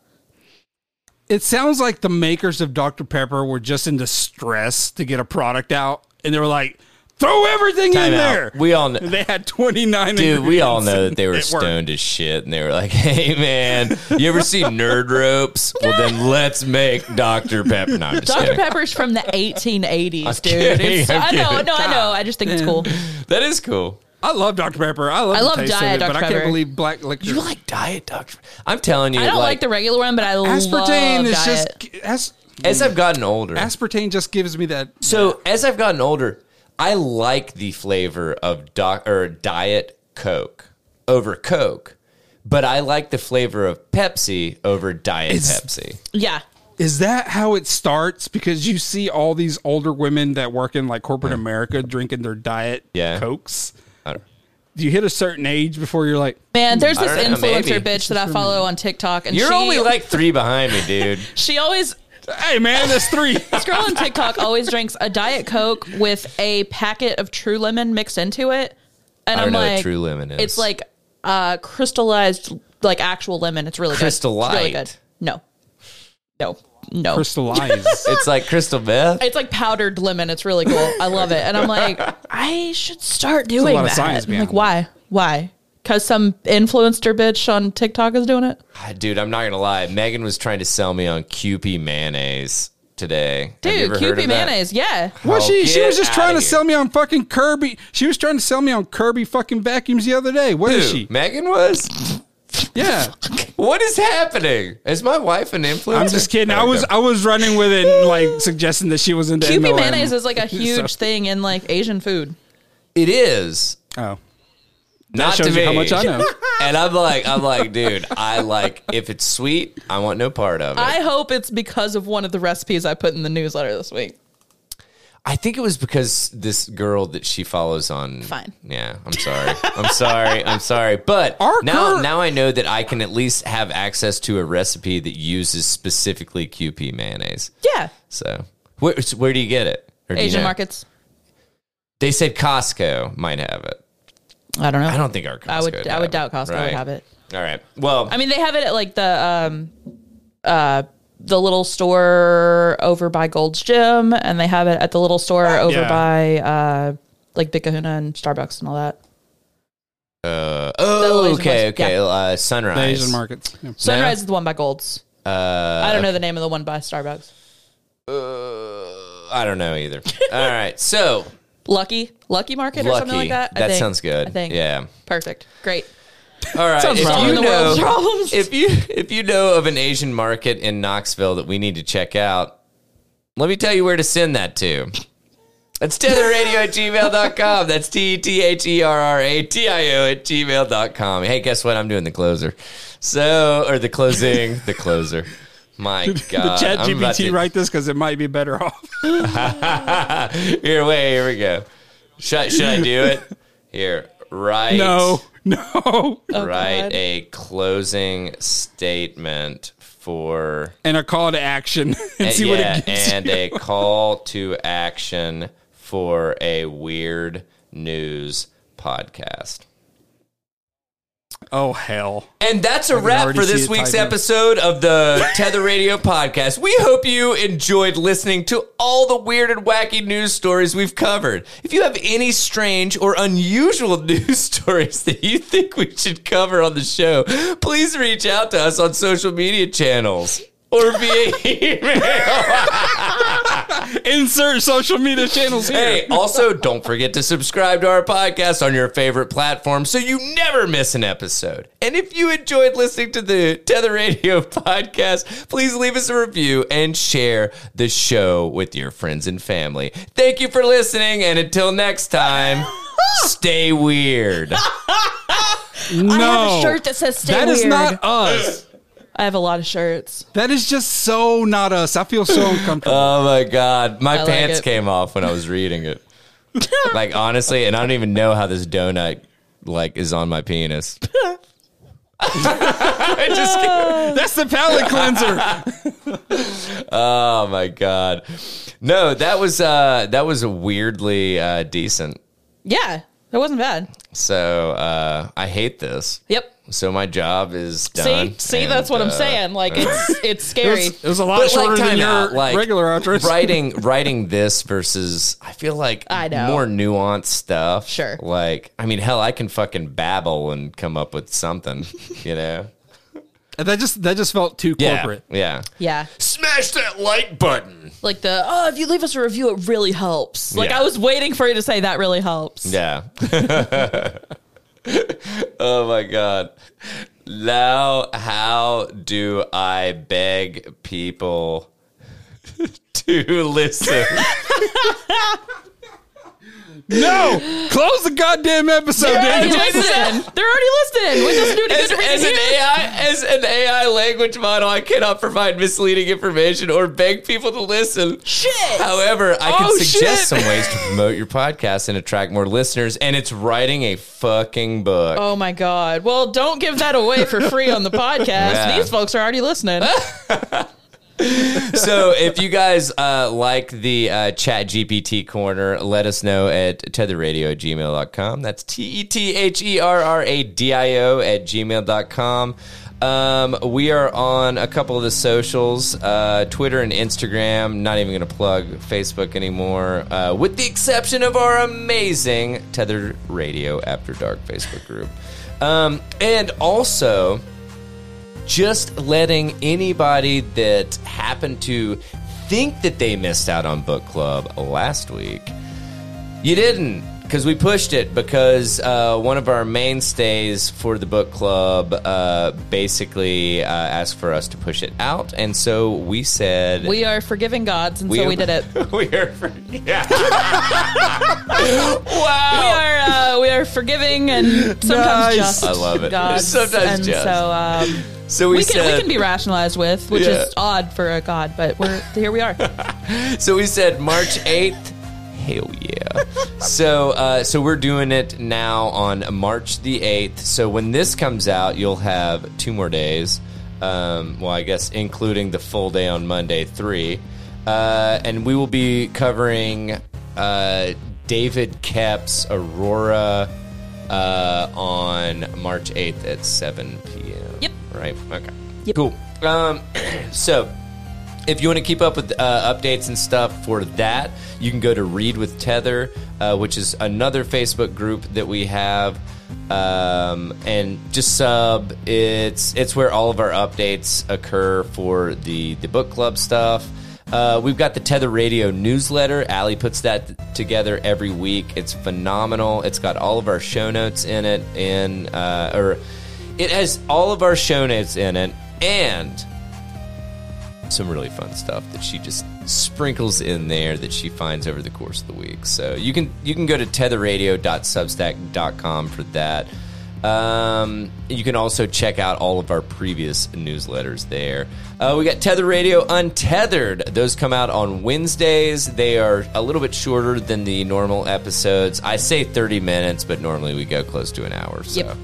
C: It sounds like the makers of Dr. Pepper were just in distress to get a product out, and they were like, "Throw everything
A: Time
C: in
A: out.
C: there."
A: We all kn-
C: they had twenty nine.
A: Dude, we all know that they were
C: It worked.
A: stoned as shit and they were like, hey, man, you ever see nerd ropes? Well, then let's make Dr. Pepper. No, I'm just
B: Dr.
A: kidding.
B: Pepper's from the 1880s, dude.
A: kidding,
B: It's-
A: I'm
B: I know,
A: kidding.
B: no, I know. I just think it's cool.
A: That is cool.
C: I love Dr. Pepper. I love.
B: I
C: the
B: love
C: taste of
B: Diet
C: it,
B: Dr.
C: but I can't
B: Pepper.
C: believe black liquor.
A: You like diet Dr. I'm telling you,
B: I don't like,
A: like,
B: the regular one, but I
C: aspartame?
B: love
C: Is
B: diet.
C: just as,
A: as I've gotten older.
B: Uh-huh.
C: aspartame just gives me that.
A: So as I've gotten older, I like the flavor of doc or diet Coke over Coke, but I like the flavor of Pepsi over diet
C: It's-
A: Pepsi.
B: yeah.
C: Is that how it starts? Because you see all these older women that work in like corporate America drinking their diet
A: Yeah.
C: cokes.
A: I don't-
C: You hit a certain age before you're like,
B: Man, there's this
A: I don't know,
B: influencer
A: maybe.
B: bitch that I follow on TikTok, and
A: You're
B: she,
A: only like three behind me, dude.
B: she always
C: "Hey, man, that's three.
B: this girl on TikTok always drinks a diet coke with a packet of True Lemon mixed into it, and
A: I don't
B: am
A: know
B: like,
A: what True Lemon is.
B: it's like uh, crystallized, like actual lemon. It's really
A: Crystal
B: good. It's really
A: Light.
B: good. No, no, no.
C: Crystallize.
A: it's like crystal meth.
B: it's like powdered lemon. It's really cool. I love it. And I'm like, I should start doing
C: lot of
B: that.
C: science
B: I'm
C: behind
B: like, why? Why? Because some influencer bitch on TikTok is doing it.
A: Ah, Dude, I'm not gonna lie. Megan was trying to sell me on QP mayonnaise today. Have you
B: Dude,
A: ever heard
B: QP
A: of that?
B: mayonnaise. Yeah.
C: Well,
A: Oh,
C: she she
A: get
C: was just
A: outta
C: trying to
A: here.
C: sell me on fucking Kirby. She was trying to sell me on Kirby fucking vacuums the other day. What is
A: Who?
C: she?
A: Megan was.
C: Yeah,
A: What is happening? Is my wife an influencer?
C: I'm just kidding. I
A: Okay.
C: was I was running with it, and, like suggesting that she was into
B: QP
C: MLM.
B: mayonnaise is like a
C: So-
B: huge thing in like Asian food.
A: It is.
C: Oh,
A: Not
C: shows
A: to me.
C: you how much I know.
A: And I'm like, I'm like, dude, I like if it's sweet, I want no part of it.
B: I
A: I,
B: hope it's because of one of the recipes I put in the newsletter this week.
A: think it was because this girl that she follows on.
B: Fine.
A: Yeah, I'm sorry. I'm sorry. I'm sorry. But
C: Our
A: now,
C: cur-
A: now I know that I can at least have access to a recipe that uses specifically QP mayonnaise.
B: Yeah.
A: So where so where do you get it? Or do you
B: Asian
A: know?
B: markets.
A: They said Costco might have it.
B: I don't know.
A: I don't think our Costco
C: Oh.
B: I would
A: would
B: I would
A: have it,
B: doubt Costco
A: right?
B: would have it.
A: All right. Well,
B: I mean, they have it at like the um, uh, the little store over by Gold's Gym, and they have it at the little store over
C: Yeah.
B: by uh, like Big Kahuna and Starbucks and all that. the
A: oh,
B: Asian
A: okay,
B: market, yeah.
A: okay. Uh,
C: The
A: sunrise.
C: Asian markets. Yeah.
B: Sunrise is the one by Gold's. I don't know the name of the one by Starbucks.
A: Uh, I don't know either. All right. So
B: Lucky, Lucky Market or
A: lucky.
B: something like that. I
A: that
B: think.
A: sounds good.
B: I think.
A: Yeah.
B: Perfect. Great.
A: All right.
C: Sounds
A: if
C: right.
A: you
C: Solving the
B: world's
A: know,
B: problems.
A: if you if you know of an Asian market in Knoxville that we need to check out, let me tell you where to send that to. That's tetherradio at gmail.com. That's T E T H E R R A T I O at gmail.com. Hey, guess what? I'm doing the closer. So, or the closing, the closer. My God.
C: the chat
A: I'm about
C: GPT
A: to-
C: write this because it might be better off.
A: Here, wait, here we go. Should, should I do it? Here, right.
C: No, no.
A: write
B: God.
A: a closing statement for
C: And a call to action and see what
A: yeah,
C: it gives
A: and a call to action for a weird news podcast.
C: you. Oh hell.
A: And that's a
C: can
A: wrap
C: already
A: for
C: see
A: this
C: it
A: week's
C: typing.
A: episode of the Tether Radio podcast. We hope you enjoyed listening to all the weird and wacky news stories we've covered. If you have any strange or unusual news stories that you think we should cover on the show, please reach out to us on social media channels or via email.
C: Insert social media channels here.
A: Hey, also don't forget to subscribe to our podcast on your favorite platform so you never miss an episode. And if you enjoyed listening to the Tether Radio podcast, please leave us a review and share the show with your friends and family. Thank you for listening, and until next time, stay weird.
C: no,
B: I have a shirt that says "Stay
C: that
B: Weird."
C: is not us.
B: I have a lot of shirts.
C: That is just so not us. I feel so uncomfortable.
A: Oh my god, my
B: like
A: pants
B: it.
A: came off when I was reading it. like honestly, and I don't even know how this donut like is on my penis. I just can't-
C: That's the palate cleanser.
A: Oh my god. No, that was uh that was weirdly uh decent.
B: Yeah, that wasn't bad.
A: So uh I hate this.
B: Yep.
A: So my job is
B: See,
A: done.
B: see,
A: and,
B: that's what I'm
A: uh,
B: saying. Like it's it's scary.
C: It was a lot
A: But, like,
C: shorter than
A: time
C: your
A: out, like,
C: regular outros.
A: writing writing this versus I feel like
B: I know.
A: more nuanced stuff.
B: Sure.
A: Like I mean, hell, I can fucking babble and come up with something, you know?
C: That just that just felt too
A: Yeah.
C: corporate.
A: Yeah.
B: yeah,
A: Smash that like button.
B: like the oh, if you leave us a review, it really helps. Like
A: Yeah.
B: I was waiting for you to say that really helps.
A: Yeah. oh my god. Now how do I beg people to listen?
C: No, close the goddamn episode,
B: They're already
C: Daniel.
B: listening. They're already listening. We just do
A: as, as an
B: it.
A: AI as an AI language model, I cannot provide misleading information or beg people to listen.
B: Shit.
A: However, I can
C: Oh,
A: suggest
C: shit.
A: some ways to promote your podcast and attract more listeners, and it's writing a fucking book.
B: Oh my god. Well, don't give that away for free on the podcast.
A: Yeah.
B: These folks are already listening.
A: so if you guys uh, like the uh, chat gpt corner let us know at tetherradio at gmail.com that's E t-e-t-h-e-r-r-a-d-i-o at gmail.com um, we are on a couple of the socials uh, twitter and instagram not even going to plug facebook anymore uh, with the exception of our amazing tether radio after dark facebook group um, and also just letting anybody that happened to think that they missed out on book club last week. You didn't, because we pushed it, because uh, one of our mainstays for the book club uh, basically uh, asked for us to push it out. And so we said.
B: we are forgiving gods, and so we did it.
A: we are. Yeah. wow.
B: We are uh, we are forgiving and sometimes
C: Nice.
B: just.
A: I love it.
B: Gods,
A: Sometimes
B: and
A: just.
B: so um,
A: so we,
B: we can
A: said,
B: we can be rationalized with, which
A: Yeah.
B: is odd for a god, but we're here we are.
A: So we said March 8th. Hell yeah. so uh, so we're doing it now on March the 8th. So when this comes out, you'll have two more days. Um, well, I guess including the full day on Monday, three. Uh, and we will be covering uh, David Kep's Aurora uh, on March 8th at 7 p.m.
B: Yep.
A: Right? Okay.
B: Yep.
A: Cool. Um, so, if you want to keep up with uh, updates and stuff for that, you can go to Read with Tether, uh, which is another Facebook group that we have. Um, and just sub. It's it's where all of our updates occur for the the book club stuff. Uh, we've got the Tether Radio newsletter. Allie puts that together every week. It's phenomenal. It's got all of our show notes in it, and uh, or it has all of our show notes in it, and some really fun stuff that she just sprinkles in there that she finds over the course of the week. So you can you can go to tetherradio.substack.com for that. Um, you can also check out all of our previous newsletters there. Uh, we got Tether Radio Untethered. Those come out on Wednesdays. They are a little bit shorter than the normal episodes. I say 30 minutes, but normally we go close to an hour. So.
B: Yep.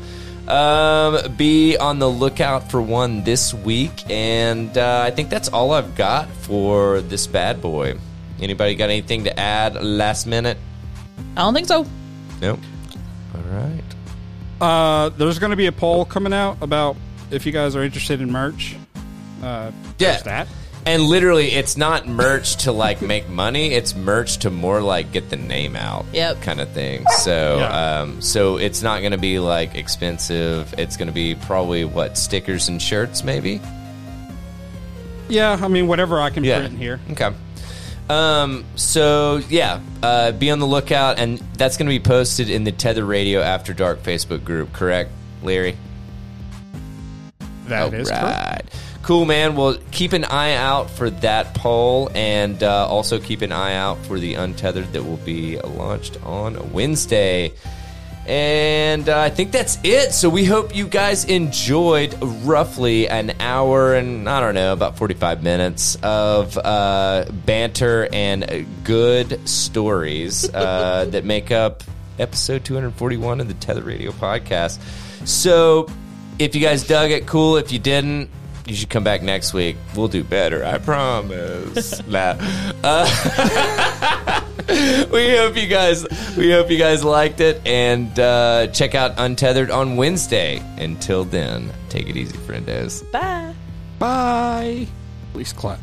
A: Um, be on the lookout for one this week, and uh, I think that's all I've got for this bad boy. Anybody got anything to add last minute?
B: I don't think so.
A: Nope. All right.
C: Uh, there's going to be a poll coming out about if you guys are interested in merch.
A: Yeah.
C: Uh, there's that.
A: And literally, it's not merch to like make money. It's merch to more like get the name out,
B: Yep.
A: kind of thing. So,
C: Yeah.
A: um, so it's not going to be like expensive. It's going to be probably what stickers and shirts, maybe.
C: Yeah, I mean whatever I can print here.
A: Okay. Um, so yeah, uh, be on the lookout, and that's going to be posted in the Tether Radio After Dark Facebook group. Correct, Larry?
C: That is correct.
A: Alright. Cool, man. Well, keep an eye out for that poll, and uh, also keep an eye out for the Untethered that will be launched on Wednesday. And uh, I think that's it. So we hope you guys enjoyed roughly an hour and I don't know about forty-five minutes of uh, banter and good stories uh, that make up episode two hundred forty-one of the Tether Radio podcast. So if you guys dug it, cool. If you didn't, you should come back next week. We'll do better, I promise. nah. Uh, we hope you guys we hope you guys liked it and uh, check out Untethered on Wednesday. Until then, take it easy, friendos.
B: Bye.
C: Bye. Please clap.